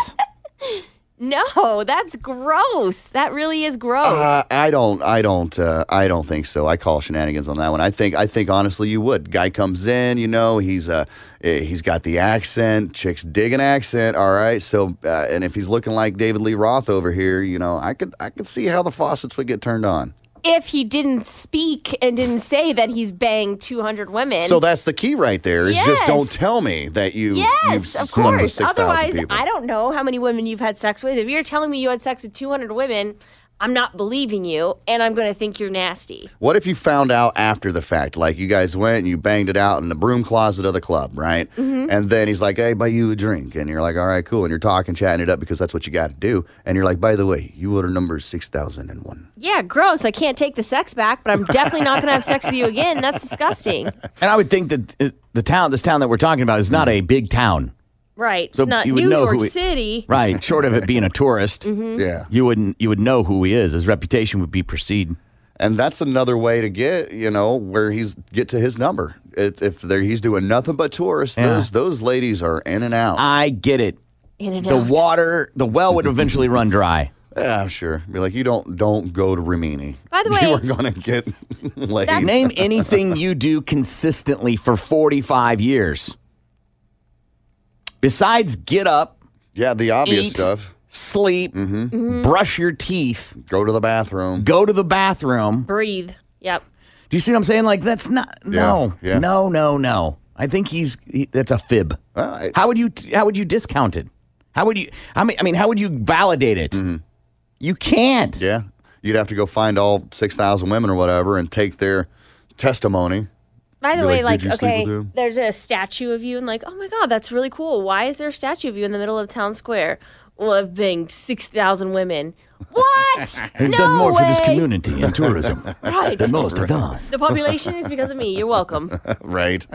S6: No, that's gross. That really is gross.
S10: Uh, I don't. I don't. Uh, I don't think so. I call shenanigans on that one. I think. I think honestly, you would. Guy comes in. You know, he's uh, eh, he's got the accent. Chicks dig an accent. All right. So, uh, and if he's looking like David Lee Roth over here, you know, I could. I could see how the faucets would get turned on.
S6: if he didn't speak and didn't say that he's banged 200 women.
S10: So that's the key right there. Is
S6: Yes.
S10: just don't tell me that you. you've
S6: Yes, of
S10: slept with
S6: course.
S10: 6,000
S6: Otherwise,
S10: people.
S6: I don't know how many women you've had sex with. If you're telling me you had sex with 200 women, I'm not believing you, and I'm going to think you're nasty.
S10: What if you found out after the fact? Like you guys went and you banged it out in the broom closet of the club, right?
S6: Mhm.
S10: And then he's like, "Hey, buy you a drink," and you're like, "All right, cool." And you're talking, chatting it up because that's what you got to do. And you're like, "By the way, you order number six thousand and one.
S6: Yeah, gross. I can't take the sex back, but I'm definitely not going to have sex with you again. That's disgusting.
S8: And I would think that uh, the town, this town that we're talking about, is not a big town,
S6: Right.
S8: So
S6: it's not
S8: you would
S6: New
S8: know who
S6: York
S8: it-
S6: City.
S8: right? Short of it being a tourist,
S10: Mm-hmm.
S6: Mhm. Yeah.
S8: you wouldn't. You would know who he is. His reputation would be perceived.
S10: And that's another way to get, you know, where he's get to his number. It, if there he's doing nothing but tourists,
S8: Yeah.
S10: those those ladies are in and out.
S8: I get it.
S6: In and
S8: the
S6: out.
S8: water, the well would eventually run dry.
S10: Yeah, I'm sure. Be like, you don't don't go to Rimini.
S6: By the
S10: you
S6: way-
S10: are gonna get laid.
S8: Name anything you do consistently for 45 years. Besides get up.
S10: Yeah, the obvious
S8: eat,
S10: stuff.
S8: Sleep,
S6: Mm-hmm.
S10: Mhm.
S8: brush your teeth,
S10: go to the bathroom.
S8: Go to the bathroom.
S6: Breathe. Yep.
S8: Do you see what I'm saying? Like that's not no.
S10: Yeah, yeah.
S8: No, no, no. I think he's he, that's a fib.
S10: Uh.
S8: how would you how would you discount it? How would you I mean I mean how would you validate it? You can't.
S10: Mm-hmm. Yeah. You'd have to go find all 6,000 women or whatever and take their testimony.
S6: By the
S10: Be
S6: way, like,
S10: "Did you sleep
S6: okay,
S10: with him?"
S6: there's a statue of you, and like, oh my god, that's really cool. Why is there a statue of you in the middle of town square? Well, I've banged six thousand women. What?
S8: I've
S6: no
S8: done more
S6: way.
S8: for this community and tourism
S6: Right.
S8: than most have done.
S6: The population is because of me. You're welcome.
S10: Right.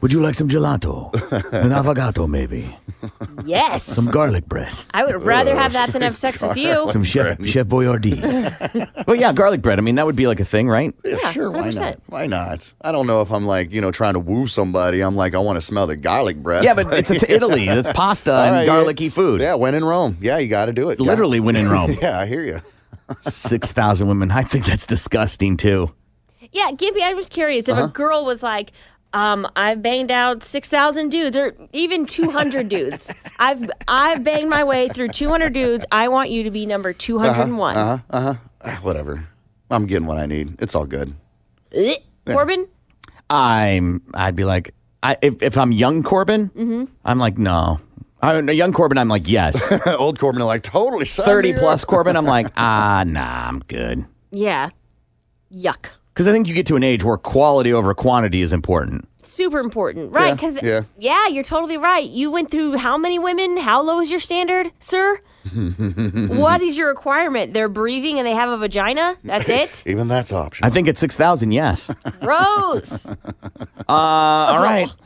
S8: Would you like some gelato? An affogato, maybe.
S6: Yes.
S8: Some garlic bread.
S6: I would rather have that than have sex with you.
S8: Some chef, chef Boyardee. well, yeah, garlic bread. I mean, that would be like a thing, right?
S10: Yeah, sure. Why not?
S6: 100%.
S10: Why not? I don't know if I'm like, you know, trying to woo somebody. I'm like, I want to smell the garlic breath.
S8: Yeah, but it's- it's Italy. It's pasta
S10: All
S8: and garlicky
S10: yeah.
S8: food.
S10: Yeah, when in Rome. Yeah, you got to do it.
S8: Literally when in Rome.
S10: yeah, I hear you.
S8: 6,000 women. I think that's disgusting, too.
S6: Yeah, Gibby, I was curious if
S8: Uh-huh.
S6: a girl was like, um, I've banged out six thousand dudes, or even two hundred dudes. I've I've banged my way through two hundred dudes. I want you to be number
S8: Uh-huh.
S6: two hundred and one.
S10: Uh huh. Uh-huh. Ah, Whatever. I'm getting what I need. It's all good.
S6: Eh, Corbin.
S8: I'm, I'd be like, I, if, if I'm young Corbin,
S6: Mm-hmm.
S8: I'm like, no. I, no, young Corbin, I'm like, yes.
S10: Old Corbin, like, totally. sign me
S8: 30
S10: up.
S8: plus Corbin, I'm like, ah, nah, I'm good.
S6: Yeah. Yuck.
S8: Because I think you get to an age where quality over quantity is important.
S6: Super important, right?
S8: Yeah,
S6: Because
S8: yeah.
S6: yeah. you're totally right. You went through how many women? How low is your standard, sir? what is your requirement? They're breathing and they have a vagina. That's it.
S10: Even that's optional.
S8: I think at 6,000, yes. uh,
S6: Gross.
S8: all right.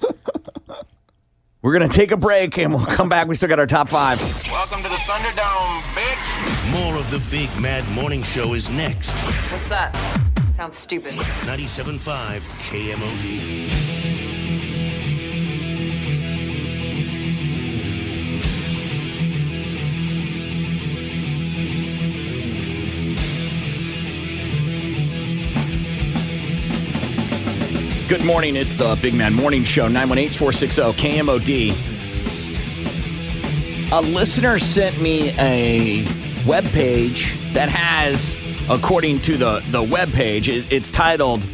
S8: We're going to take a break and we'll come back. We still got our top five.
S19: Welcome to the Thunderdome, bitch. More of the Big Mad Morning Show is next.
S2: What's that? Sounds stupid.
S19: 97.5 KMOD.
S8: Good morning. It's the Big Man Morning Show, 918 460 KMOD. A listener sent me a web page that has, according to the, the web page, it, it's titled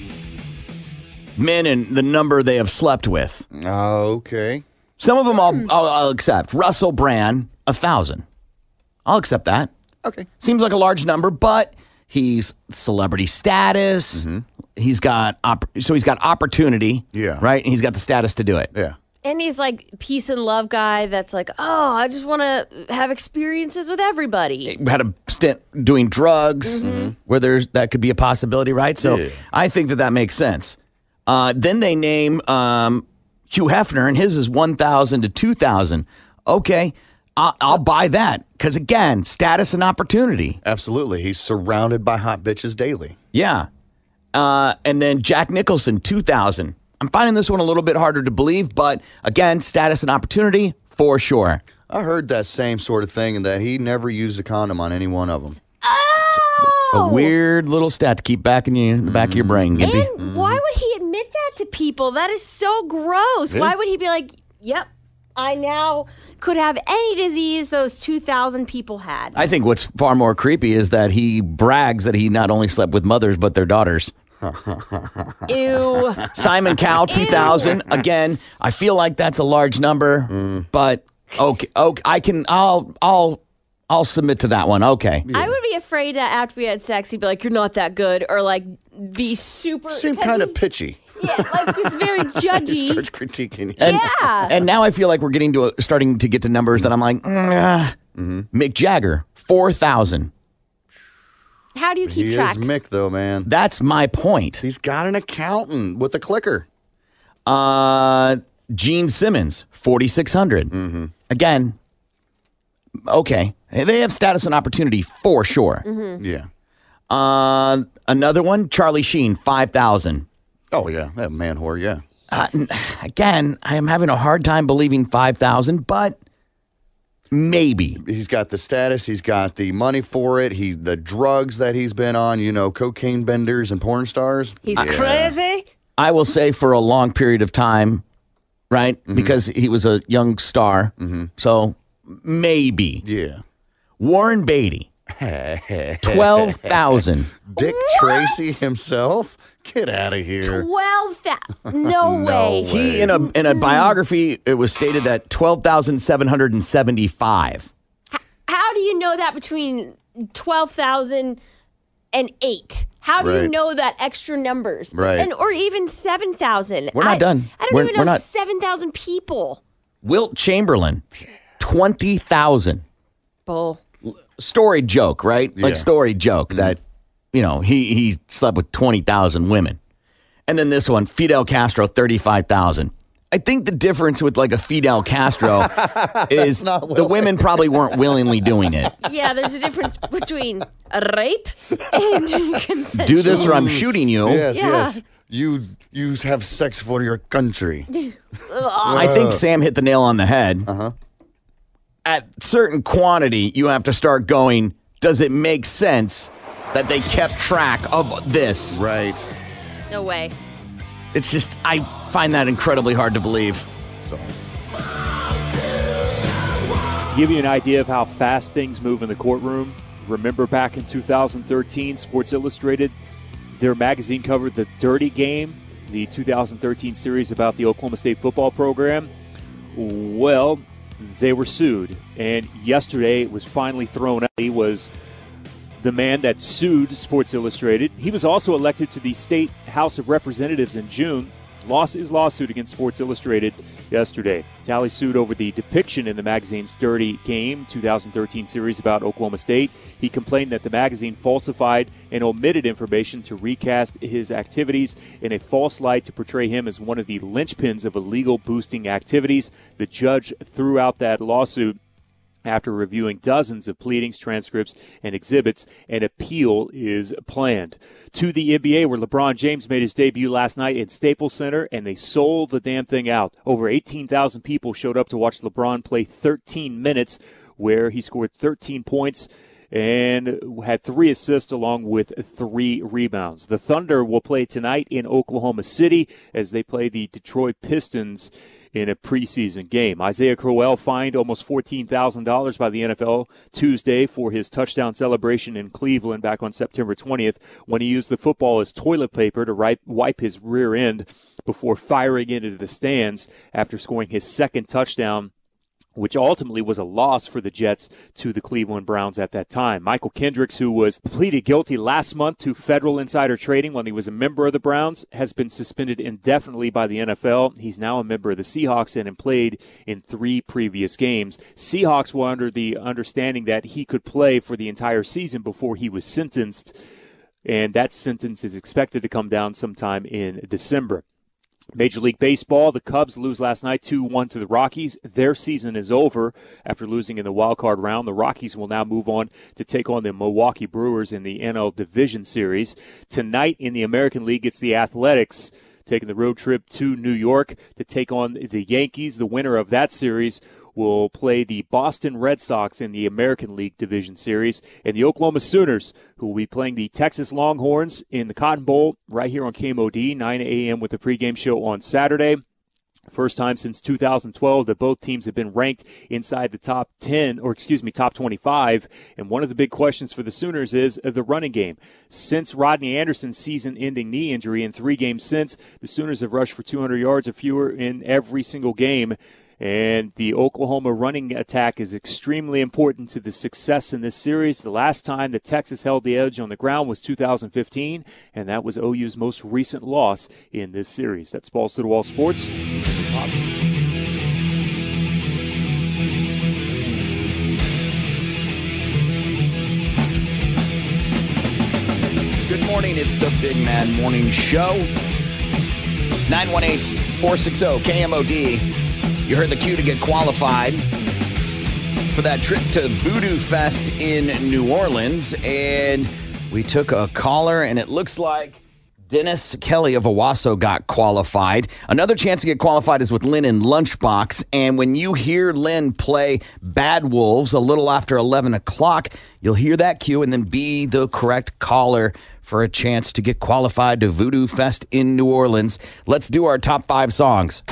S8: Men and the Number They Have Slept With.
S10: Okay.
S8: Some of them I'll, I'll, I'll accept. Russell Brand, a 1,000. I'll accept that.
S10: Okay.
S8: Seems like a large number, but he's celebrity status. He's got op- so he's got opportunity. Yeah. Right? And he's got the status to do it.
S10: Yeah.
S6: And he's like peace and love guy that's like, oh, I just want to have experiences with everybody.
S8: Had a stint doing drugs Mm-hmm. where there's that could be a possibility, right? So I think that that makes sense. Uh, then they name um, Hugh Hefner, and his is 1,000 to 2,000. Okay. I'll, I'll buy that because, again, status and opportunity.
S10: Absolutely. He's surrounded by hot bitches daily.
S8: Yeah. Uh, and then Jack Nicholson, 2000. I'm finding this one a little bit harder to believe, but again, status and opportunity for sure.
S10: I heard that same sort of thing and that he never used a condom on any one of them.
S8: A weird Mm-hmm. little stat to keep back in you, in the back of your brain.
S6: Oh. And
S8: Gimpy.
S6: why would he admit that to people? That is so gross.
S8: Yeah.
S6: Why would he be like, yep, I now could have any disease those 2,000 people had?
S8: I think what's far more creepy is that he brags that he not only slept with mothers but their daughters.
S6: Ew.
S8: Simon Cowell, 2000. Again, I feel like that's a large number, but okay, okay, I can, I'll, I'll, I'll submit to that one. Okay.
S6: I would be afraid that after we had sex, he'd be like, you're not that good, or like, be super.
S10: Seem
S6: because
S10: kind of
S6: he's-
S10: pitchy.
S6: Like, he's very
S10: he
S6: judgy.
S10: starts critiquing.
S8: And,
S6: Yeah.
S8: And now I feel like we're getting to a, starting to get to numbers that I'm like, mm, ah. Mick Jagger, 4,000.
S6: How do you keep track?
S10: Mick, though, man.
S8: That's my point.
S10: He's got an accountant with a clicker.
S8: Uh, Gene Simmons, 4,600. Again, okay. Hey, They have status and opportunity for sure.
S6: Mm.
S10: Mhm. Yeah.
S8: Uh, another one, Charlie Sheen, 5,000.
S10: Oh, yeah. That man whore, yeah.
S8: Uh, n- again, I am having a hard time believing 5,000, but maybe.
S10: He's got the status. He's got the money for it. He the drugs that he's been on. You know, cocaine benders and porn stars.
S6: He's
S10: Yeah.
S6: crazy.
S8: I will say for a long period of time, right? Because he was a young star. So maybe.
S10: Yeah.
S8: Warren Beatty, 12,000.
S10: Dick Tracy himself. Get out of here.
S6: 12,000. No, way.
S8: He in a in a biography it was stated that 12,775.
S6: How do you know that between 12,000 and 8? How do you
S8: Right.
S6: know that extra numbers?
S8: Right.
S6: And or even 7,000.
S8: We're not
S6: I-
S8: done.
S6: I don't
S8: We're-
S6: even
S8: we're
S6: know
S8: not-
S6: 7,000 people.
S8: Wilt Chamberlain, 20,000.
S6: Bull.
S8: Story joke, right? Like
S6: Yeah. Mm-hmm.
S8: story joke that you know, he he slept with 20,000 women. And then this one, Fidel Castro 35,000. I think the difference with like a Fidel Castro is the women probably weren't willingly doing it.
S6: Yeah, there's a difference between a rape and consent.
S8: Do this or I'm shooting you.
S10: Yes,
S6: Mm. Yeah.
S10: yes. You you have sex for your country.
S8: I think Sam hit the nail on the head.
S6: Uh-huh.
S8: At certain quantity, you have to start going, does it make sense that they kept track of this?
S10: Right.
S6: No way.
S8: It's just, I find that incredibly hard to believe.
S10: So.
S26: To give you an idea of how fast things move in the courtroom, remember back in 2013, Sports Illustrated, their magazine covered the Dirty Game, the 2013 series about the Oklahoma State football program. Well, they were sued, and yesterday it was finally thrown out. He was the man that sued Sports Illustrated. He was also elected to the State House of Representatives in June. Lost his lawsuit against Sports Illustrated yesterday. Tally sued over the depiction in the magazine's Dirty Game 2013 series about Oklahoma State. He complained that the magazine falsified and omitted information to recast his activities in a false light to portray him as one of the linchpins of illegal boosting activities. The judge threw out that lawsuit after reviewing dozens of pleadings, transcripts, and exhibits, an appeal is planned. To the NBA, where LeBron James made his debut last night at Staples Center, and they sold the damn thing out. Over 18,000 people showed up to watch LeBron play 13 minutes, where he scored 13 points and had three assists along with three rebounds. The Thunder will play tonight in Oklahoma City as they play the Detroit Pistons in a preseason game. Isaiah Crowell fined almost $14,000 by the NFL Tuesday for his touchdown celebration in Cleveland back on September 20th when he used the football as toilet paper to ri- wipe his rear end before firing into the stands after scoring his second touchdown which ultimately was a loss for the Jets to the Cleveland Browns at that time. Michael Kendricks, who was pleaded guilty last month to federal insider trading when he was a member of the Browns, has been suspended indefinitely by the NFL. He's now a member of the Seahawks and had played in three previous games. Seahawks were under the understanding that he could play for the entire season before he was sentenced, and that sentence is expected to come down sometime in December. Major League Baseball, the Cubs lose last night 2 1 to the Rockies. Their season is over after losing in the wild card round. The Rockies will now move on to take on the Milwaukee Brewers in the NL Division Series. Tonight in the American League, it's the Athletics taking the road trip to New York to take on the Yankees. The winner of that series will play the Boston Red Sox in the American League Division Series, and the Oklahoma Sooners, who will be playing the Texas Longhorns in the Cotton Bowl right here on KMOD, 9 a.m. with the pregame show on Saturday. First time since 2012 that both teams have been ranked inside the top 10, or excuse me, top 25. And one of the big questions for the Sooners is the running game. Since Rodney Anderson's season ending knee injury in three games since, the Sooners have rushed for 200 yards or fewer in every single game. And the Oklahoma running attack is extremely important to the success in this series. The last time that Texas held the edge on the ground was 2015, and that was OU's most recent loss in this series. That's Balls to the Wall Sports.
S27: Good morning. It's the Big Mad Morning Show. 918 460 KMOD. You heard the cue to get qualified for that trip to Voodoo Fest in New Orleans. And
S8: we took a caller, and it looks like Dennis Kelly of Owasso got qualified. Another chance to get qualified is with Lynn in Lunchbox. And when you hear Lynn play Bad Wolves a little after 11 o'clock, you'll hear that cue and then be the correct caller for a chance to get qualified to Voodoo Fest in New Orleans. Let's do our top five songs.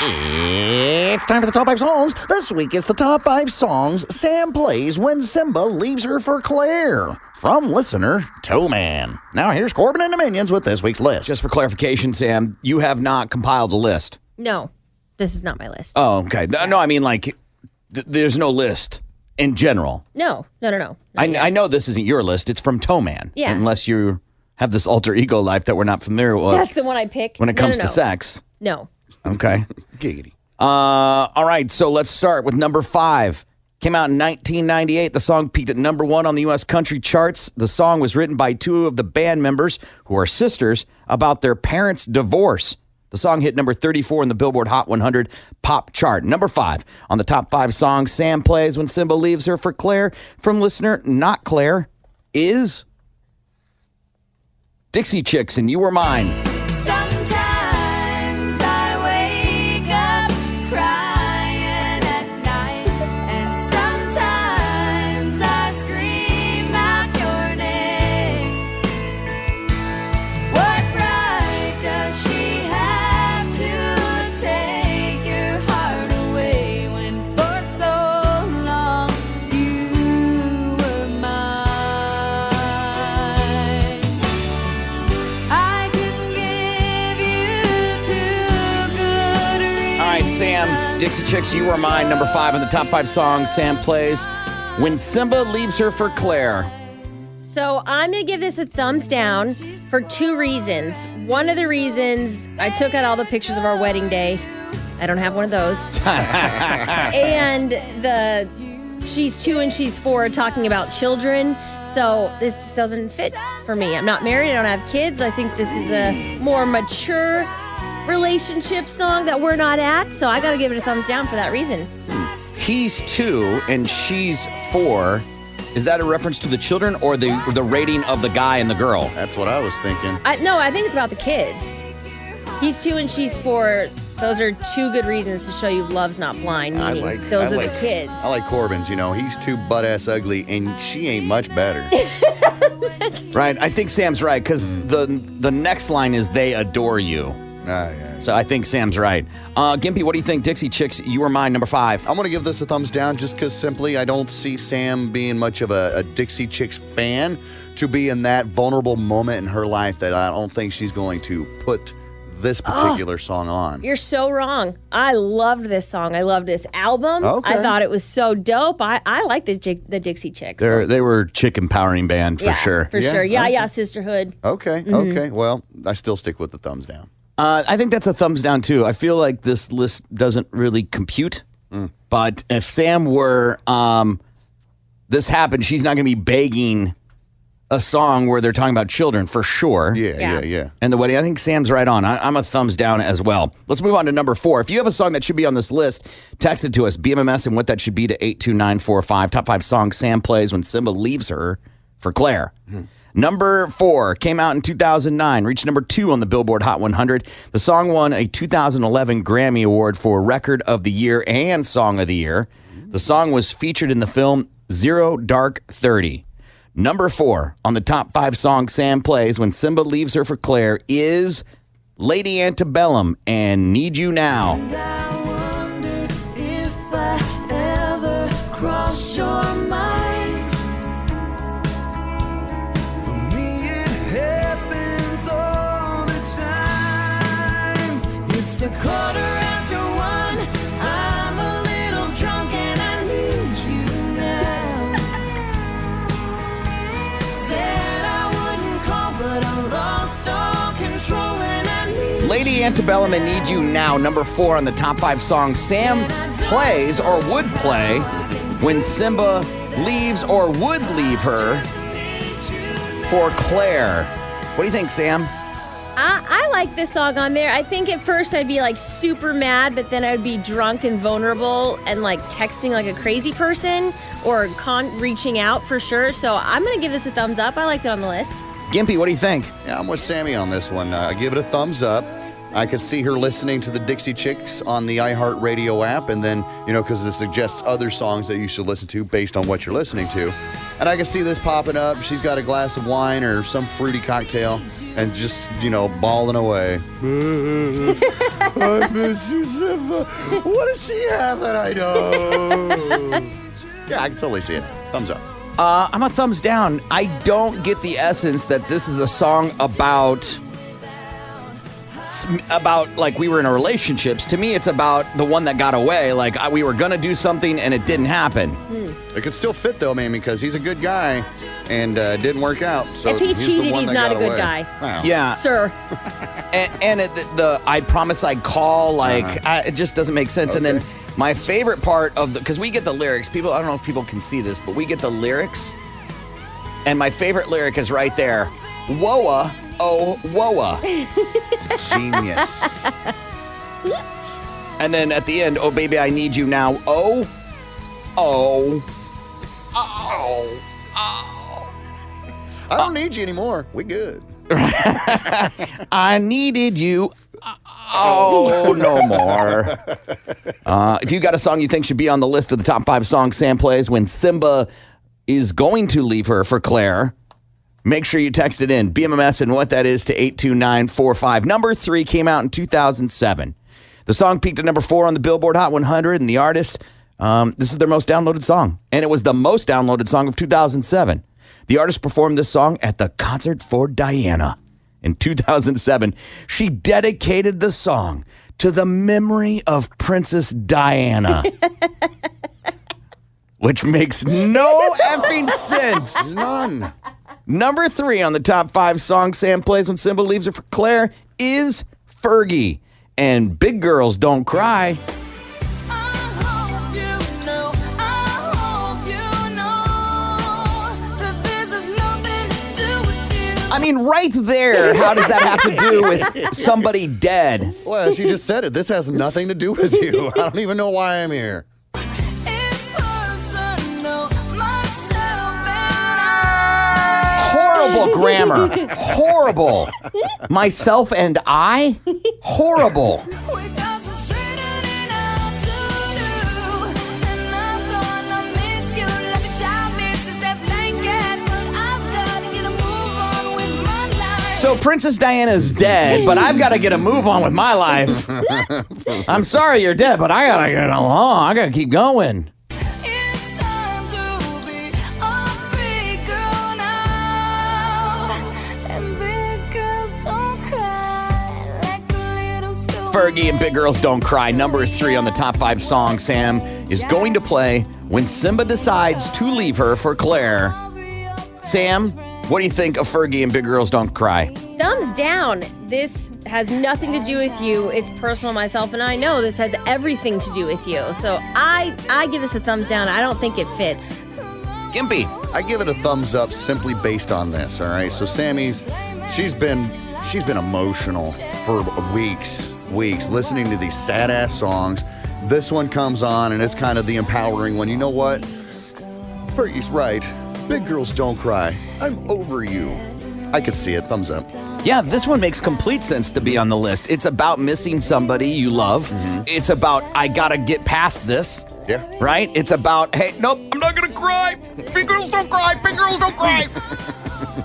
S4: It's time for the top five songs. This week it's the top five songs Sam plays when Simba leaves her for Claire. From listener to man. Now here's Corbin and the Minions with this week's list.
S8: Just for clarification, Sam, you have not compiled a list.
S6: No, this is not my list.
S8: Oh, okay. No, no, I mean, like, th- there's no list in general.
S6: No, no, no, no.
S8: I, I know this isn't your list. It's from Toman.
S6: Yeah.
S8: Unless you have this alter ego life that we're not familiar with
S6: That's the one I picked.
S8: when it
S6: No, no,
S8: comes
S6: no.
S8: to sex.
S6: No.
S8: Okay. Giggity. Uh, all right. So let's start with number five. Came out in 1998. The song peaked at number one on the U.S. country charts. The song was written by two of the band members, who are sisters, about their parents' divorce. The song hit number 34 in the Billboard Hot 100 pop chart. Number five on the top five songs Sam plays when Simba leaves her for Claire from listener Not Claire is Dixie Chicks and You Were Mine.
S7: Sometimes I wake up crying at night, and sometimes I scream out your name. What right does she have to take your heart away when for so long you were mine? I can give you two good reasons.
S8: All right, Sam, Dixie Chicks, you are mine. Number five on the top five songs Sam plays when Simba leaves her for Claire.
S6: So I'm going to give this a thumbs down for two reasons. One of the reasons I took out all the pictures of our wedding day. I don't have one of those. and the she's two and she's four are talking about children. So this just doesn't fit for me. I'm not married. I don't have kids. I think this is a more mature relationship song that we're not at. So I got to give it a thumbs down for that reason.
S8: He's two and she's four. Is that a reference to the children or the the rating of the guy and the girl? That's what I was thinking.
S6: I, no, I think it's about the kids. He's two and she's four. Those are two good reasons to show you love's not blind.
S10: I
S6: meaning
S10: like
S6: those
S10: I
S6: are
S10: like,
S6: the kids.
S10: I like Corbin's. You know, he's too butt ass ugly, and she ain't much better.
S8: Right. I think Sam's right because the the next line is they adore you.
S10: Ah,
S8: So I think Sam's right. Uh, Gimpy, what do you think? Dixie Chicks, you are mine. Number five.
S10: I'm going to give this a thumbs down just because simply I don't see Sam being much of a, a Dixie Chicks fan to be in that vulnerable moment in her life that I don't think she's going to put this
S6: Ah.
S10: particular song on.
S6: You're so wrong. I loved this song. I loved this album.
S10: Okay.
S6: I thought it was so dope. I, I like the, Ji- the Dixie Chicks.
S8: They're, they were chick empowering band for
S6: Yeah,
S8: sure.
S6: For sure. Yeah, yeah, sisterhood.
S10: Okay,
S6: Mhm.
S10: okay. Well, I still stick with the thumbs down.
S8: Uh, I think that's a thumbs down too. I feel like this list doesn't really compute. But if Sam were, um, this happened, she's not going to be begging a song where they're talking about children for sure. Yeah,
S10: Yeah. yeah, yeah.
S8: And the wedding, I think Sam's right on. I, I'm a thumbs down as well. Let's move on to number four. If you have a song that should be on this list, text it to us, BMMS, and what that should be to 82945. Top five songs Sam plays when Simba leaves her for Claire. Number four came out in 2009, reached number two on the Billboard Hot 100. The song won a 2011 Grammy Award for Record of the Year and Song of the Year. The song was featured in the film Zero Dark 30. Number four on the top five songs Sam plays when Simba leaves her for Claire is Lady Antebellum and Need You Now.
S7: If I ever cross your mind, for me it happens all the time. It's a quarter after one. I'm a little drunk and I need you now. Said I wouldn't call, but I lost all control and I need.
S8: Lady Antebellum and Need You Now, number four on the top five songs Sam plays or would play when Simba leaves or would leave her for Claire. What do you think, Sam?
S6: I, I like this song on there. I think at first I'd be like super mad, but then I would be drunk and vulnerable and like texting like a crazy person or con- reaching out for sure. So I'm going to give this a thumbs up. I liked it on the list.
S8: Gimpy, what do you think?
S10: Yeah, I'm with Sammy on this one. Uh, I give it a thumbs up. I could see her listening to the Dixie Chicks on the iHeartRadio app, and then, you know, because it suggests other songs that you should listen to based on what you're listening to. And I can see this popping up. She's got a glass of wine or some fruity cocktail and just, you know, bawling away. I miss you, Simba. What does she have that I don't? yeah, I can totally see it. Thumbs up.
S8: Uh, I'm a thumbs down. I don't get the essence that this is a song about sm- about like we were in a relationships. To me, it's about the one that got away. Like I, we were gonna do something and it didn't happen.
S10: It could still fit though, man, because he's a good guy and uh, it didn't work out. So
S6: if he
S10: he's the
S6: cheated,
S10: one
S6: he's
S10: that
S6: not a
S10: got
S6: good
S10: away.
S6: guy.
S10: Wow.
S8: Yeah.
S6: Sir.
S8: and, and it, the, the I promise I'd call, like, I, it just doesn't make sense. And then my favorite part of the, because we get the lyrics, people, I don't know if people can see this, but we get the lyrics. And my favorite lyric is right there Whoa, oh, whoa. Genius. and then at the end, oh, baby, I need you now. Oh, oh, oh.
S10: I don't need you anymore. We good.
S8: I needed you. Oh, no more. Uh, if you got a song you think should be on the list of the top five songs Sam plays when Simba is going to leave her for Claire, make sure you text it in. BMMS and what that is to 82945. Number three came out in 2007. The song peaked at number four on the Billboard Hot 100, and the artist, um, this is their most downloaded song. And it was the most downloaded song of 2007. The artist performed this song at the concert for Diana in 2007. She dedicated the song to the memory of Princess Diana. which makes no effing sense. None. Number three on the top five songs Sam plays when Simba leaves her for Claire is Fergie and Big Girls Don't Cry. I mean, right there, how does that have to do with somebody dead?
S10: Well, as you just said it, this has nothing to do with you. I don't even know why I'm here.
S8: Horrible grammar. Horrible. Myself and I? Horrible. So Princess Diana's dead, but I've got to get a move on with my life. I'm sorry you're dead, but I gotta get along. I gotta keep going. Fergie and Big Girls Don't Cry, number three on the top five song Sam is going to play when Simba decides to leave her for Claire. Sam, what do you think of Fergie and Big Girls Don't Cry?
S6: Thumbs down. This has nothing to do with you. It's personal, myself, and I know this has everything to do with you. So I, I give this a thumbs down. I don't think it fits.
S10: Gimpy. I give it a thumbs up simply based on this. All right. So Sammy's, she's been she's been emotional for weeks, weeks listening to these sad ass songs. This one comes on and it's kind of the empowering one. You know what? Fergie's right. Big girls don't cry. I'm over you. I could see it. Thumbs up.
S8: Yeah, this one makes complete sense to be on the list. It's about missing somebody you love. It's about I gotta get past this.
S10: Yeah.
S8: Right? It's about hey, nope, I'm not gonna cry. Big girls don't cry. Big girls don't cry.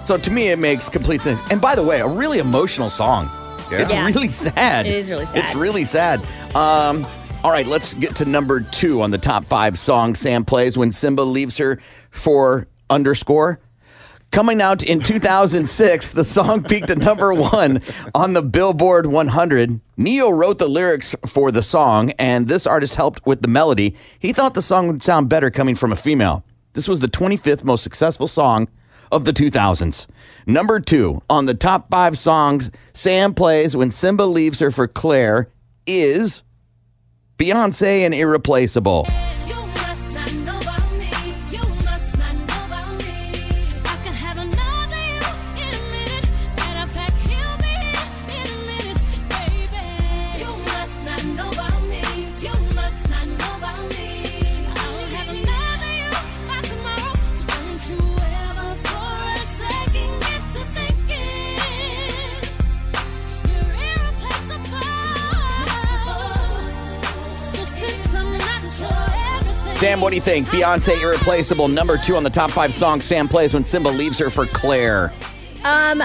S8: so to me, it makes complete sense. And by the way, a really emotional song. It's
S6: Yeah.
S8: really sad.
S6: It is really sad.
S8: It's really sad. Um, all right, let's get to number two on the top five songs Sam plays when Simba leaves her for underscore. Coming out in 2006, the song peaked at number one on the Billboard 100. Neo wrote the lyrics for the song, and this artist helped with the melody. He thought the song would sound better coming from a female. This was the 25th most successful song of the 2000s. Number two on the top five songs Sam plays when Simba leaves her for Claire is Beyonce and Irreplaceable. Sam, what do you think? Beyonce Irreplaceable, number two on the top five songs Sam plays when Simba leaves her for Claire.
S6: Um,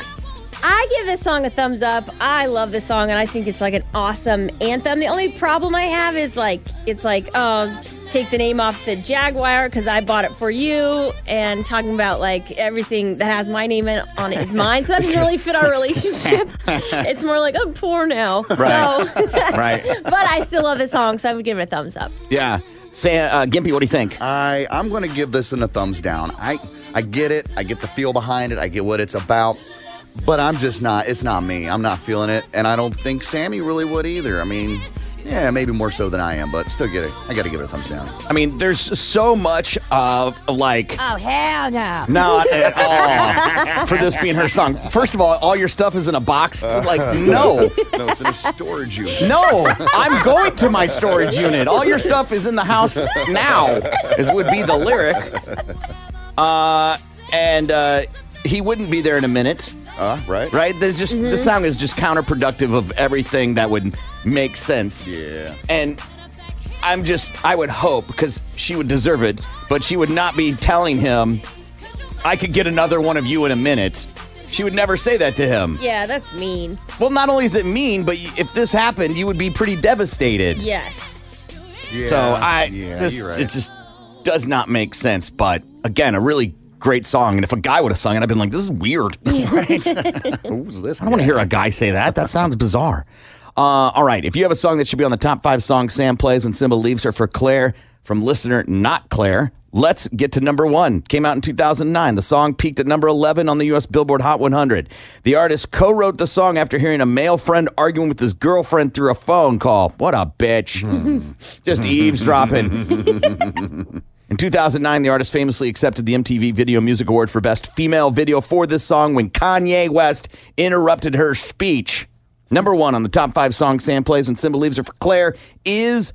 S6: I give this song a thumbs up. I love this song, and I think it's like an awesome anthem. The only problem I have is like it's like oh, take the name off the Jaguar because I bought it for you, and talking about like everything that has my name in- on it is mine. So that doesn't really fit our relationship. it's more like I'm poor now.
S8: Right.
S6: So,
S8: Right.
S6: but I still love this song, so I would give it a thumbs up.
S8: Yeah. Sam, uh, Gimpy, what do you think?
S10: I I'm gonna give this in a thumbs down. I I get it. I get the feel behind it. I get what it's about. But I'm just not. It's not me. I'm not feeling it, and I don't think Sammy really would either. I mean, yeah, maybe more so than I am, but still get it. I got to give it a thumbs down.
S8: I mean, there's so much of like
S7: Oh, hell no.
S8: Not at all. For this being her song. First of all, all your stuff is in a box. Like, no.
S10: no, it's in a storage unit.
S8: No, I'm going to my storage unit. All your stuff is in the house now, is would be the lyric. Uh, and uh, he wouldn't be there in a minute.
S10: Uh, right.
S8: Right? There's just the song is just counterproductive of everything that would make sense.
S10: Yeah.
S8: And I'm just I would hope because she would deserve it, but she would not be telling him I could get another one of you in a minute. She would never say that to him.
S6: Yeah, that's mean.
S8: Well, not only is it mean, but y- if this happened, you would be pretty devastated.
S6: Yes.
S8: so I this
S10: you're right.
S8: it just does not make sense. But again, a really great song. And if a guy would have sung it, I've been like, this is weird.
S10: Who's this?
S8: I don't want to hear a guy say that. That sounds bizarre. Uh, all right. If you have a song that should be on the top five songs Sam plays when Simba leaves her for Claire from listener Not Claire, let's get to number one. Came out in 2009. The song peaked at number 11 on the U.S. Billboard Hot 100. The artist co wrote the song after hearing a male friend arguing with his girlfriend through a phone call. What a bitch.
S10: Hmm.
S8: Just eavesdropping. In 2009, the artist famously accepted the MTV Video Music Award for Best Female Video for this song when Kanye West interrupted her speech. Number one on the top five songs Sam plays when Simba leaves her for Claire is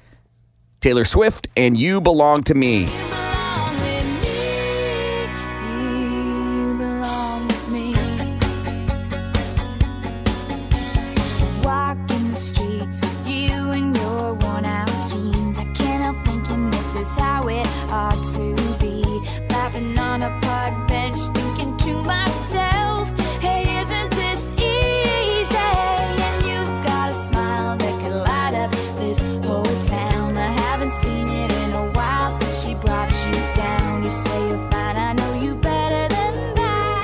S8: Taylor Swift and You Belong to Me.
S7: Walking the streets with you in your worn out jeans. I can't help thinking this is how it ought to be. Laughing on a park bench, thinking to myself, hey, isn't this easy? And you've got a smile that could light up this whole town. I haven't seen it in a while since she brought you down. You say you're fine, I know you better than that.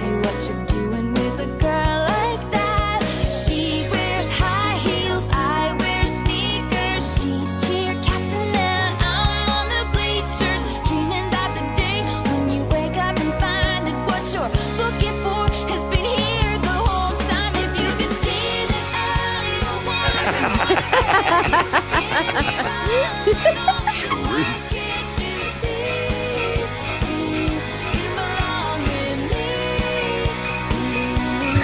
S7: Hey, what you doing with a girl like that? She wears high heels, I wear sneakers. She's cheer captain and I'm on the bleachers, dreaming about the day when you wake up and find that what you're looking for has been here the whole time. If you could see that I'm the one.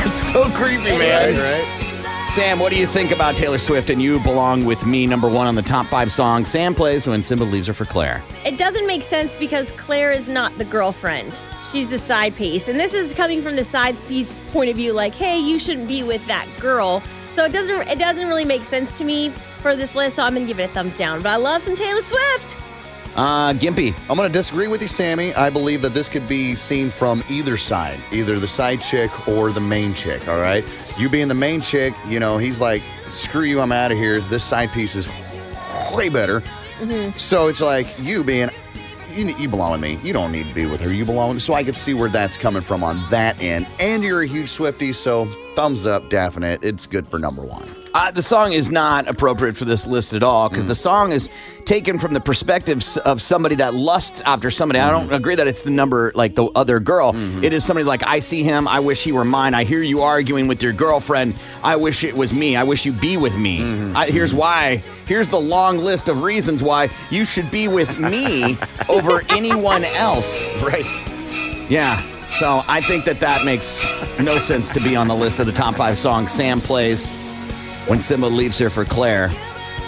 S8: It's so creepy,
S7: man.
S10: Right, right.
S8: Sam, what do you think about Taylor Swift and You Belong With Me, number one on the top five song Sam plays when Simba leaves her for Claire?
S6: It doesn't make sense because Claire is not the girlfriend. She's the side piece. And this is coming from the side piece point of view like, "Hey, you shouldn't be with that girl." So it doesn't it doesn't really make sense to me for this list, so I'm going to give it a thumbs down. But I love some Taylor Swift.
S10: Uh, Gimpy. I'm going to disagree with you, Sammy. I believe that this could be seen from either side, either the side chick or the main chick, all right? You being the main chick, you know, he's like, screw you, I'm out of here. This side piece is way better. So it's like, you being, you, you belong with me. You don't need to be with her. You belong with So I could see where that's coming from on that end. And you're a huge Swifty, so thumbs up, definite. It's good for number one.
S8: Uh, the song is not appropriate for this list at all because the song is taken from the perspective s- of somebody that lusts after somebody. I don't agree that it's the number like the other girl. It is somebody like I see him. I wish he were mine. I hear you arguing with your girlfriend. I wish it was me. I wish you be with me. I, here's why. Here's the long list of reasons why you should be with me over anyone else. Right. Yeah. So I think that that makes no sense to be on the list of the top five songs Sam plays when Simba leaves her for Claire.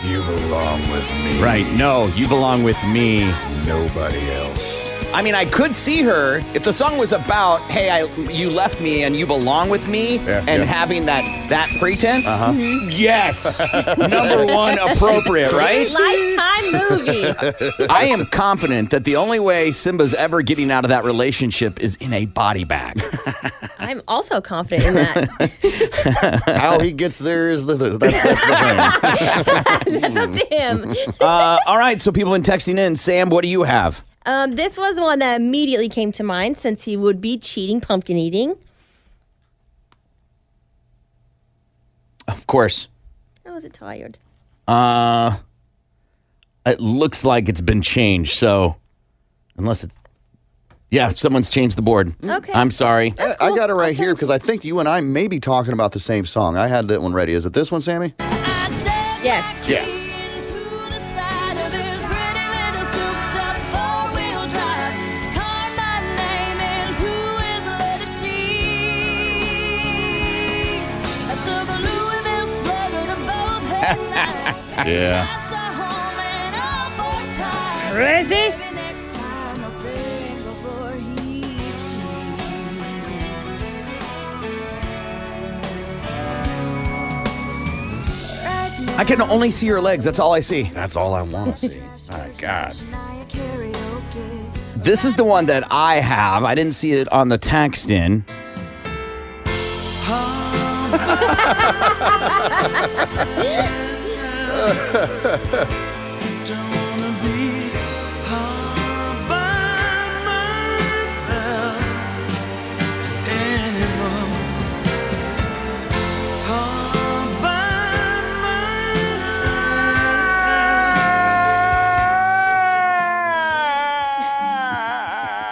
S10: You belong with me.
S8: Right. No, you belong with me.
S10: Nobody else.
S8: I mean, I could see her if the song was about, "Hey, I, you left me and you belong with me," and
S10: yeah.
S8: having that that pretense. Mm-hmm.
S10: Uh-huh.
S8: Yes, number one, appropriate, right?
S6: Lifetime movie.
S8: I am confident that the only way Simba's ever getting out of that relationship is in a body bag.
S6: I'm also confident in that.
S10: How he gets there is the, the that's, that's the
S6: That's up to him.
S8: uh, all right, so people have been texting in. Sam, what do you have?
S6: Um, this was the one that immediately came to mind since he would be cheating pumpkin eating.
S8: Of course.
S6: I was Oh, tired.
S8: Uh, it looks like it's been changed. So, unless it's, yeah, someone's changed the board.
S6: Okay.
S8: Mm, I'm sorry.
S10: I, I got it right here because I think you and I may be talking about the same song. I had that one ready. Is it this one, Sammy?
S6: Yes.
S10: Yeah.
S8: yeah.
S6: Crazy.
S8: I can only see her legs. That's all I see.
S10: That's all I want to see.
S8: My God. This is the one that I have. I didn't see it on the text in.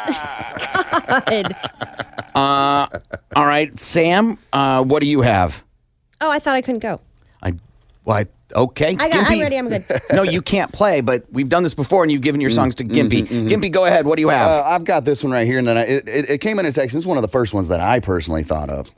S6: God.
S8: Uh, all right, Sam, uh, what do you have?
S6: Oh, I thought I couldn't go.
S8: I, well, I, okay.
S6: I got, I'm
S8: Gimpy.
S6: ready. I'm good.
S8: no, you can't play, but we've done this before and you've given your songs to Gimpy. Gimpy, go ahead. What do you have?
S10: Uh, I've got this one right here, and then I, it, it, it came in a text. It's one of the first ones that I personally thought of.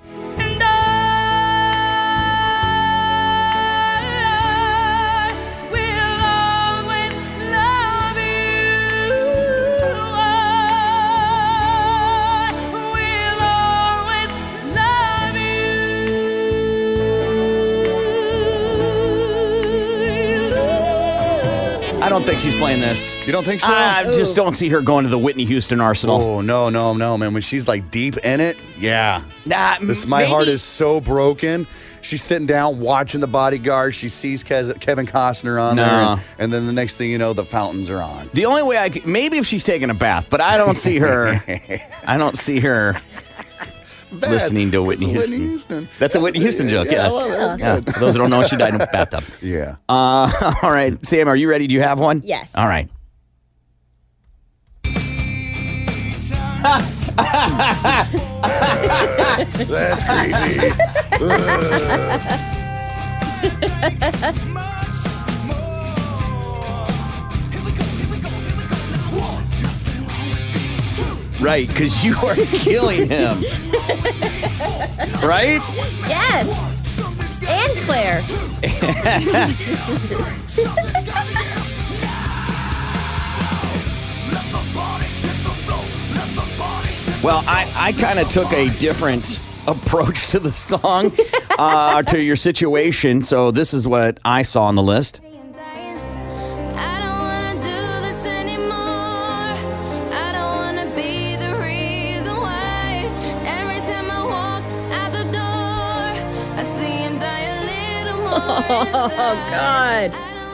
S8: I don't think she's playing this.
S10: You don't think so?
S8: I just don't see her going to the Whitney Houston arsenal.
S10: Uh, Oh no, no, no, man! When she's like deep in it, yeah.
S8: Nah,
S10: this my heart is so broken. She's sitting down watching the bodyguard. She sees Kes- Kevin Costner on
S8: No.
S10: there, and, and then the next thing you know, the fountains are on.
S8: The only way I could, maybe if she's taking a bath, but I don't see her. I don't see her listening to Whitney
S10: It's
S8: Houston. That's a Whitney Houston joke.
S10: Yeah, I
S8: yes.
S10: love it. That's good.
S8: For those that don't know, she died in a bathtub.
S10: Yeah.
S8: Uh, all right, Sam, are you ready? Do you have one?
S6: Yes.
S8: All right.
S10: That's crazy.
S8: Right, because you are killing him. Right?
S6: Yes. And player.
S8: Well, I, I kind of took a different approach to the song, uh, to your situation. So this is what I saw on the list.
S6: Oh God.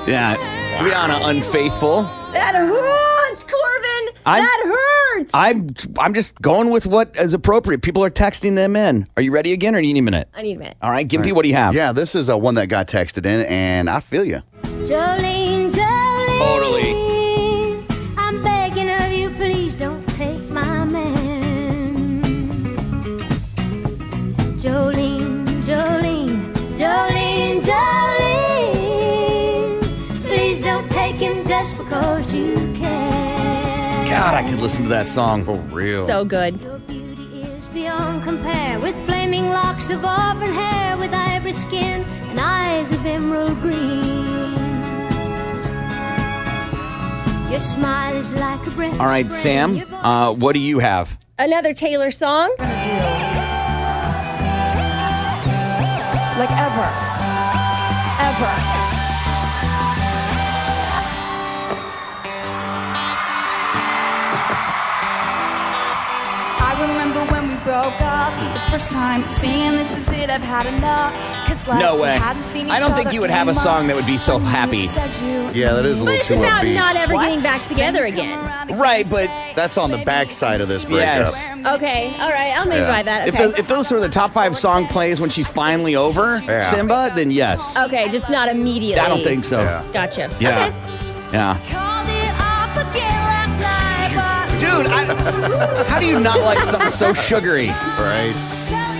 S8: Yeah, Rihanna, unfaithful.
S6: That hurts, Corbin.
S8: I'm-
S6: that hurts.
S8: I'm I'm just going with what is appropriate. People are texting them in. Are you ready again, or need a minute?
S6: I need a minute.
S8: All right, Gimpy, what do you have?
S10: Yeah, this is uh, one that got texted in, and I feel you.
S5: Jolene, Jolene,
S27: Totally.
S5: I'm begging of you, please don't take my man. Jolene, Jolene, Jolene, Jolene, please don't take him just because you can.
S8: God, I could listen to that song for real.
S6: So good.
S5: It's beyond compare with flaming locks of auburn hair, with ivory skin and eyes of emerald green. Your smile is like a breath.
S8: All right, Sam, uh, what do you have?
S6: Another Taylor song. Like ever. Ever.
S28: I remember when we broke up the first time seeing this is it I've had enough 'Cause, like,
S8: No
S28: we
S8: way.
S28: hadn't seen
S8: I
S28: each
S8: don't think
S28: other
S8: you would have
S28: in
S8: a song that would be so happy.
S28: months. Said you
S10: Yeah, that is a
S6: But
S10: little
S6: it's
S10: too
S6: about
S10: upbeat.
S6: not ever getting back together again.
S8: Right, but
S10: That's on the backside of this breakup.
S8: Yes.
S6: Okay. All right. I'll maybe
S8: Yeah.
S6: buy that.
S8: If,
S6: Okay.
S8: the, if those were the top five song plays when she's finally over Simba, then yes.
S6: okay. Just not immediately.
S8: I don't think so. Yeah.
S6: Gotcha.
S8: Yeah. Yeah. Dude, I, how do you not like something so sugary?
S10: Right.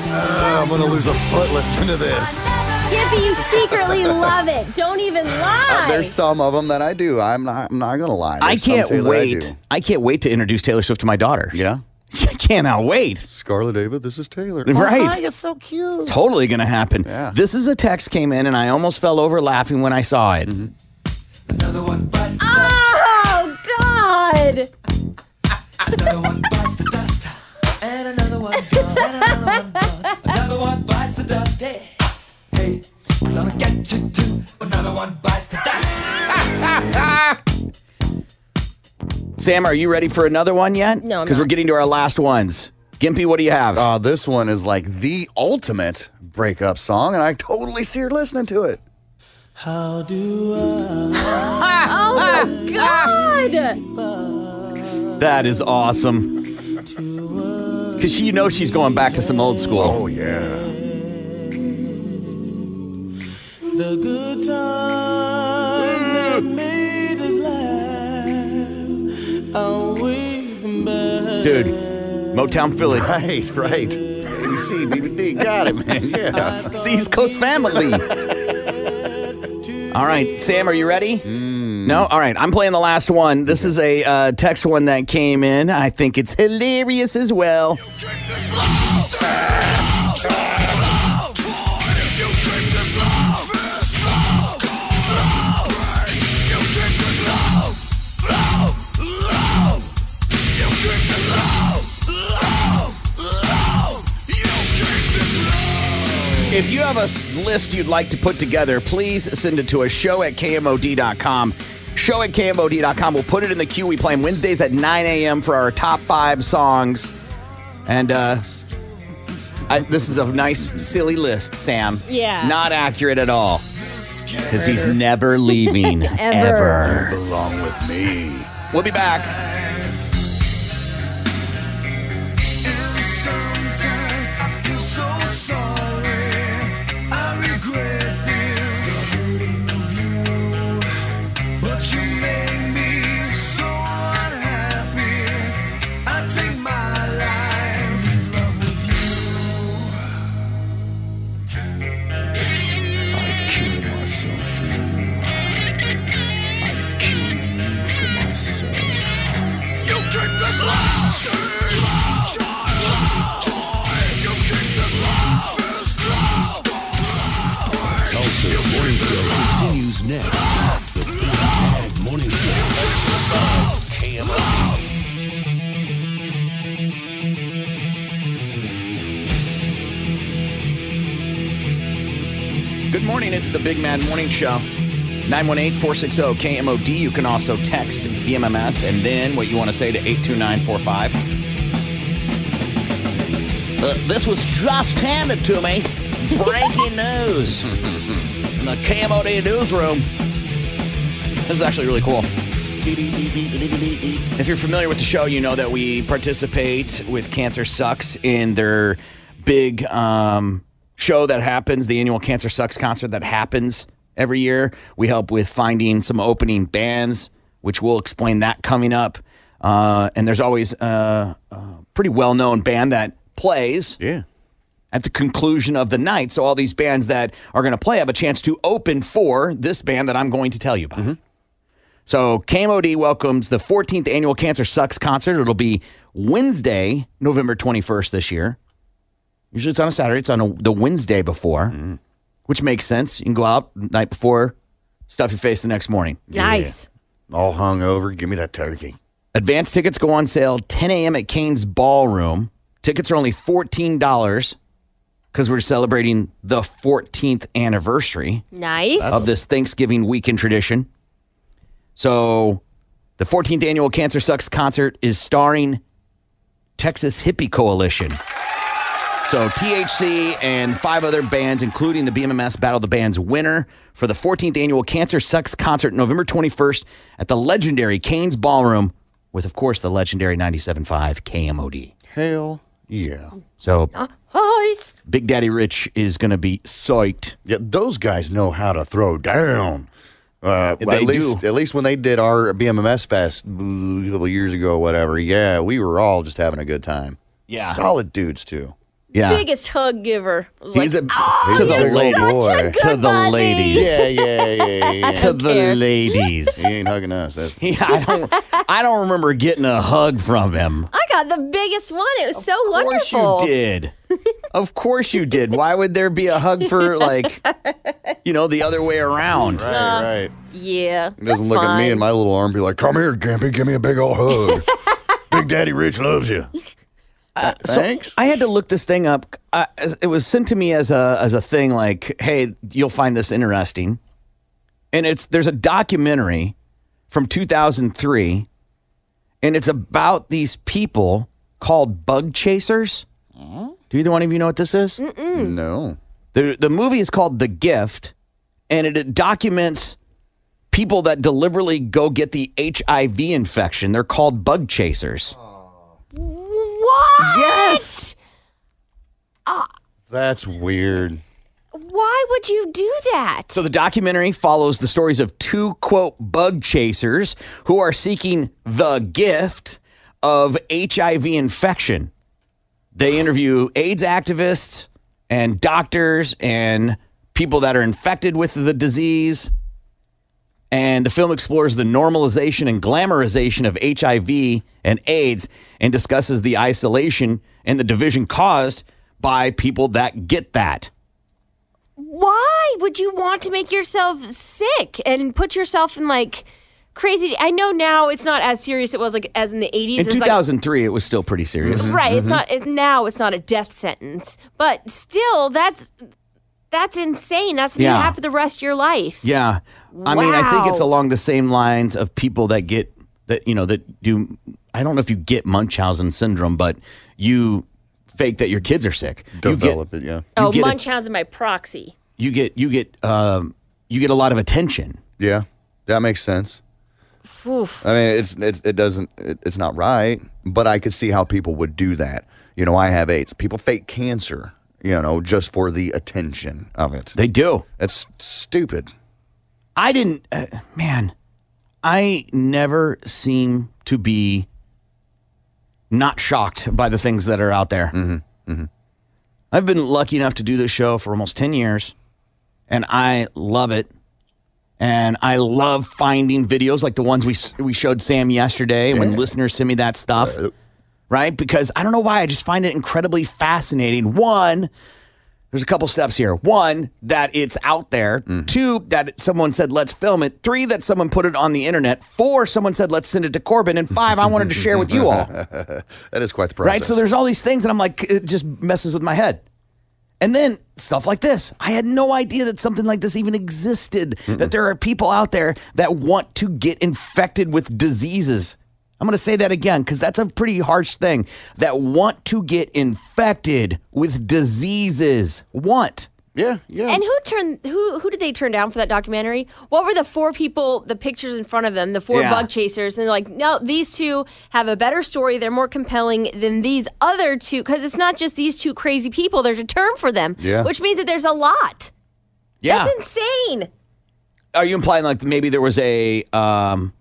S10: Uh, I'm going to lose a foot listening to this.
S6: Gimpy, you secretly love it. Don't even lie.
S10: Uh, there's some of them that I do. I'm not, I'm not going to lie.
S8: I
S10: There's some
S8: can't
S10: too that I do.
S8: wait. I, can't wait to introduce Taylor Swift to my daughter.
S10: Yeah.
S8: I cannot wait.
S10: Scarlett David, this is Taylor.
S8: Right.
S10: Oh, hi, you're so cute.
S8: Totally going to happen. This is a text came in, and I almost fell over laughing when I saw it.
S6: Oh God.
S7: Another one bites the dust, and another one gone, and another one gone. Another one bites the dust. Hey, hey, I'm gonna get you too. Another one bites the dust.
S8: Sam, are you ready for another one yet?
S6: No, I'm
S8: Because we're
S6: not.
S8: getting to our last ones. Gimpy, what do you have?
S10: Uh, this one is like the ultimate breakup song, and I totally see her listening to it.
S7: How do
S6: Ah, Oh my God.
S8: That is awesome. Because she knows she's going back to some old school. Oh,
S10: yeah.
S7: I? The good time that made us laugh. Are we the best?
S8: Dude, Motown Philly.
S10: Right, right. You see, BBD got it, man. Yeah.
S8: It's the East Coast family. All right, Sam, are you ready? No? All right, I'm playing the last one. This is a uh, text one that came in. I think it's hilarious as well. If you have a s- list you'd like to put together, please send it to us. Show at KMOD.com. Show at KMOD.com. We'll put it in the queue. We play 'em Wednesdays at 9 a.m. for our top five songs. And uh, I, this is a nice, silly list, Sam.
S7: Yeah.
S8: Not accurate at all. Because he's never leaving. ever.
S10: Belong with me.
S8: We'll be back.
S7: Sometimes I feel so sorry. I regret this shooting of you. But you make me so unhappy. I take my life and in love with you. I'd kill myself for you. I'd kill you for myself. You drink this love! Joy, love, joy. You drink
S8: morning. It's the Big Mad Morning Show. 918 460 KMOD. You can also text BMMS and then what you want to say to 82945.
S29: Uh, this was just handed to me. Breaking news in the KMOD newsroom.
S8: This is actually really cool. If you're familiar with the show, you know that we participate with Cancer Sucks in their big um, show that happens, the annual Cancer Sucks concert that happens every year. We help with finding some opening bands, which we'll explain that coming up. Uh, and there's always uh, a, a pretty well known band that plays. Yeah. At the conclusion of the night. So, all these bands that are going to play have a chance to open for this band that I'm going to tell you about. So KMOD welcomes the 14th annual Cancer Sucks concert. It'll be Wednesday, November 21st this year. Usually it's on a Saturday. It's on a, the Wednesday before, which makes sense. You can go out the night before, stuff your face the next morning.
S6: Nice.
S8: All hung over. Give me that turkey. Advance tickets go on sale 10 a.m. at Kane's Ballroom. Tickets are only $14 because we're celebrating the 14th anniversary
S6: Nice.
S8: of this Thanksgiving weekend tradition. So, the 14th annual Cancer Sucks concert is starring Texas Hippie Coalition. So, THC and five other bands, including the BMMS Battle of the Bands winner for the 14th annual Cancer Sucks concert, November 21st at the legendary Kane's Ballroom, with, of course, the legendary 97.5 KMOD.
S10: Hell yeah.
S8: So,
S6: Uh, Boys.
S8: Big Daddy Rich is going to be psyched.
S10: Yeah, those guys know how to throw down. Uh,
S8: They
S10: at least,
S8: do.
S10: at least when they did our BMMS Fest a couple years ago, whatever. Yeah, we were all just having a good time.
S8: Yeah,
S10: solid dudes too.
S6: Biggest hug giver. I was
S10: He's
S6: like,
S10: a-
S6: "Oh,
S10: he's a
S6: you're
S10: big old
S6: such
S10: boy."
S6: a good
S10: To the
S6: buddy."
S10: ladies. Yeah, yeah, yeah, yeah.
S8: To
S6: oh,
S8: the ladies.
S10: He ain't hugging us. That's
S8: yeah, I don't. I don't remember getting a hug from him.
S6: I got the biggest one. It was so wonderful.
S8: You did. of course you did. Why would there be a hug for like, you know, the other way around?
S10: Right, No. right.
S6: Yeah.
S10: He doesn't look at me and my little arm be like, come here, Gampy, give me a big old hug. big Daddy Rich loves you.
S6: Uh,
S8: Thanks. I had to look this thing up. Uh, as- it was sent to me as a as a thing like, "Hey, you'll find this interesting." And it's there's a documentary from 2003 and it's about these people called bug chasers. Do either one of you know what this is?
S6: hmm.
S10: Mm-mm. No.
S8: The the movie is called The Gift and it, it documents people that deliberately go get the HIV infection. They're called bug chasers.
S6: What?
S8: Yes.
S10: That's weird.
S6: Why would you do that?
S8: So the documentary follows the stories of two quote bug chasers who are seeking the gift of HIV infection. They interview AIDS activists and doctors and people that are infected with the disease. And the film explores the normalization and glamorization of HIV and AIDS and discusses the isolation and the division caused by people that get that.
S6: Why would you want to make yourself sick and put yourself in like crazy? I know now it's not as serious it was like as in the 80s.
S8: In Mm-hmm.
S6: It's like-
S8: 2003, it was still pretty serious.
S6: right. It's not. It's now. It's not a death sentence, but still, that's that's insane. That's gonna
S8: Yeah.
S6: have for the rest of your life.
S8: Yeah. I mean, I think it's
S6: Wow.
S8: along the same lines of people that get that, you know, that do, I don't know if you get Munchausen syndrome, but you fake that your kids are sick. Develop
S10: it, yeah.
S6: Oh,
S8: You get, a-
S6: Munchausen by proxy.
S8: you get, you get, um, you get a lot of attention.
S10: Yeah, that makes sense.
S6: Oof.
S10: I mean, it's, it's it doesn't it, it's not right, but I could see how people would do that. You know, I have AIDS. People fake cancer, you know, just for the attention of it.
S8: They do.
S10: It's stupid.
S8: I didn't, uh, man, I never seem to be not shocked by the things that are out there. Mm-hmm. Mm-hmm. I've been lucky enough to do this show for almost 10 years, and I love it. And I love finding videos like the ones we s- we showed Sam yesterday when listeners send me that stuff, right? Because I don't know why I just find it incredibly fascinating. One, there's a couple steps here. One, that it's out there. Two, that someone said, let's film it. Three, that someone put it on the internet. Four, someone said, let's send it to Corbin. And five, I wanted to share with you all.
S10: that is quite the process.
S8: Right? So there's all these things, and I'm like, it just messes with my head. And then stuff like this. I had no idea that something like this even existed, that there are people out there that want to get infected with diseases. I'm going to say that again because that's a pretty harsh thing that want to get infected with diseases. Want.
S10: Yeah, yeah.
S6: And who turned who who did they turn down for that documentary? What were the four people, the pictures in front of them, the four
S8: Yeah.
S6: bug chasers, and they're like, no, these two have a better story. They're more compelling than these other two because it's not just these two crazy people. There's a term for them,
S8: Yeah.
S6: which means that there's a lot.
S8: Yeah.
S6: That's insane.
S8: are you implying like maybe there was a um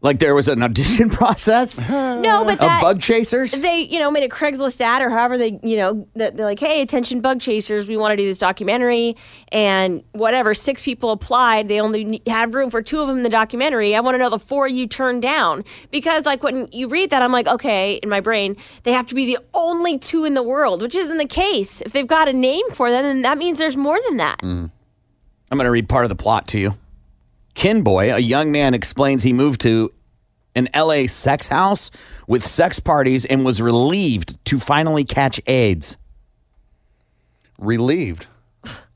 S8: like there was an audition process
S6: No, but
S8: of
S6: that-
S8: bug chasers
S6: They, you know, made a Craigslist ad or however they, you know, that they're like, hey, attention bug chasers, we want to do this documentary. And whatever, six people applied. They only ne- had room for two of them in the documentary. I want to know the four you turned down. Because, like, when you read that, I'm like, okay, in my brain, they have to be the only two in the world, which isn't the case. If they've got a name for them, then that means there's more than that.
S8: i'm going to read part of the plot to you kinboy a young man explains he moved to an la sex house with sex parties and was relieved to finally catch aids
S10: relieved.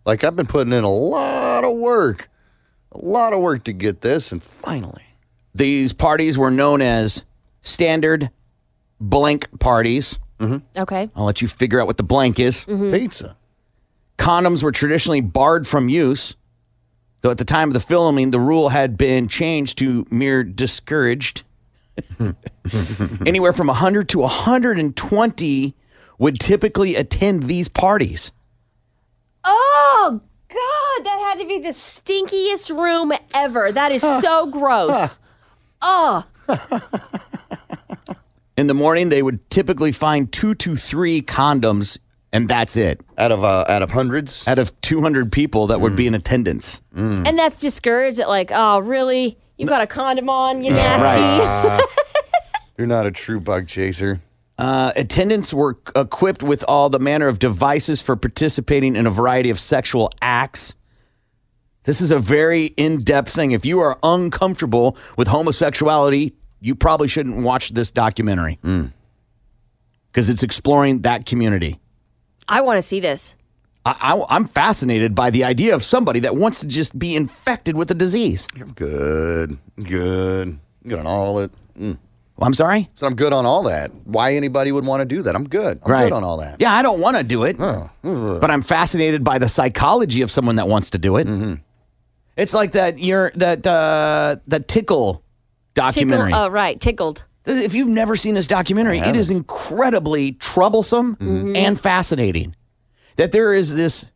S10: Like I've been putting in a lot of work, a lot of work to get this, and finally,
S8: these parties were known as standard blank parties mm-hmm.
S6: Okay.
S8: I'll let you figure out what the blank is. Pizza. Condoms were traditionally barred from use, though at the time of the filming, the rule had been changed to mere discouraged. Anywhere from 100 to 120 would typically attend these parties.
S6: Oh, God, that had to be the stinkiest room ever. That is so gross. Oh.
S8: In the morning, they would typically find two to three condoms, and that's it.
S10: Out of uh, out of hundreds,
S8: out of 200 people that would be in attendance.
S6: And that's discouraged. At like, oh, really? You got a condom on? You nasty.
S10: Ah, you're not a true bug chaser.
S8: Uh, attendants were equipped with all the manner of devices for participating in a variety of sexual acts. This is a very in depth thing. If you are uncomfortable with homosexuality, you probably shouldn't watch this documentary
S10: Hmm.
S8: because it's exploring that community.
S6: I want to see this.
S8: I, I, I'm fascinated by the idea of somebody that wants to just be infected with a disease.
S10: Good, good, good on all it. Mm.
S8: Well, I'm sorry.
S10: So I'm good on all that. Why anybody would want to do that? I'm good. I'm
S8: Right.
S10: good on all that.
S8: Yeah, I don't want to do it,
S10: ugh.
S8: but I'm fascinated by the psychology of someone that wants to do it. It's like that your that uh, that tickle documentary.
S6: Tickled. Oh, right. Tickled.
S8: If you've never seen this documentary, it is incredibly troublesome and fascinating that there is this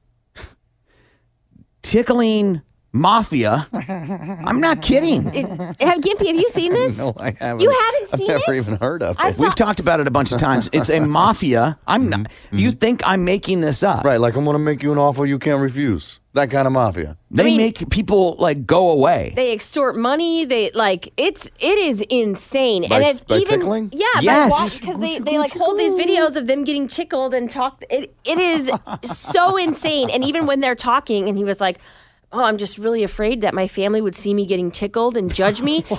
S8: tickling mafia. I'm not kidding.
S6: It- have Gimpy, have you seen this?
S8: No, I haven't.
S6: You haven't
S8: I've
S6: seen
S8: never
S6: it?
S8: even
S10: heard of
S6: I
S8: it. We've talked about it a bunch of times. It's a mafia. I'm not. You think I'm making this up?
S10: Right, like I'm going to make you an offer you can't refuse. That kind of mafia.
S8: They make people like go away.
S6: They extort money. They like it's it is insane,
S8: By-
S6: and it's
S8: by
S6: even
S8: tickling?
S6: yeah,
S8: Yes.
S6: because they they like hold these videos of them getting tickled and talk. It it is so insane, and even when they're talking, and he was like. Oh, I'm just really afraid that my family would see me getting tickled and judge me. Uh,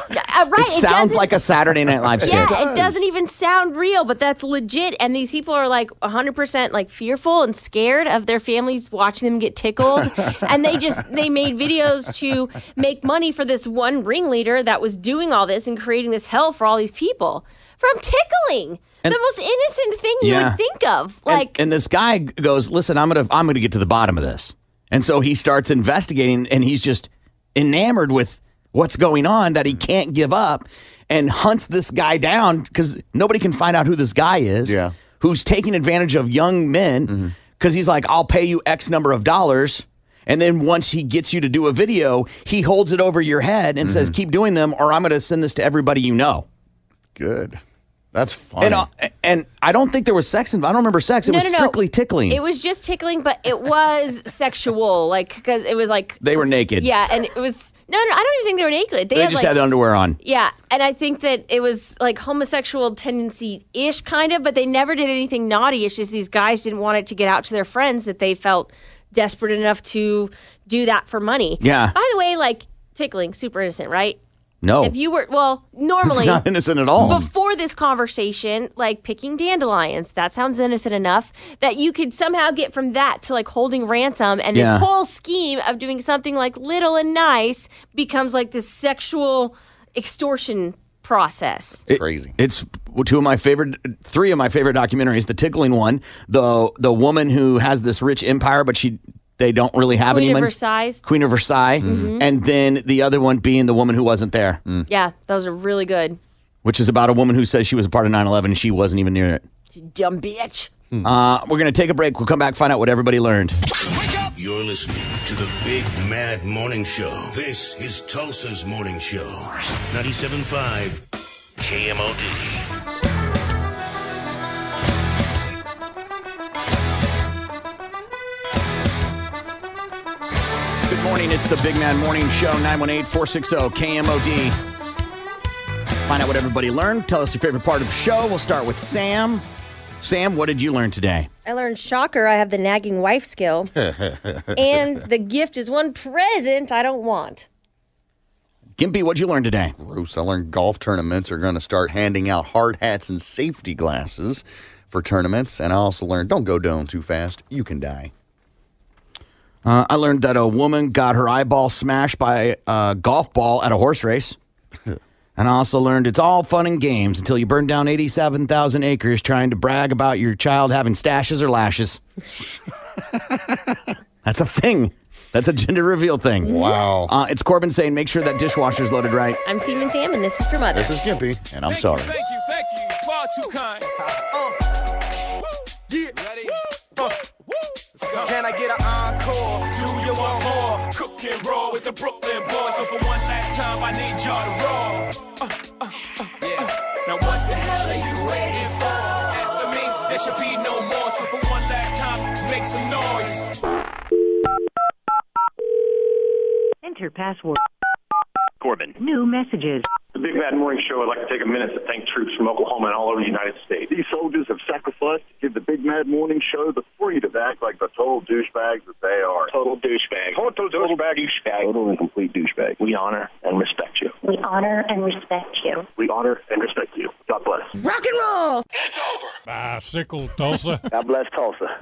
S6: right,
S8: it sounds
S6: doesn't
S8: like a Saturday Night Live skit.
S6: yeah, it doesn't even sound real, but that's legit. And these people are like 100% like fearful and scared of their families watching them get tickled. and they just, they made videos to make money for this one ringleader that was doing all this and creating this hell for all these people from tickling.
S8: And-
S6: the most innocent thing you
S8: Yeah.
S6: would think of.
S8: And-
S6: Like,
S8: and, this guy g- goes, "Listen, I'm gonna I'm gonna get to the bottom of this." And so he starts investigating, and he's just enamored with what's going on that he can't give up, and hunts this guy down because nobody can find out who this guy is. Yeah, who's taking advantage of young men because he's like, "I'll pay you X number of dollars." And then once he gets you to do a video, he holds it over your head and says, "Keep doing them, or I'm going to send this to everybody you know."
S10: Good. That's fun.
S8: And, uh, and I don't think there was sex involved. I don't remember sex. It
S6: no,
S8: was
S6: no, no.
S8: strictly tickling.
S6: It was just tickling, but it was sexual. Like, because it was like.
S8: They were naked.
S6: Yeah, and it was. No, no, I don't even think they were naked. They,
S8: They
S6: had,
S8: just
S6: like,
S8: had underwear on.
S6: Yeah, and I think that it was like homosexual tendency ish, kind of, but they never did anything naughty. It's just these guys didn't want it to get out to their friends that they felt desperate enough to do that for money.
S8: Yeah.
S6: By the way, like tickling, super innocent, right?
S10: No.
S6: If you were, well, normally.
S10: It's Oh. not innocent at all.
S6: Before this conversation, like picking dandelions, that sounds innocent enough that you could somehow get from that to like holding ransom. And
S10: Yeah.
S6: this whole scheme of doing something like little and nice becomes like this sexual extortion process.
S8: It's crazy. It's two of my favorite, three of my favorite documentaries. The tickling one, the the woman who has this rich empire, but she they don't really have
S6: Queen
S8: any
S6: of
S8: money.
S6: Versailles.
S8: Queen of Versailles, Mm-hmm.
S6: Mhm.
S8: and then the other one being the woman who wasn't there,
S10: Hmm.
S6: Yeah, those are really good.
S8: which is about a woman who says she was a part of 9/11 and she wasn't even near it.
S6: You dumb bitch.
S8: Uh, we're gonna take a break. We'll come back find out what everybody learned.
S19: You're listening to the Big Mad Morning Show. This is Tulsa's Morning Show. 97.5 KMOD.
S8: Good morning. It's the Big Man Morning Show, 918 460 KMOD. Find out what everybody learned. Tell us your favorite part of the show. We'll start with Sam. Sam, what did you learn today?
S6: I learned shocker, I have the nagging wife skill. and the gift is one present I don't want.
S8: Gimpy, what'd you learn today?
S10: Bruce, I learned golf tournaments are going to start handing out hard hats and safety glasses for tournaments. And I also learned don't go down too fast. You can die.
S8: Uh, I learned that a woman got her eyeball smashed by a golf ball at a horse race. and I also learned it's all fun and games until you burn down 87,000 acres trying to brag about your child having stashes or lashes. That's a thing. That's a gender reveal thing. Wow. Uh, it's Corbin saying, make sure that dishwasher's loaded right.
S6: I'm Seaman Sam, and this is for Mother.
S8: This is Gimpy, and I'm sorry.
S30: Thank you, thank you. You far too kind. Uh, yeah. Ready? Uh, Can I get an encore? Do you want more? Cook and roll with the Brooklyn boys. So for one last time, I need y'all to roll. Uh, uh, uh, uh. Now what the hell are you waiting for? After me, there should be no more. So for one last time, make some noise.
S31: Enter password.
S32: Corbin.
S31: New messages.
S32: The Big Bad Morning Show would like to take a minute to thank troops from Oklahoma and all over the United States. These soldiers have sacrificed to give the Big Mad Morning Show the freedom to act like the total douchebags that they are. Total douchebag. Total douchebag. douchebag. Total and complete douchebag. We honor and respect you.
S31: We honor and respect you.
S32: We honor and respect you. God bless.
S31: Rock and roll!
S33: Bicycle Tulsa.
S32: God bless Tulsa.